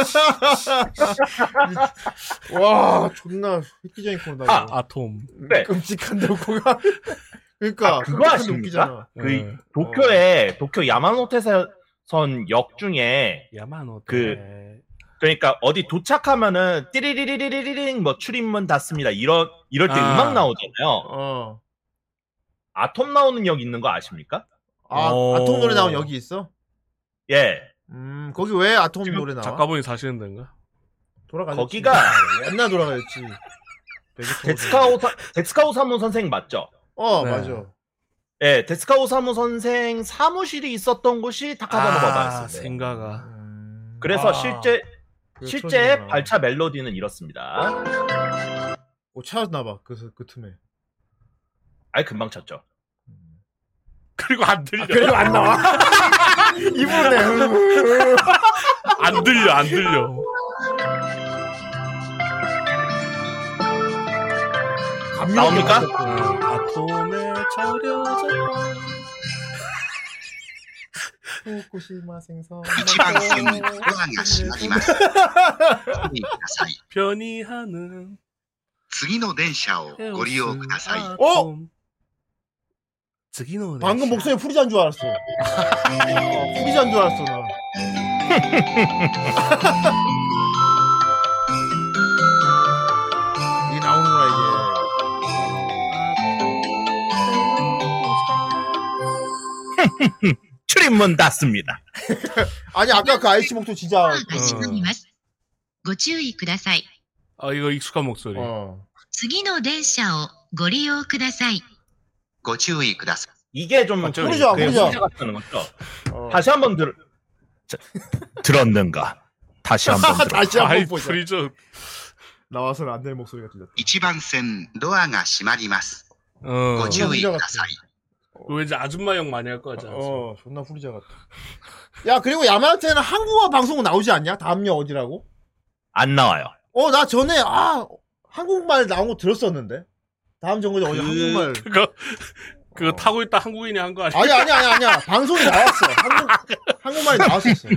Speaker 4: 와, 존나 획기적인 코너다.
Speaker 5: 아,
Speaker 4: 이거.
Speaker 3: 아톰.
Speaker 5: 네.
Speaker 4: 끔찍한데 코가. 그러니까
Speaker 5: 아, 그거
Speaker 4: 끔찍한데
Speaker 5: 아십니까?
Speaker 4: 웃기잖아.
Speaker 5: 그
Speaker 3: 예.
Speaker 5: 도쿄에 도쿄 야마노테선 역 중에
Speaker 3: 야마노 네.
Speaker 5: 그- 그러니까 어디 도착하면은 띠리리리리리링 뭐 출입문 닫습니다 이런 이럴 때
Speaker 3: 아.
Speaker 5: 음악 나오잖아요
Speaker 4: 어.
Speaker 5: 아톰 나오는 역 있는 거 아십니까?
Speaker 4: 아,
Speaker 3: 어.
Speaker 4: 아톰 노래 나온 여기 있어?
Speaker 5: 예
Speaker 4: 음, 거기 왜 아톰 노래 나와?
Speaker 3: 작가분이 사시는 데인가?
Speaker 4: 돌아가셨지.
Speaker 5: 거기가
Speaker 4: 옛날 돌아가셨지. <laughs> 되게 더워서.
Speaker 5: 데츠카오 사, 데츠카오 사무 선생 맞죠?
Speaker 4: 어,
Speaker 3: 네.
Speaker 4: 맞아.
Speaker 5: 예, 데츠카오 사무 선생 사무실이 있었던 곳이
Speaker 4: 네.
Speaker 3: 아,
Speaker 5: 타카다노바였습니다.
Speaker 3: 생가가.
Speaker 4: 음,
Speaker 5: 그래서
Speaker 3: 아.
Speaker 5: 실제
Speaker 4: 그게
Speaker 5: 실제
Speaker 4: 틀어지구나.
Speaker 5: 발차 멜로디는 이렇습니다.
Speaker 4: 어, 찾았나봐. 그래서 그 틈에. 음.
Speaker 5: 아이 금방 쳤죠.
Speaker 3: 아, 그리고 안 들려.
Speaker 4: 그래도 안 <laughs> 나와. 이분네.
Speaker 3: 안 들려, 안 들려.
Speaker 5: 나옵니까?
Speaker 3: 아, 아톰에 절여졌다.
Speaker 4: 후쿠시마 생선. 음.
Speaker 8: 一番強いのはが閉まります。ご注意ください。
Speaker 3: 편히 하는
Speaker 8: 次の電車をご利用ください。
Speaker 3: 아톰. 즉이노.
Speaker 4: 방금 목소리 프리자인 줄 알았어. 어, 프리자인 줄 알았어, 나. 이게 나오는구나, 이게.
Speaker 5: 출입문 닫습니다.
Speaker 4: 아니, 아까 그 아이씨 목소리 진짜.
Speaker 9: 開始となります。ご注意ください。
Speaker 3: 어. 아 이거 익숙한 목소리.
Speaker 4: 어.
Speaker 9: 次の電車をご利用ください。
Speaker 8: ご注意ください。
Speaker 5: 이게 좀
Speaker 3: 맞죠?
Speaker 5: 그게
Speaker 4: 후르죠, 후르죠.
Speaker 5: 후르자 같다는 거죠.
Speaker 4: 어.
Speaker 5: 다시 한번 들 자, 들었는가? 다시 한번
Speaker 3: <laughs>
Speaker 5: 들어.
Speaker 4: <laughs> 다시 한번
Speaker 3: 아이
Speaker 4: 보자.
Speaker 3: 프리저.
Speaker 4: 나와서는 안 될 목소리가 들렸다.
Speaker 8: 1番線ドアが閉まります。
Speaker 3: 어.
Speaker 8: ご注意ください。
Speaker 3: 그거 왠지 아줌마 형 많이 할 거 같지 않습니까?
Speaker 4: 어, 존나 프리자 같다. 야, 그리고 야마한테는 한국어 방송 나오지 않냐? 다음 여 어디라고?
Speaker 5: 안 나와요.
Speaker 4: 어, 나 전에, 아, 한국말 나온 거 들었었는데? 다음 정거장 어디
Speaker 5: 그-
Speaker 4: 한국말.
Speaker 3: 그거 그거
Speaker 4: 어.
Speaker 3: 타고 있다 한국인이 한 거 아니야?
Speaker 4: 아니, 아니, 아니, 아니야. 방송이 나왔어. 한국, 한국말이
Speaker 3: 아,
Speaker 4: 나왔었어.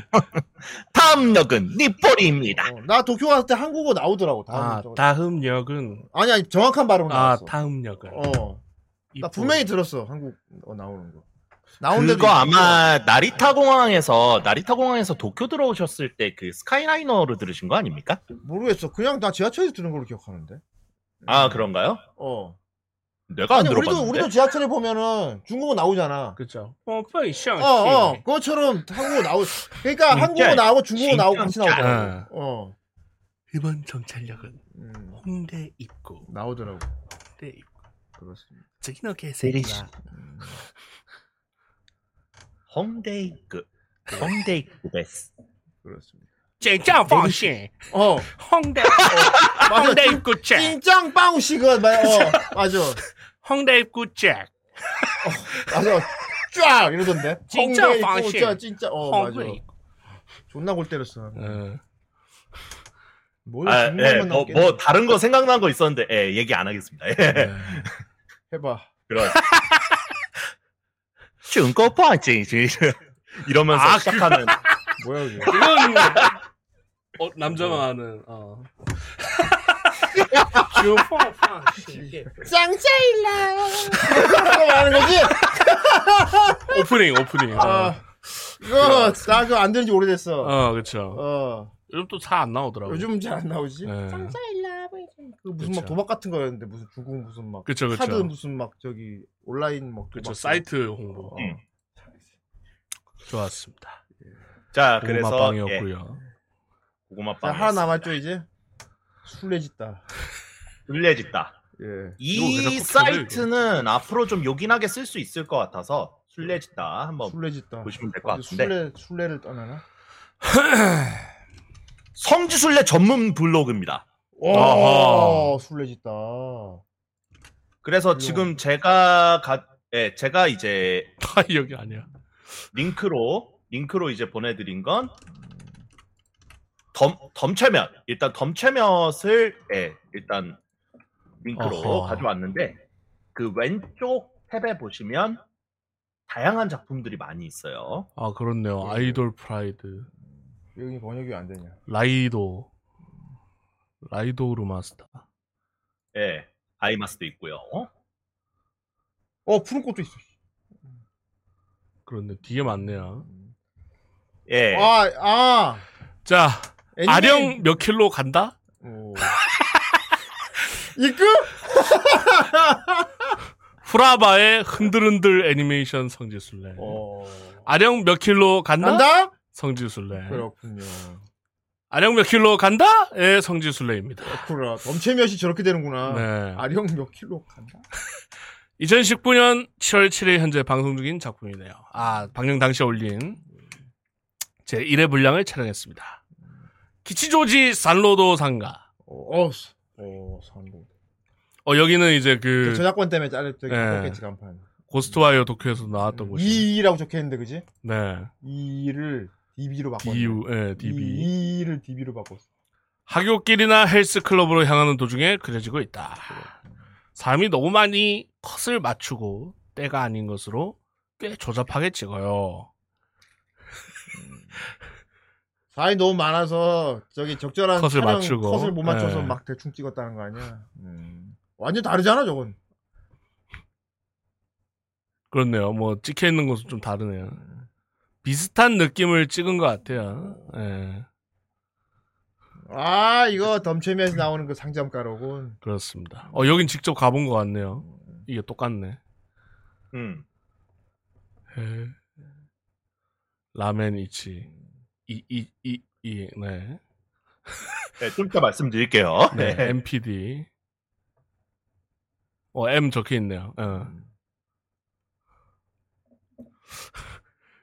Speaker 5: 다음 역은 니포리입니다.
Speaker 4: 어, 나 도쿄 갔을 때 한국어 나오더라고. 다음
Speaker 3: 아
Speaker 4: 정거장.
Speaker 3: 다음 역은
Speaker 4: 아니, 아니, 정확한 발음은
Speaker 3: 아
Speaker 4: 나왔어.
Speaker 3: 다음 역은.
Speaker 4: 어. 나
Speaker 3: 이포.
Speaker 4: 분명히 들었어. 한국어 나오는 거. 나온 데도
Speaker 5: 그거
Speaker 4: 있고.
Speaker 5: 아마 나리타 공항에서 나리타 공항에서 도쿄 들어오셨을 때 그 스카이라이너로 들으신 거 아닙니까?
Speaker 4: 모르겠어. 그냥 나 지하철에서 들은 걸로 기억하는데.
Speaker 5: 아 그런가요?
Speaker 4: 어.
Speaker 5: 내가
Speaker 4: 음.
Speaker 5: 안
Speaker 4: 아니,
Speaker 5: 들어봤는데.
Speaker 4: 우리도 우리도 지하철에 보면은 중국어 나오잖아.
Speaker 3: 그죠. 뻔뻔히
Speaker 4: 어,
Speaker 3: 시원.
Speaker 4: 어, 그것처럼 한국어 나오. 그러니까
Speaker 5: 진짜,
Speaker 4: 한국어 나오고 중국어 나오고 같이
Speaker 3: 아,
Speaker 5: 진짜.
Speaker 4: 나오더라고. 어,
Speaker 3: 이번 정찰력은 뭐-
Speaker 4: 음,
Speaker 3: 홍대 입구.
Speaker 4: 나오더라고.
Speaker 3: 홍대 입구.
Speaker 4: 그렇습니다.
Speaker 3: 저기너 개새끼야.
Speaker 5: 홈데이크
Speaker 4: 네.
Speaker 5: 홈데이크
Speaker 4: <laughs>
Speaker 5: 데스
Speaker 4: 그렇습니다.
Speaker 3: 진짜 방신.
Speaker 4: 어,
Speaker 3: 홍대.
Speaker 4: 맞아.
Speaker 3: 홍대 입구 잭.
Speaker 4: 찐짱 빵우씨가 말, 어, 맞아,
Speaker 3: 홍대 입구 잭.
Speaker 4: 맞아. 쫙 이러던데.
Speaker 3: 찐짱
Speaker 4: 홍대 있고,
Speaker 3: 빵우씨.
Speaker 4: 쫙, 찐짱, 어, 맞아.
Speaker 3: 홍대 입구.
Speaker 4: 존나 골 때렸어.
Speaker 3: 예.
Speaker 4: 뭘
Speaker 5: 아,
Speaker 4: 중요한
Speaker 5: 예,
Speaker 4: 건
Speaker 5: 뭐,
Speaker 4: 없겠네.
Speaker 5: 뭐 다른 거 생각난 거 있었는데 예, 얘기 안 하겠습니다.
Speaker 4: 음.
Speaker 5: 예.
Speaker 3: 예.
Speaker 4: 해봐.
Speaker 5: <laughs> 그런 중고파지 이러면서
Speaker 4: 그-
Speaker 3: 아,
Speaker 5: 시작하는
Speaker 4: 뭐야 이거?
Speaker 3: 이건 어, 남자가 하는 어.
Speaker 4: <laughs>
Speaker 3: 아,
Speaker 4: 그거 말하는 거지?
Speaker 3: 오프닝 오프닝. 어,
Speaker 4: 아, 이거 나 그거 안 되는 지 오래됐어.
Speaker 3: 어 그렇죠.
Speaker 4: 어.
Speaker 3: 요즘 또 차 안 나오더라고.
Speaker 4: 요즘 잘 안 나오지.
Speaker 3: 예.
Speaker 4: 그 무슨 막
Speaker 3: 그쵸.
Speaker 4: 도박 같은 거였는데 무슨 주고 무슨 막
Speaker 3: 그쵸
Speaker 4: 카드
Speaker 3: 그쵸.
Speaker 4: 무슨 막 저기 온라인 막
Speaker 3: 그쵸
Speaker 4: 도박.
Speaker 3: 사이트 홍보.
Speaker 5: 음.
Speaker 3: 좋았습니다.
Speaker 5: 자
Speaker 3: 고구마
Speaker 5: 그래서 예,
Speaker 3: 빵이었고요.
Speaker 5: 고구마
Speaker 4: 자
Speaker 5: 빵
Speaker 4: 하나 남았죠 이제. 술래짓다.
Speaker 5: 술래짓다
Speaker 4: 예.
Speaker 3: 이거 왜 자꾸
Speaker 5: 이
Speaker 3: 켜져,
Speaker 5: 사이트는 앞으로 좀 요긴하게 쓸 수 있을 것 같아서 술래짓다
Speaker 3: 뭐
Speaker 5: 한번
Speaker 4: 술래짓다.
Speaker 5: 보시면 될 것
Speaker 4: 이제
Speaker 5: 같은데
Speaker 4: 술래 술래를 떠나나?
Speaker 5: 성지술래 전문 블로그입니다
Speaker 4: 오
Speaker 3: 아하.
Speaker 4: 술래짓다.
Speaker 5: 그래서
Speaker 4: 블로그.
Speaker 5: 지금 제가 가, 예, 제가 이제
Speaker 3: <laughs> 아 여기 아니야.
Speaker 5: 링크로 링크로 이제 보내드린 건 덤, 덤체면 일단 덤체면을 예, 일단 링크로
Speaker 3: 어허.
Speaker 5: 가져왔는데 그 왼쪽 탭에 보시면 다양한 작품들이 많이 있어요.
Speaker 3: 아
Speaker 5: 예.
Speaker 3: 그렇네요. 아이돌 프라이드
Speaker 4: 여기 번역이 왜 안 되냐?
Speaker 3: 라이도 라이도 루마스타.
Speaker 5: 예, 아이마스도 있고요.
Speaker 4: 어 푸른 꽃도 있어.
Speaker 3: 그런데 뒤에 많네요.
Speaker 5: 예,
Speaker 4: 아 아.
Speaker 3: 자
Speaker 4: 애니메이-
Speaker 3: 네. 아령 몇 킬로 간다?
Speaker 4: 오. 이끄?
Speaker 3: 후라바의 흔들흔들 애니메이션 성지순례.
Speaker 4: 어.
Speaker 3: 아령 몇 킬로 간다?
Speaker 4: 난다?
Speaker 3: 성지순례.
Speaker 4: 그렇군요.
Speaker 3: 아령 몇 킬로 간다? 예, 성지순례입니다.
Speaker 4: 그렇구나. 넘체미엇이 저렇게 되는구나.
Speaker 3: 네.
Speaker 4: 아령 몇 킬로 간다?
Speaker 3: 2019년 7월 7일 현재 방송 중인 작품이네요. 아, 방영 당시 올린 제 1회 분량을 촬영했습니다. 기치조지 산로도 상가.
Speaker 4: 어, 어, 씨. 어, 성공.
Speaker 3: 어, 여기는 이제 그
Speaker 4: 저작권 때문에 잘렸죠.
Speaker 3: 예.
Speaker 4: 겠지 간판.
Speaker 3: 고스트와이어 도쿄에서
Speaker 4: 음.
Speaker 3: 나왔던 곳이.
Speaker 4: E라고 적혀있는데, 그지?
Speaker 3: 네.
Speaker 4: E를 DB로 바꿨네.
Speaker 3: DU, 예, DB.
Speaker 4: E, 를 DB로 바꿨어.
Speaker 3: 학교길이나 헬스클럽으로 향하는 도중에 그려지고 있다. 사람이 너무 많이 컷을 맞추고 때가 아닌 것으로 꽤 조잡하게 찍어요.
Speaker 4: 사람이 너무 많아서, 저기 적절한
Speaker 3: 컷을
Speaker 4: 촬영
Speaker 3: 맞추고.
Speaker 4: 컷을 못 맞춰서
Speaker 3: 예.
Speaker 4: 막 대충 찍었다는 거 아니야? 음. 완전 다르잖아, 저건.
Speaker 3: 그렇네요. 뭐 찍혀 있는 곳은 좀 다르네요. 비슷한 느낌을 찍은 것 같아요. 예,
Speaker 4: 아, 이거 덤체미에서 나오는 그 상점가로군.
Speaker 3: 그렇습니다. 어, 여긴 직접 가본 것 같네요. 이게 똑같네.
Speaker 5: 음,
Speaker 3: 예. 라멘 이치. 이, 이, 이, 이, 네.
Speaker 5: 예, 좀 이따 말씀드릴게요.
Speaker 3: 네,
Speaker 5: 예.
Speaker 3: MPD. 어, M 적혀 있네요. 어. <laughs>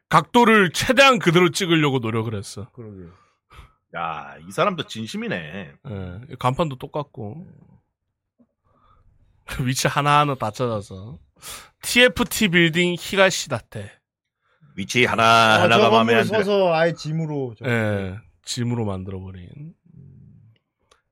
Speaker 3: 각도를 최대한 그대로 찍으려고 노력을 했어.
Speaker 4: 그러게.
Speaker 5: 야, 이 사람도 진심이네.
Speaker 3: 예, 간판도 똑같고. <laughs> 위치 하나하나 다 찾아서. TFT 빌딩 히가시다테.
Speaker 5: 위치
Speaker 4: 아,
Speaker 5: 아, 하나 하나가
Speaker 4: 뭐
Speaker 5: 마음에 안 들어.
Speaker 4: 서서 아예 짐으로. 저거.
Speaker 3: 예, 짐으로 만들어버린.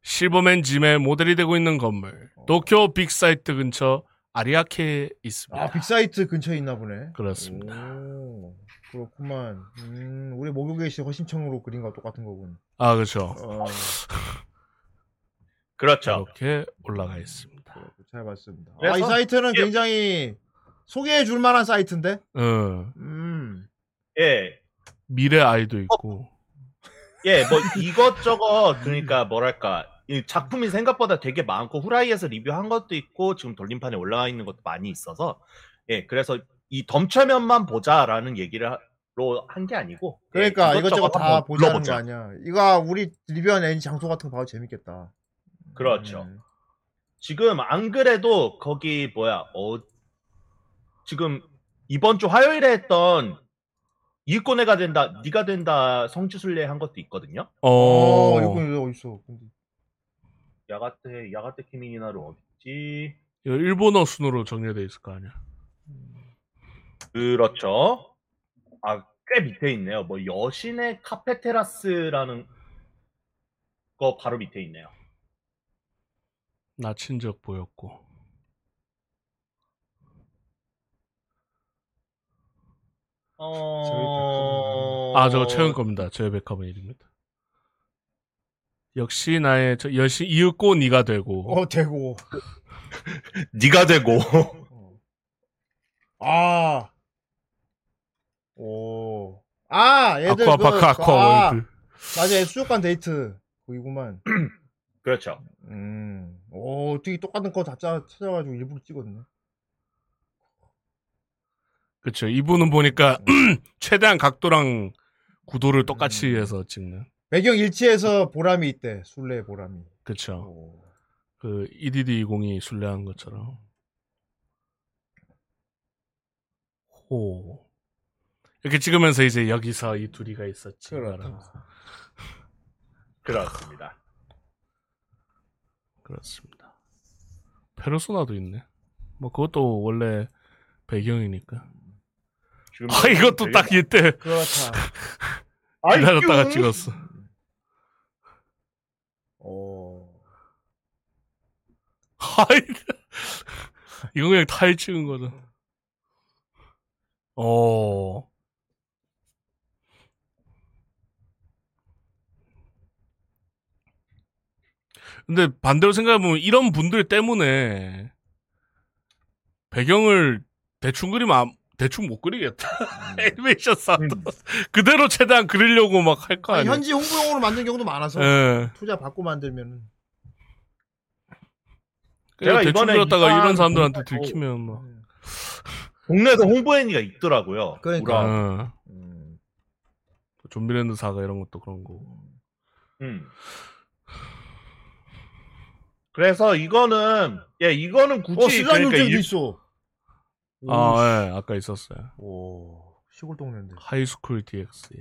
Speaker 3: 실버맨 짐의 모델이 되고 있는 건물. 도쿄 빅사이트 근처 아리아케에 있습니다.
Speaker 4: 아, 빅사이트 근처에 있나 보네.
Speaker 3: 그렇습니다.
Speaker 4: 오, 그렇구만. 음, 우리 목욕의 시 허신청으로 그린 거 똑같은 거군.
Speaker 3: 아, 그렇죠.
Speaker 4: 어, 뭐.
Speaker 5: 그렇죠.
Speaker 3: 이렇게 올라가 있습니다.
Speaker 4: 잘 봤습니다. 아,
Speaker 5: 그래서-
Speaker 4: 이 사이트는
Speaker 5: 예.
Speaker 4: 굉장히 소개해 줄 만한 사이트인데?
Speaker 3: 어,
Speaker 4: 음.
Speaker 5: 예,
Speaker 3: 미래 아이도
Speaker 4: 어.
Speaker 3: 있고.
Speaker 5: 예, 뭐 이것저것 그러니까
Speaker 4: 음.
Speaker 5: 뭐랄까 이 작품이 생각보다 되게 많고 후라이에서 리뷰한 것도 있고 지금 돌림판에 올라와 있는 것도 많이 있어서 예, 그래서 이 덤차면만 보자라는 얘기로 한 게 아니고 예,
Speaker 4: 그러니까 이것저것 다
Speaker 5: 한번
Speaker 4: 보자는 거
Speaker 5: 둘러보자.
Speaker 4: 아니야. 이거 우리 리뷰한 애니 장소 같은 거 봐도 재밌겠다.
Speaker 5: 그렇죠.
Speaker 4: 음.
Speaker 5: 지금 안 그래도 거기 뭐야 어 지금 이번 주 화요일에 했던 일꾼애가 된다, 네가 된다 성지순례 한 것도 있거든요.
Speaker 3: 어,
Speaker 4: 어, 이거 어디 있어? 근데
Speaker 5: 야가테 야가테 키미니나를 어딨지?
Speaker 3: 이거 일본어 순으로 정리돼 있을 거 아니야.
Speaker 5: 그렇죠. 아 꽤 밑에 있네요. 뭐 여신의 카페테라스라는 거 바로 밑에 있네요.
Speaker 3: 나 친적 보였고.
Speaker 5: 어...
Speaker 3: 아, 저거 채운 겁니다. 저의 백화문일입니다. 역시 나의 저 여신 이윽고 니가 되고
Speaker 4: 어 되고
Speaker 5: 네가 되고
Speaker 4: 아. 오. 아, 얘들
Speaker 3: 아쿠아
Speaker 4: 그-
Speaker 3: 파크 아쿠아
Speaker 4: 아,
Speaker 3: 월드.
Speaker 4: 맞아. 수족관 데이트. 거기구만.
Speaker 5: 그렇죠.
Speaker 4: 음. 오, 어떻게 똑같은 거 다 찾아 가지고 일부러 찍었네.
Speaker 3: 그렇죠. 이분은 보니까 <clears throat> 최대한 각도랑 구도를 똑같이 해서 찍는.
Speaker 4: 배경 일치해서 보람이 있대. 술래 보람이.
Speaker 3: 그렇죠.
Speaker 4: 오.
Speaker 3: 그 EDD 20이 순례한 것처럼. 호. 이렇게 찍으면서 이제 여기서 이 둘이가 있었지.
Speaker 4: 그렇다.
Speaker 5: 그렇습니다.
Speaker 3: 그렇습니다. 페르소나도 있네. 뭐 그것도 원래 배경이니까.
Speaker 4: 음,
Speaker 5: 지금
Speaker 3: 아 이것도 딱 이때
Speaker 4: 그렇다.
Speaker 3: 기다렸다가 찍었어.
Speaker 4: 오.
Speaker 3: 하이 이거 그냥 타이 찍은 거죠. 어. 근데 반대로 생각해보면 이런 분들 때문에 배경을 대충 그리면 안- 대충 못 그리겠다. <laughs>
Speaker 5: 음.
Speaker 3: 애니메이션 사도 그대로 최대한 그리려고 막 할 거
Speaker 4: 아,
Speaker 3: 아니야. 네.
Speaker 4: 현지 홍보용으로 만든 경우도 많아서
Speaker 3: 예.
Speaker 4: 투자 받고 만들면은
Speaker 3: 제가
Speaker 5: 제가
Speaker 3: 대충
Speaker 5: 이번에
Speaker 3: 그렸다가
Speaker 5: 이상한 뭐,
Speaker 3: 이런 사람들한테
Speaker 5: 공간을-
Speaker 3: 들키면 막.
Speaker 4: 음.
Speaker 5: 동네에서 홍보회니가 있더라고요.
Speaker 4: 그러니까.
Speaker 5: 우라.
Speaker 3: 어.
Speaker 4: 음.
Speaker 3: 뭐 좀비랜드 사가 이런 것도 그런 거고.
Speaker 5: 음. 그래서 이거는 예 이거는 굳이
Speaker 4: 어, 시간
Speaker 5: 그러니까
Speaker 4: 요정도
Speaker 5: 일-
Speaker 4: 있어. 오,
Speaker 3: 아, 예, 아까 있었어요.
Speaker 4: 오. 시골 동네인데.
Speaker 3: 하이스쿨 <laughs> DX.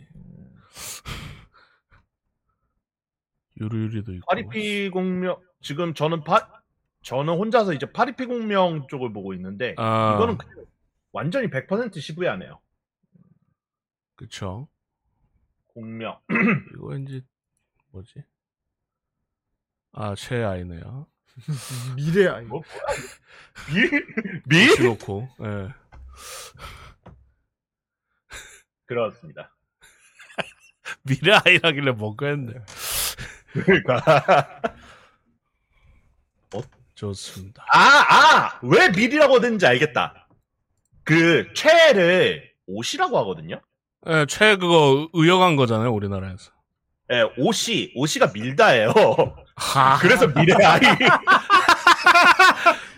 Speaker 3: 유리유리도 있고.
Speaker 5: 파리피 공명 지금 저는 파 저는 혼자서 이제 파리피 공명 쪽을 보고 있는데
Speaker 3: 아,
Speaker 5: 이거는 그냥 완전히 100% 시부야네요.
Speaker 3: 그쵸.
Speaker 5: 공명 <laughs>
Speaker 3: 이거 왠지, 뭐지? 아, 최아이네요.
Speaker 4: 미래 아이.
Speaker 5: 뭐? 밀밀
Speaker 3: 시로코. 예.
Speaker 5: 그렇습니다.
Speaker 3: 미래아이라길래 뭔가 했네.
Speaker 5: 그러니까
Speaker 3: 좋습니다.
Speaker 5: 아, 아아왜 밀이라고 하는지 알겠다. 그 최를 옷이라고 하거든요.
Speaker 3: 예, 최 그거 의역한 거잖아요, 우리나라에서.
Speaker 5: 예, 옷이 옷이가 밀다예요.
Speaker 3: 하.
Speaker 5: 그래서 미래 아이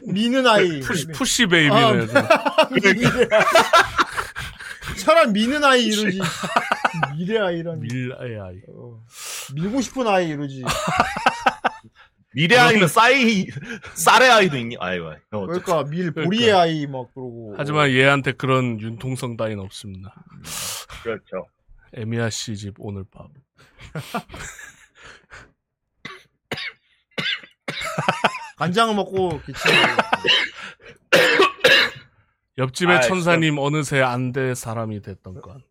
Speaker 4: 미는 아이.
Speaker 3: <laughs> 푸시,
Speaker 4: 미래.
Speaker 3: 푸시 베이비네.
Speaker 4: 미래 아이. 사람 미는 아이 이러지. 미래 아이라니.
Speaker 3: 밀아이.
Speaker 4: 어. 밀고 싶은 아이 이러지.
Speaker 5: 미래 아이는 싸이 쌀의 아이도 있니? 아이고. 어,
Speaker 4: 그러니까 밀
Speaker 3: 그러니까.
Speaker 4: 보리의 아이 막 그러고.
Speaker 3: 하지만 얘한테 그런 융통성 따윈 없습니다.
Speaker 5: 그렇죠.
Speaker 3: 에미야 씨 집 오늘 밤.
Speaker 4: 간장을 먹고 기침을.
Speaker 3: 옆집의
Speaker 5: 아,
Speaker 3: 천사님 어느새 안될 사람이 됐던 건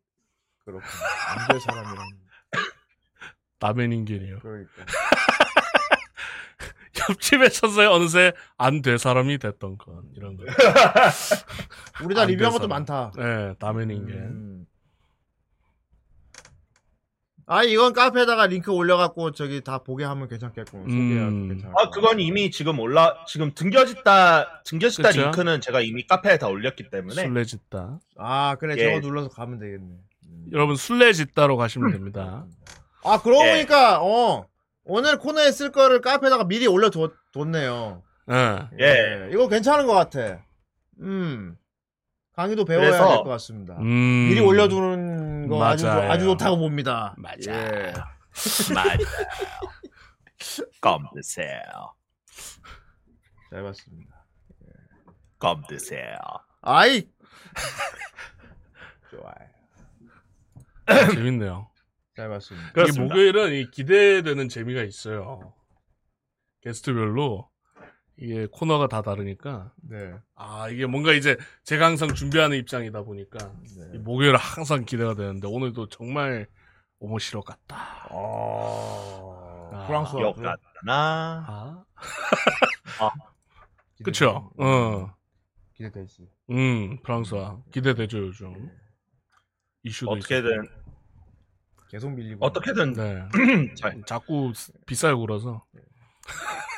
Speaker 4: 그렇군. 안될 사람이란.
Speaker 3: <laughs> 남의 인견이요.
Speaker 4: 그러니까.
Speaker 3: <laughs> 옆집의 천사에 어느새 안 될 사람이 됐던 건 이런 거.
Speaker 4: <laughs> 우리 다
Speaker 3: 안될
Speaker 4: 리뷰한 것도
Speaker 3: 사람.
Speaker 4: 많다.
Speaker 3: 네, 남의 인견.
Speaker 4: 음. 아 이건 카페에다가 링크 올려갖고 저기 다 보게 하면 괜찮겠군. 소개하면
Speaker 3: 음.
Speaker 4: 괜찮을
Speaker 5: 아
Speaker 4: 것
Speaker 5: 그건 이미 지금 올라 지금 등겨짓다 등겨짓다
Speaker 3: 그쵸?
Speaker 5: 링크는 제가 이미 카페에 다 올렸기
Speaker 4: 네.
Speaker 5: 때문에
Speaker 3: 술래짓다.
Speaker 4: 같아. 아 그래
Speaker 5: 예.
Speaker 4: 저거 눌러서 가면 되겠네. 음.
Speaker 3: 여러분 술래짓다로 가시면 됩니다.
Speaker 4: 아 그러고
Speaker 5: 예.
Speaker 4: 보니까 어 오늘 코너에 쓸 거를 카페에다가 미리 올려뒀네요.
Speaker 3: 네.
Speaker 4: 음.
Speaker 5: 예.
Speaker 4: 이거 괜찮은 것 같아. 음 강의도 배워야 될
Speaker 5: 그래서-
Speaker 4: 것 같습니다.
Speaker 3: 음.
Speaker 4: 미리 올려두는 거 아주, 좋-
Speaker 3: 맞아요.
Speaker 4: 아주 좋다고 봅니다.
Speaker 3: 맞아.
Speaker 4: 예.
Speaker 5: 맞아요. 껌 드세요.
Speaker 4: 잘 봤습니다.
Speaker 5: 껌 드세요.
Speaker 4: 아이 좋아요.
Speaker 3: 아, 재밌네요.
Speaker 4: 잘 봤습니다.
Speaker 3: 이게
Speaker 5: 그렇습니다.
Speaker 3: 목요일은 이 기대되는 재미가 있어요. 게스트별로 이게 코너가 다 다르니까
Speaker 4: 네.
Speaker 3: 아 이게 뭔가 이제 제가 항상 준비하는 입장이다 보니까 이
Speaker 4: 네.
Speaker 3: 목요일 항상 기대가 되는데 오늘도 정말 오모시로 같다.
Speaker 4: 아,
Speaker 3: 아,
Speaker 4: 프랑스
Speaker 5: 기억 같잖아.
Speaker 3: 아,
Speaker 4: 기대-
Speaker 3: 그쵸? 어,
Speaker 4: 기대되지. 네.
Speaker 3: 음, 프랑스와 기대되죠 요즘 이슈도
Speaker 5: 어떻게든
Speaker 4: 계속 밀리고.
Speaker 5: 어떻게든
Speaker 3: 있었고.
Speaker 5: <clears throat> 잘.
Speaker 3: 네, 자꾸 비싸요 그래서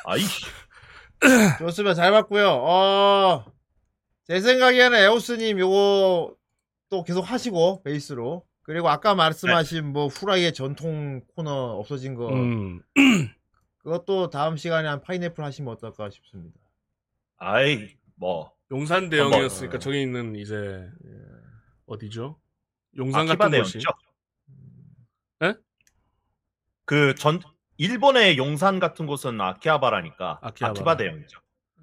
Speaker 5: 아이
Speaker 4: 좋습니다. 잘 봤고요. 어, 제 생각에는 에오스님 요거 또 계속 하시고 베이스로 그리고 아까 말씀하신 뭐 후라이의 전통 코너 없어진 거
Speaker 3: 음,
Speaker 4: 그것도 다음 시간에 한 파인애플 하시면 어떨까 싶습니다.
Speaker 5: 아이 뭐
Speaker 3: 용산
Speaker 4: 한번.
Speaker 3: 대형이었으니까 저기 있는 이제 예, 어디죠? 용산
Speaker 5: 아키바
Speaker 3: 같은 곳이
Speaker 5: 대형이죠.
Speaker 3: 에?
Speaker 5: 그전 일본의 용산 같은 곳은 아키하바라니까
Speaker 3: 아키하바라.
Speaker 5: 아키바 대형이죠.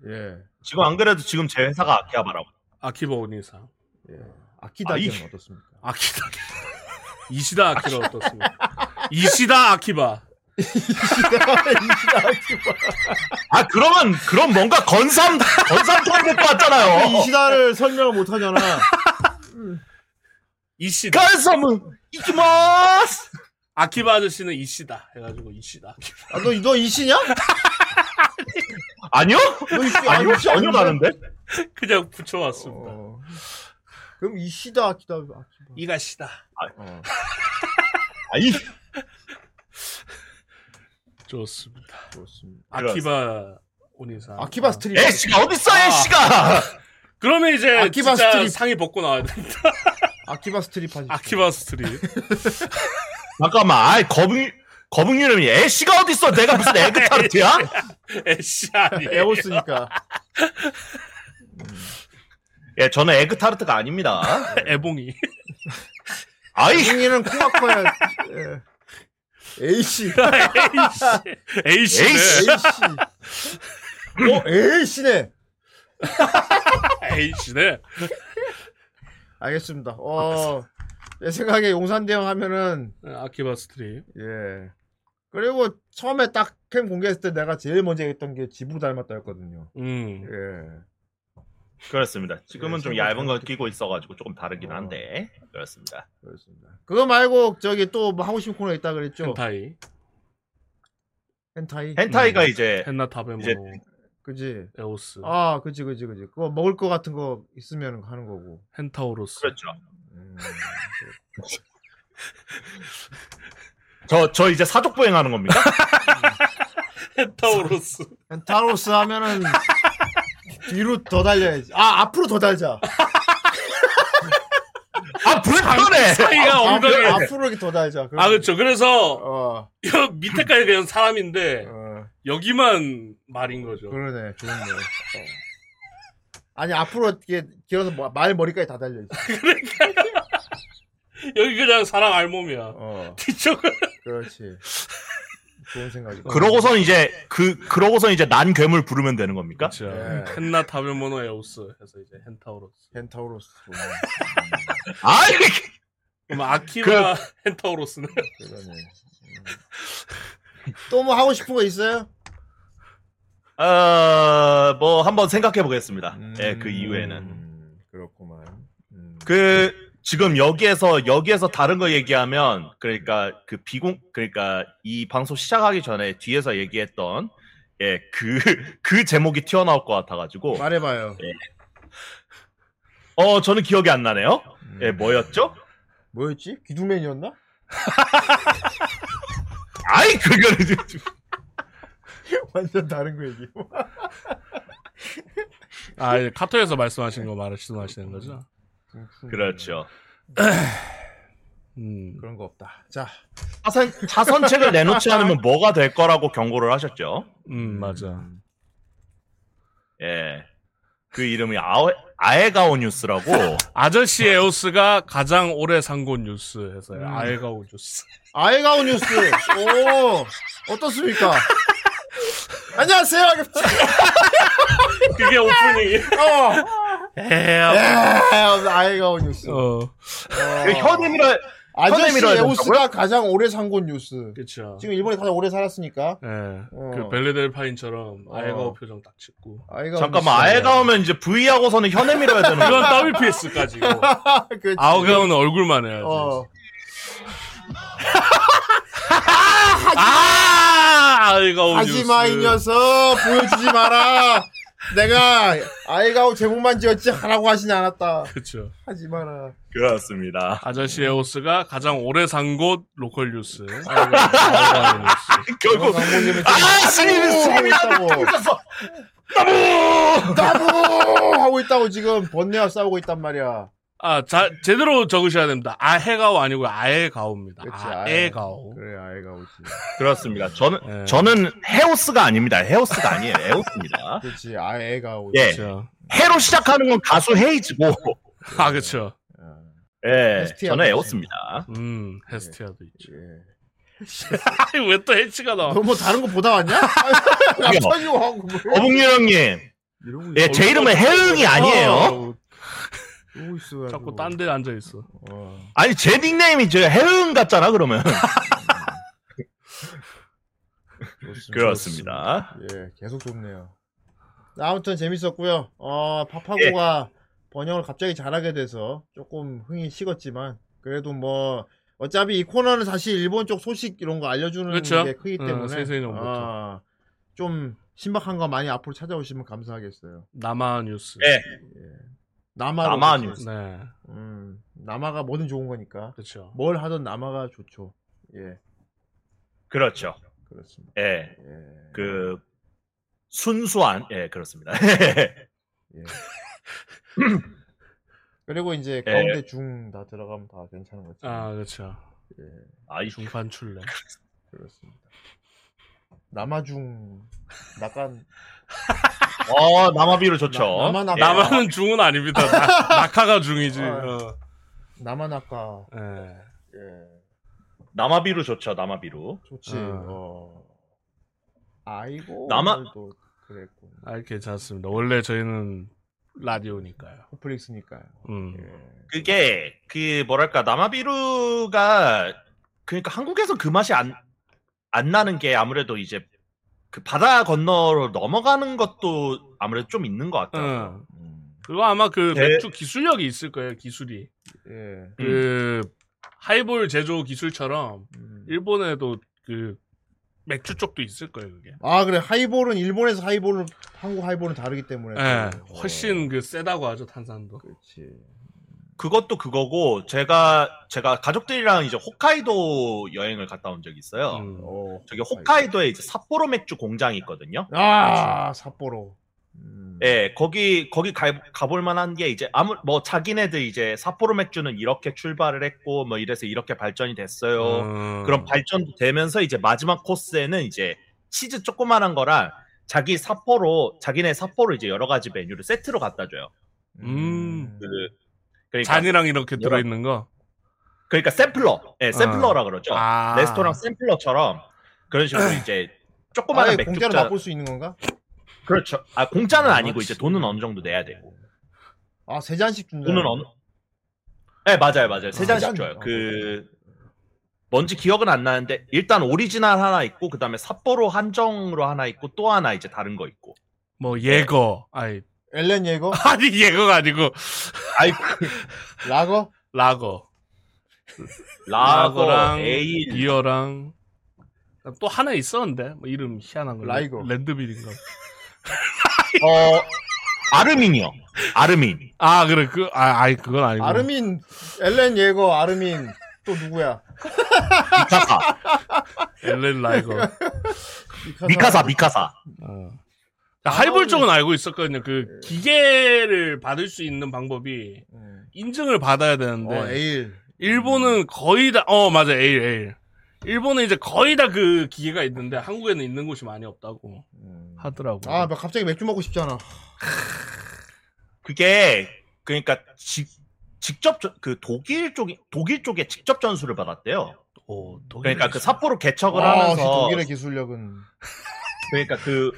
Speaker 4: 예.
Speaker 5: 지금 안 그래도 지금 제 회사가 아키하바라고.
Speaker 3: 아키바 오니사
Speaker 4: 아키다
Speaker 5: 아,
Speaker 4: 이
Speaker 5: 이-
Speaker 4: <laughs> 어떻습니까?
Speaker 3: 아키다 이시다 아키라 어떻습니까? 이시다 아키바
Speaker 5: 아 그러면 그럼 뭔가 건삼 건삼 통못 봤잖아요.
Speaker 4: 이 <laughs> 시다를 설명을 못 하잖아.
Speaker 3: 이시다
Speaker 5: 건삼은 이기마스.
Speaker 3: 아키바 아저씨는 이시다 해가지고 이시다 <laughs>
Speaker 4: 아, 너, 너 이시냐?
Speaker 5: 아니요?
Speaker 4: 너 이시, 아,
Speaker 5: 아니요?
Speaker 4: 이시 아닌데?
Speaker 5: 전혀 다른데?
Speaker 3: 그냥 붙여왔습니다.
Speaker 4: 어. 그럼 이시다 아키다 아키다.
Speaker 3: 이가시다
Speaker 4: 어.
Speaker 5: 아이
Speaker 3: 좋습니다.
Speaker 4: 좋습니다. 예!
Speaker 3: 아키바 오니사
Speaker 4: 아키바 스트림.
Speaker 5: 애씨가 어딨어 애씨가.
Speaker 3: 그러면 이제
Speaker 4: 아키바
Speaker 3: 아키바 진짜
Speaker 4: 스트립.
Speaker 3: 상의 벗고 나와야 된다.
Speaker 4: 아키바 스트립 하시.
Speaker 3: 아키바 스트립
Speaker 5: 잠깐만, 아이, 거북, 거북유름이 애쉬가 어딨어? 내가 무슨 에그타르트야?
Speaker 3: 에시 아니
Speaker 4: 에오스니까.
Speaker 5: 예, 저는 에그타르트가 아닙니다.
Speaker 3: <laughs> 에봉이
Speaker 5: 아이,
Speaker 4: 승리는 코마코야. 예. A씨.
Speaker 3: 에이씨
Speaker 5: 에이씨.
Speaker 4: A씨. 어, A씨네.
Speaker 3: 에이씨네
Speaker 4: 알겠습니다. 어, 내 생각에 용산대형 하면은,
Speaker 3: 아키바 스트립
Speaker 4: 예. 그리고 처음에 딱 캠 공개했을 때 내가 제일 먼저 얘기했던 게 지부 닮았다였거든요.
Speaker 3: 음
Speaker 4: 예.
Speaker 5: 그렇습니다.
Speaker 3: 네,
Speaker 5: 지금은 좀
Speaker 4: 예,
Speaker 5: 얇은 거 끼고 있어가지고 조금 다르긴
Speaker 3: 아.
Speaker 4: 어.
Speaker 5: 한데. 그렇습니다.
Speaker 4: 그렇습니다. 그거 말고, 저기 또 뭐 하고 싶은 코너 있다 그랬죠?
Speaker 3: 켄타이
Speaker 4: 헨타이. 음.
Speaker 5: 헨타이가 이제,
Speaker 3: 음. 헨나 타베모
Speaker 5: 이제-
Speaker 4: 그지?
Speaker 3: 뭐, 에오스
Speaker 4: 아, 그지, 그지, 그지. 그거 먹을 거 같은 거 있으면 하는 거고.
Speaker 3: 헨타오로스
Speaker 5: 그렇죠.
Speaker 4: 음.
Speaker 5: 저, 저 이제 사족보행
Speaker 3: <laughs>
Speaker 5: 하는 겁니까?
Speaker 3: 헨타오로스
Speaker 4: 엔타로스 하면은 뒤로 더 달려야지. 아 앞으로 더 달자.
Speaker 5: 아, 불편해!
Speaker 3: 사이가
Speaker 4: 앞,
Speaker 3: 엉덩이 네. 아,
Speaker 4: 앞으로 이렇게 더 달자. 그럼-
Speaker 3: 그렇죠 그래서
Speaker 4: 어,
Speaker 3: 여, 밑에까지 그냥 사람인데
Speaker 4: 어
Speaker 3: 여기만 말인 거죠
Speaker 4: 그러네 좋네. 어. 아니 앞으로 이렇게 길어서 뭐- 말 머리까지 다 달려 있어.
Speaker 3: 여기 그냥 사람 알몸이야
Speaker 4: 어
Speaker 3: 뒤쪽은
Speaker 4: 그렇지. 좋은 생각이다.
Speaker 5: 그러고선 이제, 그, 그러고선 이제 난 괴물 부르면 되는 겁니까?
Speaker 3: 그렇죠
Speaker 4: 예.
Speaker 3: 헨나 타베모노 에오스 해서 이제 헨타오로스
Speaker 4: 펜타우로스 좋네.
Speaker 5: 아이!
Speaker 3: 그럼 아키바 헨타오로스는
Speaker 4: 그러네. 음. 또 뭐 하고 싶은 거 있어요?
Speaker 5: 어, 뭐, 한번 생각해 보겠습니다.
Speaker 4: 음,
Speaker 5: 예, 그 이후에는.
Speaker 4: 음, 그렇구만. 음.
Speaker 5: 그 지금 여기에서 여기에서 다른 거 얘기하면 그러니까 그 비공 그러니까 이 방송 시작하기 전에 뒤에서 얘기했던 예 그 그 제목이 튀어나올 것 같아가지고
Speaker 4: 말해봐요.
Speaker 5: 어 저는 기억이 안 나네요. 예
Speaker 4: 음.
Speaker 5: 뭐였죠?
Speaker 4: 뭐였지? 기둥맨이었나?
Speaker 5: 아이 그거는 좀-
Speaker 4: 완전 다른 거 얘기.
Speaker 3: <laughs> 아 이제 카톡에서 말씀하신 거 말씀하시는 거죠
Speaker 5: <laughs> 그렇죠.
Speaker 3: 음
Speaker 4: 그런 거 없다. 자,
Speaker 5: 자선 자선책을 내놓지 않으면 뭐가 될 거라고 경고를 하셨죠.
Speaker 3: 음, 맞아
Speaker 5: 예. 그 이름이 아오, 아에가오 뉴스라고
Speaker 3: 아저씨 에오스가 가장 오래 산 곳 뉴스 해서 요 아에가오 뉴스.
Speaker 4: 아이가오 뉴스. 오, 어떻습니까? 안녕하세요. 하겠다.
Speaker 3: 그게 오프닝이에요.
Speaker 4: 어, 예, 아이가오 뉴스. 어.
Speaker 3: 어.
Speaker 5: 그 현임이라
Speaker 4: 아저씨
Speaker 5: 밀어야
Speaker 4: 에오스가 가장 오래 산 곳 뉴스.
Speaker 3: 그쵸.
Speaker 4: 지금 일본이 가장 오래 살았으니까.
Speaker 3: 예.
Speaker 4: 어.
Speaker 3: 그 벨레델 파인처럼 아예가
Speaker 4: 어.
Speaker 3: 오 표정 딱 찍고.
Speaker 4: 아이가
Speaker 5: 잠깐만 아예가 오면 이제 V하고서는 현에 밀어야 되는
Speaker 3: 이건
Speaker 5: 거야.
Speaker 4: <laughs>
Speaker 3: WPS까지고.
Speaker 4: 그치.
Speaker 3: 아오가오는 얼굴만 해야지.
Speaker 4: 어.
Speaker 3: 아! 아이가오
Speaker 4: 하지마 이
Speaker 3: 뉴스.
Speaker 4: 녀석 보여주지 마라. 내가 아이가 제목만 지었지 하라고 하시지 않았다.
Speaker 3: 그쵸.
Speaker 4: 하지 마라.
Speaker 5: 그렇습니다.
Speaker 3: 아저씨 에오스가 가장 오래 산 곳 로컬
Speaker 4: <laughs>
Speaker 3: 뉴스. 아이가오, 아이가오 뉴스.
Speaker 5: 결국
Speaker 4: 강모님은
Speaker 5: 아 스님이
Speaker 4: 하고
Speaker 5: 스님이
Speaker 4: 있다고.
Speaker 5: 어
Speaker 4: 나도 하고 있다고 지금 번뇌와 싸우고 있단 말이야.
Speaker 3: 아, 자, 제대로 적으셔야 됩니다. 아해가오 아니고 아예가오입니다.
Speaker 4: 그치,
Speaker 3: 아예가오.
Speaker 4: 그래 아이가 오지.
Speaker 5: 그렇습니다. 저는
Speaker 3: 예.
Speaker 5: 저는 헤오스가 아닙니다. 헤오스가 아니에요. 에오스입니다.
Speaker 4: 그렇지 아이가 오지.
Speaker 5: 예.
Speaker 3: 그쵸.
Speaker 5: 해로 시작하는 건 가수 헤이즈고.
Speaker 4: 네.
Speaker 3: 아, 그쵸.
Speaker 5: 예.
Speaker 4: STR.
Speaker 5: 저는 에오스입니다.
Speaker 3: 음, 헤스티아도 있죠.
Speaker 4: 예. 네.
Speaker 3: 아니, 왜 또 해치가 나와?
Speaker 4: 너 뭐 다른 거 보다 왔냐? 남편이고 하고 뭐.
Speaker 5: 어북률 형님.
Speaker 4: 이러고
Speaker 5: 예, 제 이름은 해응이 아니에요.
Speaker 3: 어,
Speaker 4: 이러고 있어.
Speaker 3: 자꾸 딴 데 앉아있어.
Speaker 4: 어.
Speaker 5: 아니 제 닉네임이 저 해응 같잖아 그러면. 그렇습니다.
Speaker 4: 예, 계속 돕네요. 아무튼 재밌었고요. 어, 파파고가 번역을 갑자기 잘하게 돼서 조금 흥이 식었지만 그래도 뭐 어차피 이 코너는 사실 일본 쪽 소식 이런 거 알려주는
Speaker 3: 그렇죠.
Speaker 4: 게 크기
Speaker 3: 어,
Speaker 4: 때문에
Speaker 3: 세세히 넘어갔죠.
Speaker 4: 아, 좀 신박한 거 많이 앞으로 찾아오시면 감사하겠어요.
Speaker 3: 남아 뉴스.
Speaker 4: 네.
Speaker 5: 예.
Speaker 4: 남아로
Speaker 5: 남아
Speaker 4: 그렇게.
Speaker 5: 뉴스.
Speaker 3: 네,
Speaker 4: 음, 남아가 뭐든 좋은 거니까
Speaker 3: 그렇죠.
Speaker 4: 뭘 하든 남아가 좋죠. 예,
Speaker 5: 그렇죠.
Speaker 4: 그렇습니다.
Speaker 5: 예.
Speaker 4: 예,
Speaker 5: 그 순수한 예 그렇습니다. <laughs>
Speaker 4: 예. 그리고 이제
Speaker 5: 예.
Speaker 4: 가운데 중 다 들어가면 다 괜찮은 거죠.
Speaker 3: 아, 그렇죠.
Speaker 5: <laughs> 아이
Speaker 3: 중판 출래.
Speaker 4: 그렇습니다. 남아중 약간
Speaker 5: 어 남아비로 좋죠.
Speaker 4: 나- 남아-
Speaker 5: 예.
Speaker 3: 남아는 중은 아닙니다. 나- 낙하가 중이지.
Speaker 4: 아.
Speaker 3: 어.
Speaker 4: 남아나까
Speaker 3: 예.
Speaker 4: 예
Speaker 5: 남아비로 좋죠. 남아비로.
Speaker 4: 좋지.
Speaker 3: 아.
Speaker 4: 어. 아이고
Speaker 5: 네. 남아-
Speaker 4: 오늘도 그랬군.
Speaker 3: 아, 괜찮습니다. 원래 저희는 라디오니까요.
Speaker 4: 호플릭스니까요.
Speaker 3: 음.
Speaker 4: 예.
Speaker 5: 그게 그 뭐랄까 남아비루가 그러니까 한국에서 그 맛이 안 안 나는 게 아무래도 이제 그 바다 건너로 넘어가는 것도 아무래도 좀 있는 것 같아요.
Speaker 3: 응.
Speaker 4: 음.
Speaker 3: 어. 그거 아마 그
Speaker 5: 대-
Speaker 3: 맥주 기술력이 있을 거예요. 기술이.
Speaker 4: 예.
Speaker 5: 음.
Speaker 3: 그 하이볼 제조 기술처럼
Speaker 4: 음.
Speaker 3: 일본에도 그 맥주 쪽도 있을 거예요. 그게.
Speaker 4: 아 그래 하이볼은 일본에서 하이볼은 한국 하이볼은 다르기 때문에.
Speaker 3: 예.
Speaker 4: 또, 어,
Speaker 3: 훨씬 그 세다고 하죠 탄산도.
Speaker 4: 그렇지.
Speaker 5: 음. 그것도 그거고 제가 제가 가족들이랑 이제 홋카이도 여행을 갔다 온 적이 있어요.
Speaker 3: 음.
Speaker 4: 어.
Speaker 5: 저기 홋카이도에 이제 삿포로 맥주 공장이 있거든요.
Speaker 4: 아
Speaker 5: 그렇죠.
Speaker 4: 삿포로. 음.
Speaker 5: 예, 거기 거기 가, 가볼 만한 게 이제 아무 뭐 자기네들 이제 삿포로 맥주는 이렇게 출발을 했고 뭐 이래서 이렇게 발전이 됐어요.
Speaker 3: 음.
Speaker 5: 그런 발전도 되면서 이제 마지막 코스에는 이제 치즈 조그만한 거랑 자기 삿포로 자기네 삿포로 이제 여러 가지 메뉴를 세트로 갖다 줘요.
Speaker 3: 음.
Speaker 5: 그 그러니까
Speaker 3: 잔이랑 이렇게 들어있는 거.
Speaker 5: 그러니까 샘플러, 예, 샘플러라 그러죠.
Speaker 3: 아.
Speaker 5: 레스토랑 샘플러처럼 그런 식으로 이제
Speaker 4: 아예
Speaker 5: 조그마한 맥주
Speaker 4: 공짜로
Speaker 5: 잔
Speaker 4: 맛볼 수 있는 건가?
Speaker 5: 그렇죠. 아 공짜는
Speaker 3: 아,
Speaker 5: 아니고 이제
Speaker 3: 그치.
Speaker 5: 돈은 어느 정도 내야 되고
Speaker 4: 아 세 잔씩 준다.
Speaker 5: 돈은 어느 네 맞아요 맞아요 세
Speaker 4: 아,
Speaker 5: 잔씩
Speaker 4: 세 잔.
Speaker 5: 줘요 그 뭔지 기억은 안 나는데 일단 오리지널 하나 있고 그 다음에 삿포로 한정으로 하나 있고 또 하나 이제 다른 거 있고
Speaker 3: 뭐 예거. 아니
Speaker 4: 엘렌
Speaker 5: <laughs>
Speaker 4: 예거?
Speaker 3: <laughs> 아니 예거가 아니고
Speaker 5: 아이
Speaker 4: 라거?
Speaker 3: 라거.
Speaker 5: 라거랑
Speaker 3: 라거랑
Speaker 4: 예.
Speaker 5: 에일
Speaker 3: 비어랑 또 하나 있었는데 뭐 이름 희한한 거.
Speaker 4: 라이거.
Speaker 3: 랜드빌인가.
Speaker 5: 어 아르민이요 아르민
Speaker 3: 아 그래 그아 아니 그건 아니고.
Speaker 4: 아르민 엘렌 예거 아르민 또 누구야?
Speaker 5: 미카사
Speaker 3: 엘렌
Speaker 4: <laughs>
Speaker 3: 라이거.
Speaker 5: 미카사 미카사
Speaker 3: 어. 자,
Speaker 4: 아,
Speaker 3: 하이볼
Speaker 4: 네.
Speaker 3: 쪽은 알고 있었거든요.
Speaker 4: 예.
Speaker 3: 그 기계를 받을 수 있는 방법이
Speaker 4: 음.
Speaker 3: 인증을 받아야 되는데
Speaker 4: 어 에일.
Speaker 3: 일본은 거의 다 어 맞아 에일 에일. 일본은 이제 거의 다 그 기계가 있는데 한국에는 있는 곳이 많이 없다고
Speaker 4: 음.
Speaker 3: 하더라고요.
Speaker 4: 아, 나 갑자기 맥주 먹고 싶잖아.
Speaker 5: 그게 그러니까 직 직접 전- 그 독일 쪽 독일 쪽에 직접 전수를 받았대요.
Speaker 3: 오, 독일
Speaker 5: 그러니까 그 삿포로 개척을
Speaker 4: 아, 역시
Speaker 5: 하면서
Speaker 4: 독일의 기술력은
Speaker 5: 그러니까 그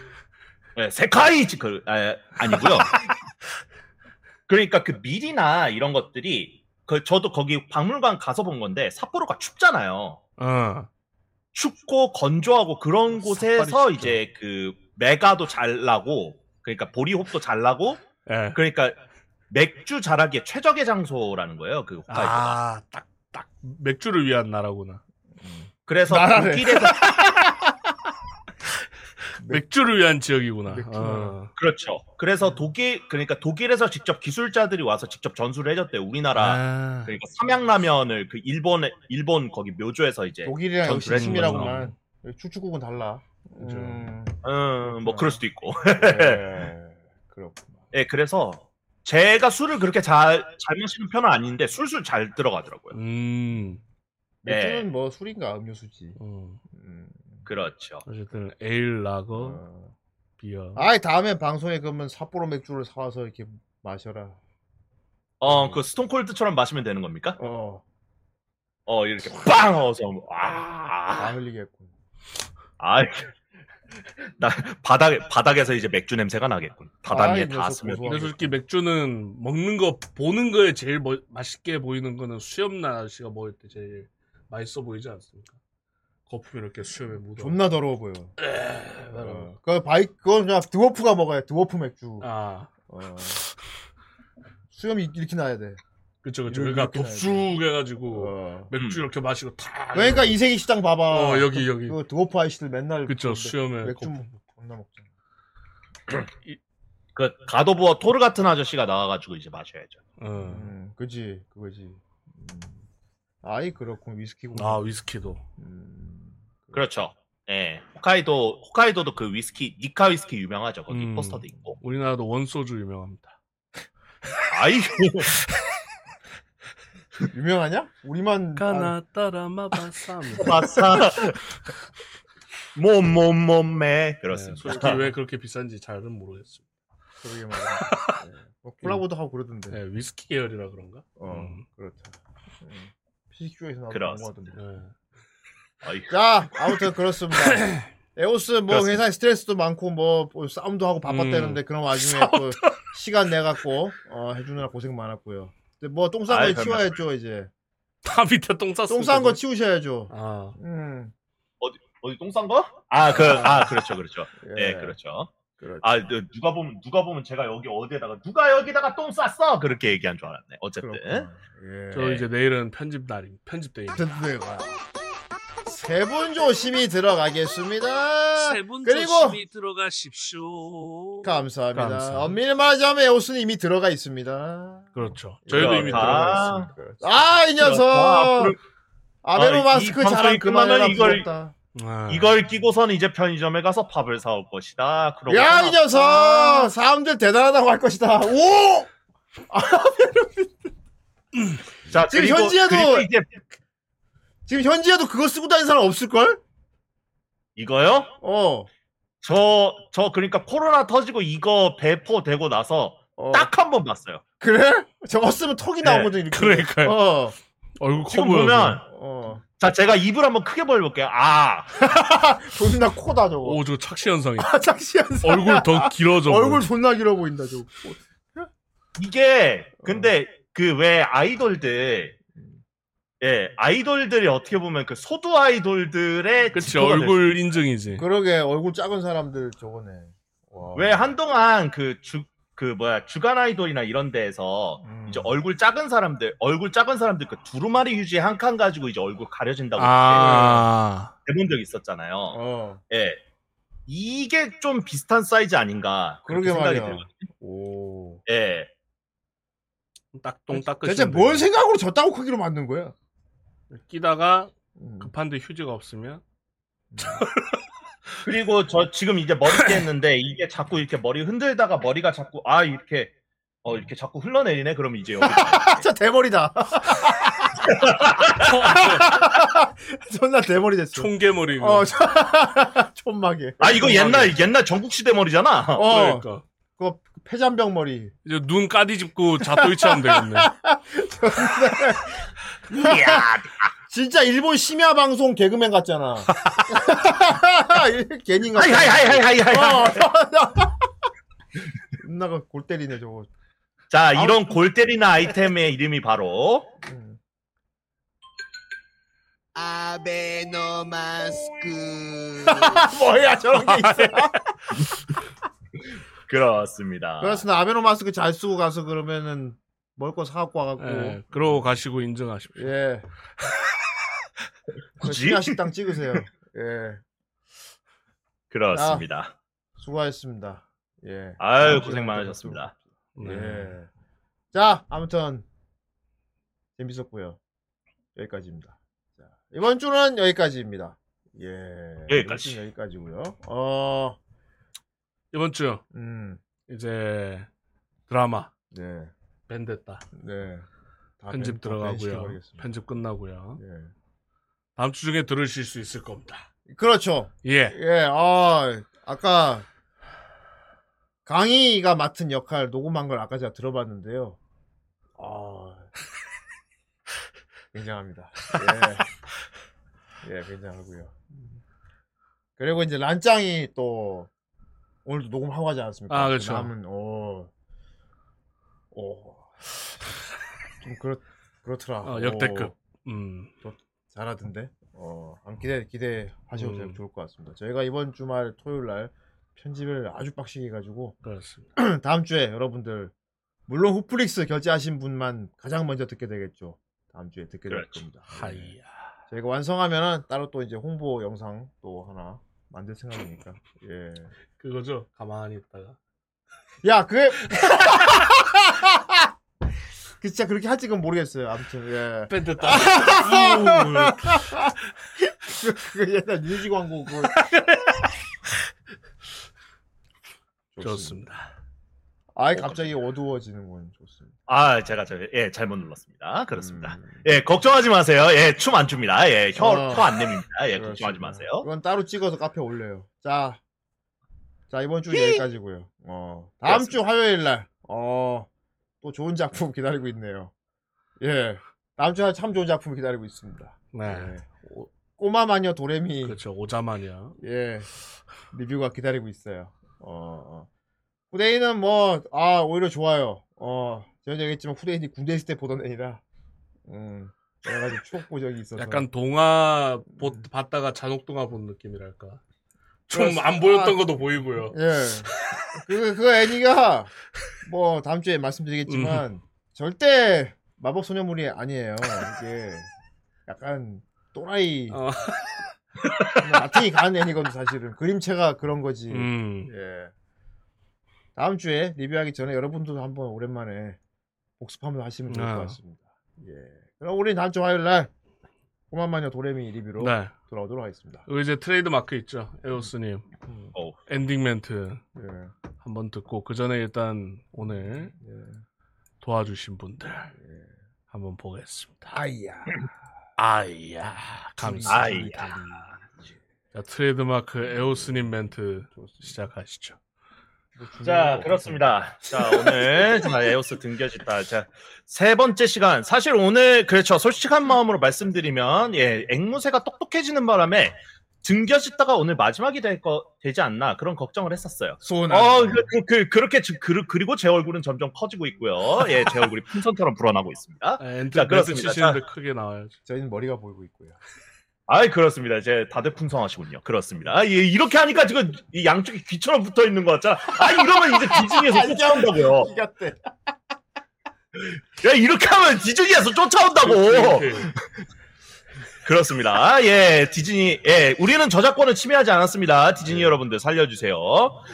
Speaker 5: 네, 세카이 지- 그 아, 아니고요. 그러니까 그 밀이나 이런 것들이 그 저도 거기 박물관 가서 본 건데 삿포로가 춥잖아요.
Speaker 3: 어.
Speaker 5: 춥고 건조하고 그런 곳에서
Speaker 3: 삿발이
Speaker 5: 이제 그 메가도 잘 나고 그러니까 보리홉도 잘 나고
Speaker 3: 예.
Speaker 5: 그러니까 맥주 자라기에 최적의 장소라는 거예요. 그 홋카이도가.
Speaker 3: 아, 딱, 딱. 맥주를 위한 나라구나.
Speaker 5: 그래서
Speaker 4: 나라네.
Speaker 3: <laughs>
Speaker 5: 그 길에서
Speaker 3: 맥주를 위한 지역이구나.
Speaker 4: 맥주
Speaker 3: 어.
Speaker 5: 그렇죠. 그래서 독일 그러니까 독일에서 직접 기술자들이 와서 직접 전수를 해줬대요. 우리나라
Speaker 3: 아.
Speaker 5: 그러니까 삼양라면을 그 일본 일본 거기 묘조에서 이제
Speaker 4: 독일이랑
Speaker 5: 전
Speaker 4: 역시
Speaker 5: 그랬구나.
Speaker 4: 심이라고만 추축국은 달라. 음,
Speaker 5: 음, 뭐 그럴 수도 있고.
Speaker 4: 예, 그렇구나.
Speaker 5: 예, 그래서 제가 술을 그렇게 잘 잘 마시는 편은 아닌데 술술 잘 들어가더라고요.
Speaker 3: 음.
Speaker 4: 맥주는 뭐 술인가 음료수지.
Speaker 3: 음.
Speaker 4: 음.
Speaker 5: 그렇죠.
Speaker 3: 어쨌든 에일 라거
Speaker 4: 어.
Speaker 3: 비어.
Speaker 4: 아이 다음에 방송에 그러면 삿포로 맥주를 사와서 이렇게 마셔라.
Speaker 5: 어,
Speaker 4: 음.
Speaker 5: 그 스톤콜드처럼 마시면 되는 겁니까?
Speaker 4: 어,
Speaker 5: 어, 이렇게 빵 하고서 뭐, 아,
Speaker 4: 안 흘리겠군.
Speaker 5: 아, <laughs> 나 바닥에 바닥에서 이제 맥주 냄새가 나겠군. 바닥 위에
Speaker 4: 아이,
Speaker 5: 다
Speaker 4: 녀석
Speaker 5: 스며.
Speaker 4: 고소하게.
Speaker 3: 근데 솔직히 맥주는 먹는 거 보는 거에 제일 뭐- 맛있게 보이는 거는 수염난 아저씨가 먹을 때 제일 맛있어 보이지 않습니까? 거품 이렇게 수염에 묻어.
Speaker 4: 존나 더러워 보여.
Speaker 3: 어.
Speaker 4: 어. 그 바이 그건 그냥 드워프가 먹어야 돼. 드워프 맥주.
Speaker 3: 아,
Speaker 4: 어. 수염 이- 이렇게 나야 돼.
Speaker 3: 그쵸 그쵸.
Speaker 4: 이렇게
Speaker 3: 그러니까
Speaker 4: 이렇게
Speaker 3: 덥죽해가지고
Speaker 4: 어.
Speaker 3: 맥주
Speaker 5: 음.
Speaker 3: 이렇게 마시고 다.
Speaker 4: 그러니까 이세기 시장 봐봐.
Speaker 3: 어 여기 여기.
Speaker 4: 그 드워프 아이씨들 맨날
Speaker 3: 그쵸
Speaker 4: 맥-
Speaker 3: 수염에
Speaker 4: 맥주
Speaker 3: 거품.
Speaker 4: 존나 먹잖아.
Speaker 5: 그 가도부어 토르 같은 아저씨가 나와가지고 이제 마셔야죠.
Speaker 3: 어.
Speaker 4: 음, 그지 그거지. 음. 아이 그렇군 위스키고.
Speaker 3: 아 위스키도.
Speaker 4: 음.
Speaker 5: 그렇죠. 예, 홋카이도 홋카이도도 그 위스키 니카 위스키 유명하죠. 거기
Speaker 3: 음.
Speaker 5: 포스터도 있고.
Speaker 3: 우리나라도 원소주 유명합니다.
Speaker 5: 아이,
Speaker 4: 유명하냐? 우리만 아,
Speaker 3: <laughs> 까나따라마바삼.
Speaker 5: 마사. 뭐, 몸몸몸매 그렇습니다.
Speaker 3: 네. 솔직히 왜 그렇게 비싼지 잘은 모르겠습니다.
Speaker 4: 그러게 말이야. 네. 뭐 콜라보도 하고 그러던데.
Speaker 3: 네, 위스키 계열이라 그런가?
Speaker 4: 어
Speaker 3: 음.
Speaker 4: 그렇다. 음. PCQ에서 나온
Speaker 5: 그렇습니다.
Speaker 4: 광고하던데.
Speaker 3: 네.
Speaker 5: 아이,
Speaker 4: 자 아무튼
Speaker 3: <clears throat>
Speaker 4: 그렇습니다. 에오스 뭐
Speaker 5: 그렇습니다.
Speaker 4: 회사에 스트레스도 많고 뭐 싸움도 하고
Speaker 3: 음.
Speaker 4: 바빴다는데 그런 와중에 또 시간 내 갖고 어, 해주느라 고생 많았고요. 근데 뭐 똥 싼
Speaker 5: 아이,
Speaker 4: 거
Speaker 5: 별
Speaker 4: 치워야죠 이제.
Speaker 3: 다 <laughs> 밑에 똥 쌌어.
Speaker 4: 똥 싼 거 치우셔야죠.
Speaker 3: 아,
Speaker 4: 음.
Speaker 5: 어디 똥 싼 거? 아, 그, 아, 그렇죠, <laughs> 그렇죠.
Speaker 4: 예,
Speaker 3: 네,
Speaker 5: 예, 그렇죠.
Speaker 4: 그렇죠.
Speaker 5: 아, 네, 누가 보면 누가 보면 제가 여기 어디에다가 누가 여기다가 똥 쌌어 그렇게 얘기한 줄 알았네. 어쨌든
Speaker 4: 그렇구나. 예.
Speaker 3: 저 이제 내일은 편집 날이 편집 데이.
Speaker 4: 든든해가. 세분 조심히 들어가겠습니다.
Speaker 3: 세분
Speaker 4: 그리고
Speaker 3: 들어가십시오.
Speaker 4: 감사합니다.
Speaker 3: 감사합니다.
Speaker 4: 엄밀히 말하자면 에오스는 이미 들어가 있습니다. 예.
Speaker 3: 그렇죠. 저희도 이미
Speaker 5: 다-
Speaker 3: 들어가 있습니다.
Speaker 4: 아 이
Speaker 5: 아,
Speaker 4: 녀석.
Speaker 5: 앞으로
Speaker 4: 아베노
Speaker 5: 아, 이
Speaker 4: 마스크
Speaker 5: 방송이
Speaker 4: 자랑 그만해라
Speaker 5: 끝나면 이걸-
Speaker 4: 부럽다.
Speaker 3: 아.
Speaker 5: 이걸 끼고선 이제 편의점에 가서 밥을 사올 것이다. 그러고
Speaker 4: 야 이
Speaker 5: 나서-
Speaker 4: 녀석 사람들 대단하다고 할 것이다. 오
Speaker 5: 자,
Speaker 4: 지금
Speaker 5: 그리고-
Speaker 4: 현지에도-
Speaker 5: 그리고 이제
Speaker 4: 지금 현지에도 그거 쓰고 다니는 사람 없을 걸?
Speaker 5: 이거요?
Speaker 4: 어.
Speaker 5: 저, 저 그러니까 코로나 터지고 이거 배포되고 나서
Speaker 4: 어.
Speaker 5: 딱 한 번 봤어요.
Speaker 4: 그래? 저거 쓰면 턱이
Speaker 5: 네,
Speaker 4: 나오거든 이렇게.
Speaker 3: <laughs> 그러니까요.
Speaker 4: 어.
Speaker 3: 얼굴 커
Speaker 5: 지금
Speaker 3: 보여.
Speaker 5: 보면
Speaker 4: 어.
Speaker 5: 자 제가 입을 한번 크게 벌려볼게요. 아,
Speaker 4: 존나 코다 저거.
Speaker 3: 오, 저 착시 현상이야.
Speaker 4: <laughs> 아 작시한 사람.
Speaker 3: 얼굴 더 길어져.
Speaker 4: 얼굴 <laughs> 존나 길어 보인다 저거.
Speaker 5: 이게 근데 그 왜 아이돌들 예 아이돌들이 어떻게 보면 그 소두 아이돌들의
Speaker 3: 그치
Speaker 5: 지표가 될
Speaker 3: 얼굴 인증이지.
Speaker 4: 그러게 얼굴 작은 사람들 저거네. 와.
Speaker 5: 왜 한동안 그 주 그 뭐야 주간 아이돌이나 이런 데에서
Speaker 4: 음.
Speaker 5: 이제 얼굴 작은 사람들 얼굴 작은 사람들 그 두루마리 휴지 한 칸 가지고 이제 얼굴 가려진다고
Speaker 3: 아,
Speaker 5: 이렇게 해본 적 있었잖아요.
Speaker 4: 어.
Speaker 5: 예. 이게 좀 비슷한 사이즈 아닌가 그렇게
Speaker 4: 그러게
Speaker 5: 생각이
Speaker 4: 말이야.
Speaker 5: 들거든요.
Speaker 4: 오.
Speaker 5: 예.
Speaker 3: 딱똥
Speaker 5: 그
Speaker 3: 닦으.
Speaker 4: 대체 뭘 생각으로 저따구 크기로 만든 거야?
Speaker 3: 끼다가
Speaker 4: 음.
Speaker 3: 급한데 휴지가 없으면
Speaker 5: 그리고 저 지금 이제 머리 <laughs> 깼는데 이게 자꾸 이렇게 머리 흔들다가 머리가 자꾸 아 이렇게 어 이렇게 자꾸 흘러내리네 그럼 이제 여기
Speaker 4: 저 대머리다. <laughs> 존나 대머리 됐어.
Speaker 3: 총개머리.
Speaker 4: 어, 저... 촌막에.
Speaker 5: <laughs> 아 이거 옛날 옛날 전국시대 머리잖아.
Speaker 4: 어,
Speaker 3: 그러니까
Speaker 4: 그거 폐잔병 머리.
Speaker 3: 이제 눈 까디집고 자또이치하면 되겠네.
Speaker 5: 이야.
Speaker 4: 진짜 일본 심야 방송 개그맨 같잖아. <laughs> 개인 같아.
Speaker 5: 하이 어.
Speaker 4: <laughs>
Speaker 5: 하이 하이 하이 하이 하이.
Speaker 4: 어. 존나가 골 때리네 저거.
Speaker 5: 자, 이런 골 때리는 아이템의 이름이 바로
Speaker 10: アベノマスク。
Speaker 5: 아, 뭐야 저런 게 있어. <laughs> 그렇습니다.
Speaker 4: 그렇습니다. 아베노 마스크 잘 쓰고 가서 그러면은 먹을 거 사갖고 와갖고
Speaker 3: 예, 그러고 가시고 인증하십시오.
Speaker 4: 예.
Speaker 5: 굳이?
Speaker 4: 신야 식당 찍으세요. 예.
Speaker 5: 그렇습니다.
Speaker 4: 수고하셨습니다. 예.
Speaker 5: 아유 고생 많으셨습니다.
Speaker 3: 네.
Speaker 4: 예. 자, 아무튼 재밌었고요. 여기까지입니다. 자, 이번 주는 여기까지입니다. 예.
Speaker 5: 여기까지.
Speaker 4: 이번 주는 여기까지고요. 어,
Speaker 3: 이번 주
Speaker 4: 음,
Speaker 3: 이제 드라마
Speaker 4: 네,
Speaker 3: 밴됐다.
Speaker 4: 네. 다
Speaker 3: 편집
Speaker 4: 밴- 다
Speaker 3: 들어가고요.
Speaker 4: 밴시켜버리겠습니다.
Speaker 3: 편집 끝나고요.
Speaker 4: 예.
Speaker 3: 다음 주 중에 들으실 수 있을 겁니다.
Speaker 4: 그렇죠.
Speaker 3: 예.
Speaker 4: 예, 아, 아까 강희가 맡은 역할 녹음한 걸 아까 제가 들어봤는데요. 아, <laughs> 굉장합니다. 예, 예, 굉장하고요. 그리고 이제 란짱이 또 오늘도 녹음하고 하지 않았습니까?
Speaker 3: 아, 그렇죠.
Speaker 4: 남은 오, 오, 좀 그렇 그렇더라.
Speaker 3: 어, 역대급. 음.
Speaker 4: 잘하던데. 어, 한번 기대 기대하셔도
Speaker 3: 음.
Speaker 4: 좋을 것 같습니다. 저희가 이번 주말 토요일 날 편집을 아주 빡시게 해 가지고 <clears throat> 네.
Speaker 3: 그렇습니다.
Speaker 4: 다음 주에 여러분들 물론 후플릭스 결제하신 분만 가장 먼저 듣게 되겠죠. 다음 주에 듣게 될
Speaker 5: 그렇죠.
Speaker 4: 겁니다. 네.
Speaker 3: 하이야.
Speaker 4: 저희가 완성하면은 따로 또 이제 홍보 영상 또 하나 만들 생각이니까. 예.
Speaker 3: 그거죠.
Speaker 4: <laughs>
Speaker 3: 가만히 있다가.
Speaker 4: 야, 그게 <laughs> 그 진짜 그렇게 할지 그건 모르겠어요. 아무튼 예.
Speaker 3: 밴됐다. 음,
Speaker 4: 음. 그 옛날 유지 광고
Speaker 5: <laughs>
Speaker 4: 그거.
Speaker 3: 좋습니다.
Speaker 4: 아예 갑자기 어두워지는 건 좋습니다.
Speaker 5: 아 제가 저예 잘못 눌렀습니다. 그렇습니다.
Speaker 4: 음,
Speaker 5: 예 걱정하지 마세요. 예춤 안 춥니다.
Speaker 4: 어.
Speaker 5: 예혀혀안 냅니다. 예 걱정하지
Speaker 4: 그렇습니다.
Speaker 5: 마세요.
Speaker 4: 이건 따로 찍어서 카페 올려요. 자, 자 이번 주 여기까지고요. 어, 다음 주 화요일 날, 어, 또 좋은 작품 <laughs> 기다리고 있네요. 예, 다음 주에 참 좋은 작품 기다리고 있습니다.
Speaker 3: 네.
Speaker 4: 예. 오- 꼬마 마녀 도레미
Speaker 3: 그렇죠. 오자마냐.
Speaker 4: 예 리뷰가 기다리고 있어요. 어, 어. 후대인은 뭐 아 오히려 좋아요. 어, 전에 얘기했지만 후대인이 군대 있을 때 보던 애라, 음, 여러 가지 추억 보적이 있어서 음.
Speaker 3: 약간 동화 보, 봤다가 잔혹동화 본 느낌이랄까. 좀
Speaker 4: 그렇습니다.
Speaker 3: 안 보였던 것도 보이고요.
Speaker 4: 예. 그, 그 애니가, 뭐, 다음 주에 말씀드리겠지만,
Speaker 3: 음.
Speaker 4: 절대 마법 소녀물이 아니에요. 이게, 약간, 또라이,
Speaker 3: 어.
Speaker 4: 마팅이 가는 애니거든, 사실은. 그림체가 그런 거지.
Speaker 3: 음.
Speaker 4: 예. 다음 주에 리뷰하기 전에 여러분들도 한번 오랜만에 복습 한번 하시면 좋을
Speaker 3: 네.
Speaker 4: 것 같습니다. 예. 그럼 우리 다음 주 화요일 날, 꼬만마녀 도레미 리뷰로
Speaker 3: 네.
Speaker 4: 돌아오도록 하겠습니다.
Speaker 3: 그리고 이제 트레이드 마크 있죠. 에오스님. 음.
Speaker 5: 어우.
Speaker 3: 엔딩 멘트
Speaker 4: 예.
Speaker 3: 한번 듣고, 그 전에 일단 오늘
Speaker 4: 예.
Speaker 3: 도와주신 분들
Speaker 5: 예.
Speaker 3: 한번 보겠습니다.
Speaker 4: 아이야.
Speaker 3: 아이야. 감사합니다.
Speaker 5: 아이야. 예.
Speaker 3: 자, 트레이드 마크 에오스님 멘트 시작하시죠.
Speaker 5: 자,
Speaker 3: 음.
Speaker 5: 그렇습니다. 자, 오늘 자, 에오스 등겨짓다. 자, 세 번째 시간. 사실 오늘 그렇죠. 솔직한 마음으로 말씀드리면 예, 앵무새가 똑똑해지는 바람에 등겨짓다가 오늘 마지막이 될 거 되지 않나 그런 걱정을 했었어요.
Speaker 4: 소나.
Speaker 5: 어, 그, 그, 그, 그렇게 지- 그, 그리고 제 얼굴은 점점 커지고 있고요. 예, 제 얼굴이 풍선처럼 불어나고 있습니다.
Speaker 3: 아, 엔트
Speaker 5: 자,
Speaker 3: 멘트
Speaker 5: 그렇습니다.
Speaker 3: 치시는데 크게 나와야지.
Speaker 4: 저희는 머리가 보이고 <laughs> 있고요.
Speaker 5: 아이 그렇습니다. 이제 다들 풍성하시군요. 그렇습니다. 아, 예, 이렇게 하니까 지금 이 양쪽이 귀처럼 붙어 있는 것 같잖아. 아 이러면 이제 디즈니에서 쫓아온다고요.
Speaker 4: 이겼대.
Speaker 5: 야 이렇게 하면 디즈니에서 쫓아온다고. 그렇습니다. 아, 예, 디즈니, 예, 우리는 저작권을 침해하지 않았습니다. 디즈니 여러분들 살려주세요.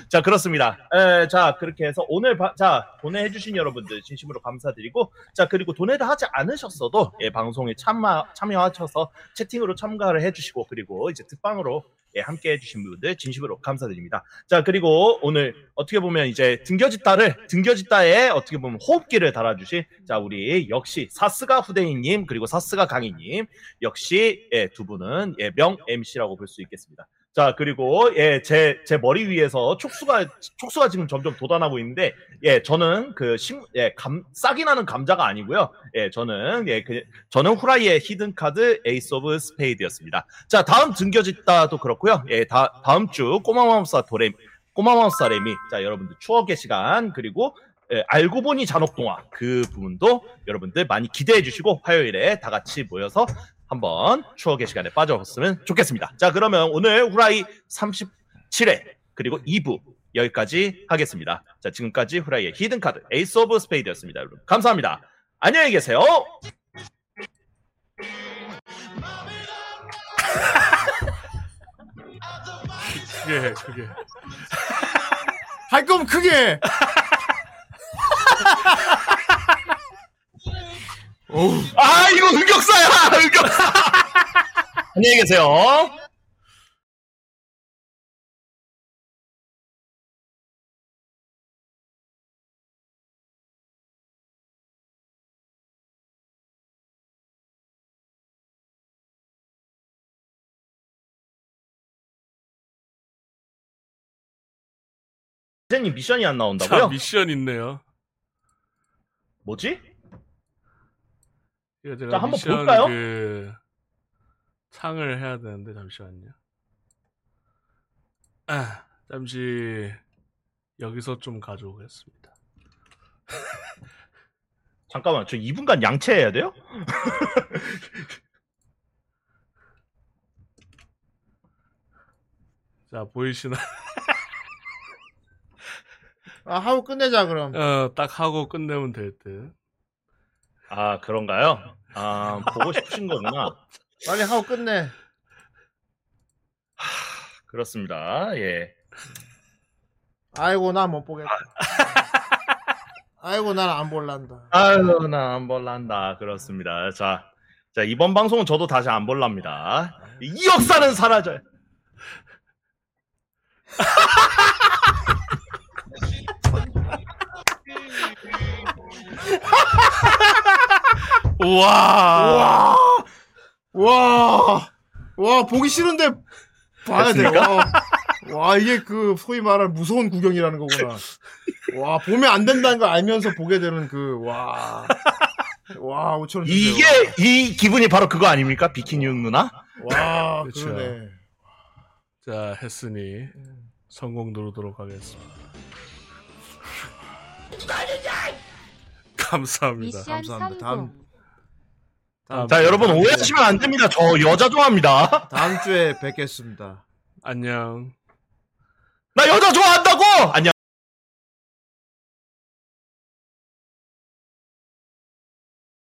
Speaker 5: 자, 그렇습니다. 에, 자, 그렇게 해서 오늘, 바- 자, 돈해해주신 여러분들 진심으로 감사드리고, 자, 그리고 돈해를 하지 않으셨어도, 예, 방송에 참마, 참여하셔서 채팅으로 참가를 해주시고, 그리고 이제 듣방으로, 예, 함께 해주신 분들 진심으로 감사드립니다. 자, 그리고 오늘 어떻게 보면 이제 등겨짓다를, 등겨짓다에 어떻게 보면 호흡기를 달아주신, 자, 우리 역시 사스가 후대인님, 그리고 사스가 강희님, 역시 예, 두 분은 예, 명 MC라고 볼 수 있겠습니다. 자 그리고 예, 제, 제 머리 위에서 촉수가 촉수가 지금 점점 돋아나고 있는데 예 저는 그 심, 예, 감, 싹이 나는 감자가 아니고요 예 저는 예 그, 저는 후라이의 히든 카드 에이스 오브 스페이드였습니다. 자 다음 등겨짓다도 그렇고요 예다 다음 주 꼬마마법사 도레미 꼬마마법사 레미 자 여러분들 추억의 시간 그리고 예, 알고 보니 잔혹동화 그 부분도 여러분들 많이 기대해 주시고 화요일에 다 같이 모여서 한번 추억의 시간에 빠져봤으면 좋겠습니다. 자, 그러면 오늘 후라이 37회 그리고 2부 여기까지 하겠습니다. 자, 지금까지 후라이의 히든 카드 에이스 오브 스페이드였습니다. 여러분 감사합니다. 안녕히 계세요.
Speaker 3: 그게 그게
Speaker 4: 할 거면 <laughs> 크게.
Speaker 5: 아, 이거 흑역사야. 흑역사. <laughs> 안녕히 계세요. 이제님 미션이 안
Speaker 3: 자
Speaker 5: 나온다고요?
Speaker 3: 미션 있네요.
Speaker 5: 뭐지?
Speaker 3: 이거 제가
Speaker 5: 자, 한번
Speaker 3: 미션
Speaker 5: 볼까요?
Speaker 3: 그 창을 해야 되는데 잠시만요. 아, 잠시 여기서 좀 가져오겠습니다.
Speaker 5: 잠깐만, 저 2분간 양치해야 돼요?
Speaker 3: 자 보이시나?
Speaker 4: 아, 하고 끝내자
Speaker 5: 음.
Speaker 4: 그럼.
Speaker 3: 어, 딱 하고 끝내면 될 듯.
Speaker 5: 아, 그런가요? 아, 보고 싶으신 거구나.
Speaker 4: 빨리 하고 끝내.
Speaker 5: 그렇습니다. 예.
Speaker 4: 아이고 나 못 <laughs> 보겠다. 아이고 난 안 볼란다.
Speaker 5: 아유, 나안 볼란다. 그렇습니다. 자, 자, 이번 방송은 저도 다시 안 볼랍니다. 이 역사는 사라져요. <laughs>
Speaker 3: 우와.
Speaker 4: 와, 와, 와 보기 싫은데 봐야 돼. 와, <laughs> 와 이게 그 소위 말하는 무서운 구경이라는 거구나. 와 보면 안 된다는 걸 알면서 보게 되는 그 와, 와 5천 원. 주세요.
Speaker 5: 이게, 이 기분이 바로 그거 아닙니까? 비키니 형 누나?
Speaker 4: 와
Speaker 3: 그쵸.
Speaker 4: 그러네.
Speaker 3: 자 했으니 성공 누르도록 하겠습니다.
Speaker 5: 음.
Speaker 3: 감사합니다.
Speaker 1: 미션
Speaker 4: 감사합니다.
Speaker 1: 성공.
Speaker 4: 다음
Speaker 5: 자,
Speaker 4: 주에
Speaker 5: 여러분,
Speaker 4: 뵙겠습니다.
Speaker 5: 오해하시면 안 됩니다. 저 여자 좋아합니다.
Speaker 4: 다음 주에 뵙겠습니다.
Speaker 3: 안녕.
Speaker 5: 나 여자 좋아한다고! 안녕.